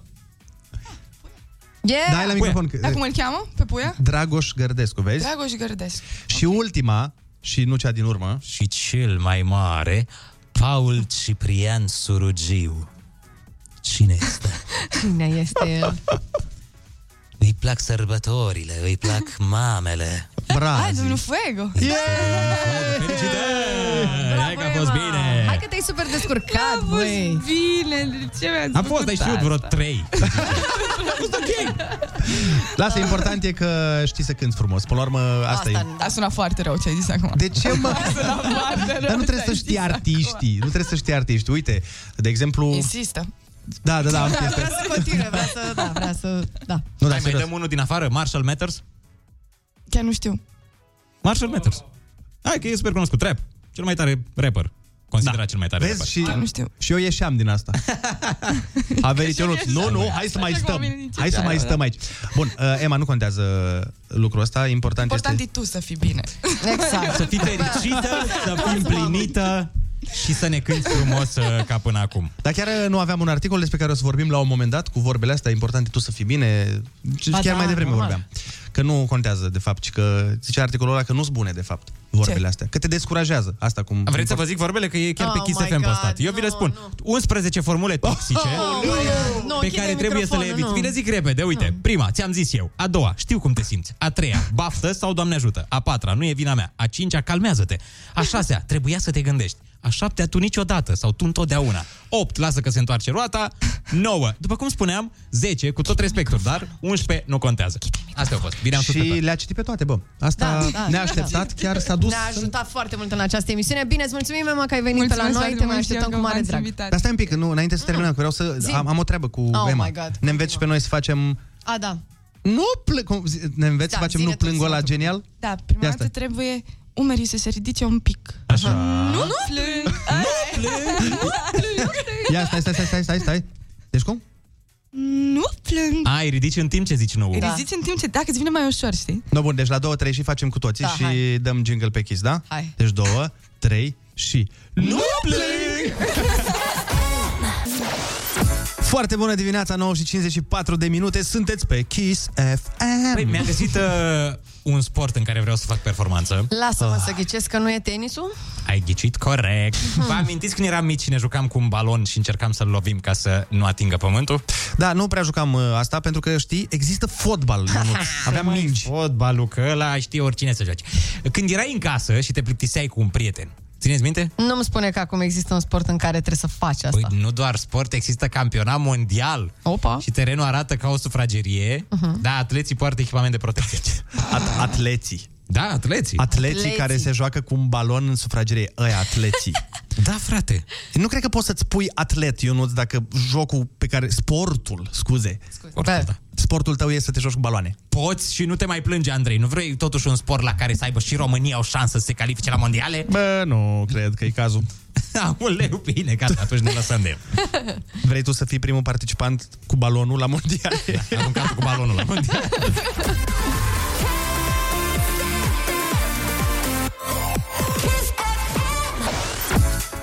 Speaker 3: Yeah!
Speaker 1: Dai Da, la microfon. că-
Speaker 8: Dar cum îl cheamă? Pe Puia?
Speaker 1: Dragoș Gărdescu, vezi?
Speaker 8: Dragoș Gărdescu.
Speaker 1: Și ultima, și nu cea din urmă.
Speaker 2: Și cel mai mare, Paul Ciprian Surugiu. Cine este?
Speaker 3: Cine este el?
Speaker 2: Îi plac sărbătorile, îi plac mamele.
Speaker 8: Ai, domnul Fuego. Da.
Speaker 2: Felicitări! Hai că a fost bine!
Speaker 3: Hai că te-ai super descurcat, băi.
Speaker 8: Bine, ce mi-ați
Speaker 2: A fost, ai știut vreo trei.
Speaker 1: Lasă, important e că știi să cânti frumos. Până la urmă, asta, e.
Speaker 8: A sunat foarte rău ce ai zis acum.
Speaker 1: De ce, mă?
Speaker 8: A sunat foarte rău
Speaker 1: Dar nu
Speaker 8: ce
Speaker 1: trebuie
Speaker 8: ai
Speaker 1: să
Speaker 8: zis
Speaker 1: știi
Speaker 8: acum.
Speaker 1: artiștii. Nu trebuie să știi artiști. Uite, de exemplu...
Speaker 8: Insistă.
Speaker 1: Da, da, da, am
Speaker 3: Da,
Speaker 1: chestia.
Speaker 3: vrea să continue, vrea să... Da, vrea să... Da.
Speaker 1: Nu,
Speaker 2: Hai, mai dăm unul din afară, Marshall Matters?
Speaker 8: Chiar nu știu.
Speaker 2: Marshall Matters. Hai că e super cunoscut, rap. Cel mai tare rapper. Considerat da. cel mai tare rapper.
Speaker 1: Vezi? Și,
Speaker 8: nu știu.
Speaker 1: și eu ieșeam din asta. A venit Ionuț. Nu, nu, hai să mai
Speaker 8: Așa cum
Speaker 1: stăm.
Speaker 8: a venit nici
Speaker 1: Hai să
Speaker 8: așa,
Speaker 1: mai
Speaker 8: da.
Speaker 1: stăm aici. Bun, uh, Emma, nu contează lucrul ăsta. Important,
Speaker 8: Important
Speaker 1: este...
Speaker 8: e tu să fii bine.
Speaker 3: Exact.
Speaker 2: Să fii fericită, să fii împlinită și să ne cânti frumos uh, ca până acum.
Speaker 1: Dar chiar uh, nu aveam un articol despre care o să vorbim la un moment dat cu vorbele astea. Important e tu să fii bine. Și
Speaker 2: Ba
Speaker 1: chiar
Speaker 2: da,
Speaker 1: mai devreme
Speaker 2: normal.
Speaker 1: vorbeam. Că nu contează, de fapt, ci că zice articolul ăla că nu sunt bune, de fapt, vorbele
Speaker 2: Ce?
Speaker 1: astea. Că te descurajează. Asta cum...
Speaker 2: Vreți să vă zic vorbele? Că e chiar pe
Speaker 1: Oh
Speaker 2: Kiss
Speaker 1: my
Speaker 2: FM
Speaker 1: God,
Speaker 2: postat. Eu vi le spun. 11 formule toxice
Speaker 1: Oh,
Speaker 20: nu, nu,
Speaker 2: pe
Speaker 20: închide
Speaker 2: care trebuie să le
Speaker 20: microfonul,
Speaker 2: eviți.
Speaker 20: nu.
Speaker 2: Vi le zic repede, uite. Prima, ți-am zis eu. A doua, știu cum te simți. A treia, baftă sau Doamne ajută. A patra, nu e vina mea. A cincea, calmează-te. A șasea, trebuia să te gândești. A șaptea, tu niciodată sau tu întotdeauna. 8. Lasă că se întoarce roata. 9. După cum spuneam, 10, cu tot respectul, dar 11 nu contează. Asta a fost. Bine am
Speaker 1: și le-a citit pe toate, bă. Asta
Speaker 3: Da, da,
Speaker 1: neașteptat,
Speaker 3: da.
Speaker 1: chiar s-a dus
Speaker 3: Ne-a
Speaker 1: în-
Speaker 3: ajutat foarte mult în această emisiune. Bine, îți mulțumim, Emma, că ai venit pe la
Speaker 8: Mulțumesc
Speaker 3: noi. Te
Speaker 8: foarte
Speaker 3: mai
Speaker 8: mult și eu
Speaker 3: așteptăm
Speaker 8: că
Speaker 3: cu mare
Speaker 8: m-ați
Speaker 3: drag. Da.
Speaker 8: invitat.
Speaker 1: Dar stai un pic, nu, înainte să terminăm, că vreau să...
Speaker 3: Zi.
Speaker 1: Am, am o treabă cu
Speaker 3: Oh
Speaker 1: Emma.
Speaker 3: my God,
Speaker 1: ne înveți și pe noi să facem...
Speaker 3: A, da.
Speaker 1: Nu plâng... cum zi- Ne înveți
Speaker 8: Da,
Speaker 1: să facem
Speaker 8: zine
Speaker 1: nu
Speaker 8: tu,
Speaker 1: plâng
Speaker 8: zine
Speaker 1: ăla
Speaker 8: tu.
Speaker 1: genial?
Speaker 8: Da, prima
Speaker 1: Ia stai.
Speaker 8: dată trebuie umerii să se ridice un pic.
Speaker 1: Așa.
Speaker 8: Nu plâng! Nu plâng!
Speaker 1: Ia, stai, stai, stai, stai, stai, stai. Deci cum?
Speaker 8: Nu plâng!
Speaker 2: Ai, ridici în timp ce zici nou.
Speaker 8: Îi Da. Ridici în timp ce dacă îți vine mai ușor, știi?
Speaker 1: No, bun, deci la două, trei și facem cu toții
Speaker 8: Da,
Speaker 1: și
Speaker 8: hai.
Speaker 1: dăm jingle pe kiss, da?
Speaker 8: Hai.
Speaker 1: Deci două, trei și... Nu plâng! Foarte bună dimineața, 9 și 54 de minute, sunteți pe Kiss FM.
Speaker 2: Păi, mi-a găsit uh, un sport în care vreau să fac performanță.
Speaker 19: Lasă-mă
Speaker 2: Ah.
Speaker 19: să ghicesc că nu e tenisul?
Speaker 2: Ai ghicit corect. Vă amintiți când eram mici și ne jucam cu un balon și încercam să-l lovim ca să nu atingă pământul?
Speaker 1: Da, nu prea jucam uh, asta pentru că, știi, există fotbal. Ionuț.
Speaker 2: Aveam ningi. Fotbalul că ăla știe oricine să joace. Când erai în casă și te plictiseai cu un prieten, țineți minte?
Speaker 19: Nu-mi spune că acum există un sport în care trebuie să faci asta.
Speaker 2: Păi nu doar sport, există campionat mondial.
Speaker 19: Opa.
Speaker 2: Și terenul arată ca o sufragerie, uh-huh. dar atleții poartă echipament de protecție.
Speaker 1: At- atleții.
Speaker 2: Da, atleții.
Speaker 1: Atleții,
Speaker 2: Atleții.
Speaker 1: care se joacă cu un balon în sufragerie. Ăia, atleții.
Speaker 2: da, frate.
Speaker 1: Nu cred că poți să-ți pui atlet, Ionuț, dacă jocul pe care... Sportul, scuze. Sportul,
Speaker 2: da.
Speaker 1: Sportul tău e să te joci cu baloane.
Speaker 2: Poți și nu te mai plânge, Andrei. Nu vrei totuși un sport la care să aibă și România o șansă să se califice la mondiale?
Speaker 1: Bă, nu cred că e cazul.
Speaker 2: Aoleu, bine, gata, atunci ne lăsăm de el.
Speaker 1: Vrei tu să fii primul participant cu balonul la mondial? Da,
Speaker 2: aruncat cu balonul la mondial.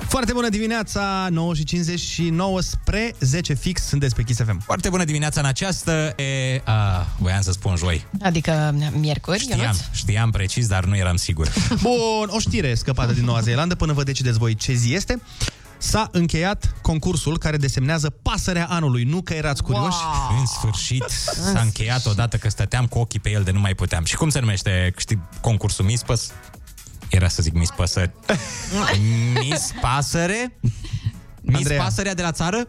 Speaker 1: Foarte bună dimineața, 9 și 59 spre 10 fix, sunteți pe Kiss FM.
Speaker 2: Foarte bună dimineața în această... E, a, voiam să spun joi.
Speaker 19: Adică miercuri,
Speaker 2: Știam,
Speaker 19: Ionuț?
Speaker 2: știam precis, dar nu eram sigur.
Speaker 1: Bun, o știre scăpată din Noua Zeelandă până vă decideți voi ce zi este. S-a încheiat concursul care desemnează pasărea anului. Nu că erați curioși.
Speaker 2: În sfârșit s-a încheiat odată că stăteam cu ochii pe el de nu mai puteam. Și cum se numește, știi, concursul Miss Păs? Era să zic Miss Păsări. Miss Pasăre? Miss
Speaker 1: Andreea.
Speaker 2: Pasărea de la țară?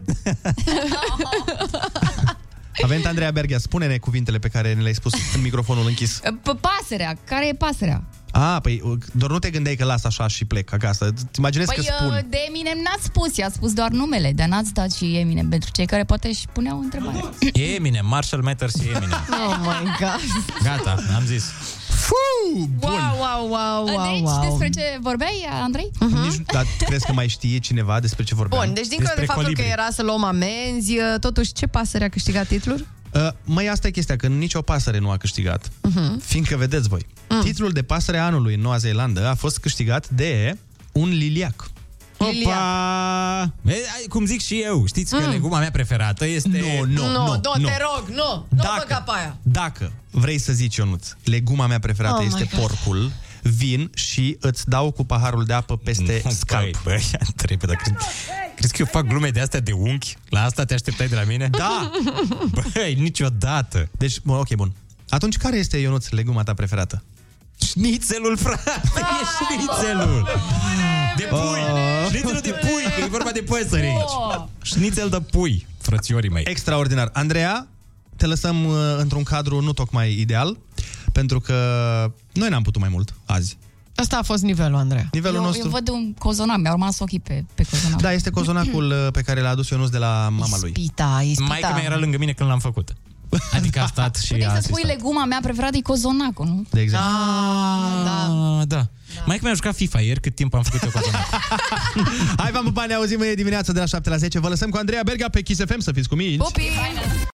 Speaker 1: Avem Andreea Berghia, spune-ne cuvintele pe care ne le-ai spus în microfonul închis.
Speaker 19: P- pasărea. Care e pasărea?
Speaker 1: A, păi doar nu te gândeai că las așa și plec acasă. Îți imaginezi
Speaker 7: Păi
Speaker 1: că spun.
Speaker 7: uh, de Eminem n-ați spus, i-a spus doar numele, dar n-ați dat și Eminem, pentru cei care poate și puneau întrebare.
Speaker 2: E Eminem, Marshall Matters e Eminem.
Speaker 19: Oh my god.
Speaker 2: Gata, am zis.
Speaker 1: Fuu,
Speaker 19: Wow, wow, wow, wow,
Speaker 7: deci,
Speaker 19: wow.
Speaker 7: despre ce vorbeai, Andrei?
Speaker 1: Nici, dar crezi că mai știe cineva despre ce vorbeam?
Speaker 19: uh-huh. Bun, deci dincolo de faptul că era să luăm amenzi, uh, totuși ce pasăre a câștigat titlul?
Speaker 1: Uh, Măi, asta e chestia, că nicio pasăre nu a câștigat.
Speaker 19: Mhm.
Speaker 1: Fiindcă vedeți voi,
Speaker 19: Mm.
Speaker 1: titlul de pasăre a anului în Noua Zeelandă a fost câștigat de un liliac.
Speaker 2: Opa! Vezi, ai, cum zic și eu, știți că leguma mea preferată este...
Speaker 1: Nu,
Speaker 19: Nu, nu, nu, te rog, nu, nu
Speaker 1: Dacă-
Speaker 19: mă capa aia.
Speaker 1: Dacă vrei să zici, Ionuț, leguma mea preferată
Speaker 19: Oh
Speaker 1: oh
Speaker 19: my
Speaker 1: este
Speaker 19: God.
Speaker 1: porcul, vin și îți dau cu paharul de apă peste scalp.
Speaker 2: Băi, băi, Andrei, pe dacă... Crezi că eu fac glume de astea de unchi? La asta te așteptai de la mine?
Speaker 1: Da!
Speaker 2: Băi, niciodată!
Speaker 1: Deci, bun, ok, bun. Atunci, care este, Ionuț, leguma ta preferată?
Speaker 2: Șnițelul, frate! E șnițelul! De pui! Șnițelul de pui, că e vorba de păsări aici. Șnițel de pui, frățiorii mei.
Speaker 1: Extraordinar. Andreea, te lăsăm uh, într-un cadru nu tocmai ideal, pentru că noi n-am putut mai mult azi.
Speaker 19: Asta a fost nivelul, Andreea.
Speaker 1: Nivelul
Speaker 7: eu,
Speaker 1: nostru.
Speaker 7: eu văd un cozonac, mi-au rămas ochii pe, pe cozonac.
Speaker 1: Da, este cozonacul uh, pe care l-a adus Ionuț de la mama lui.
Speaker 19: Ispita,
Speaker 7: da.
Speaker 19: ispita.
Speaker 2: Maica mea era lângă mine când l-am făcut. Adică a stat și a
Speaker 7: Să spui
Speaker 2: asistat.
Speaker 7: leguma mea preferată e cozonacul, nu?
Speaker 1: De exemplu.
Speaker 2: Ah, da. da. Mai că mi-a jucat FIFA ieri cât timp am făcut eu cozonacul.
Speaker 1: Hai, v-am pupat, ne auzim mâine dimineața de la 7 la 10. Vă lăsăm cu Andreea Berga pe Kiss FM, să fiți cu minți.
Speaker 19: Pupii!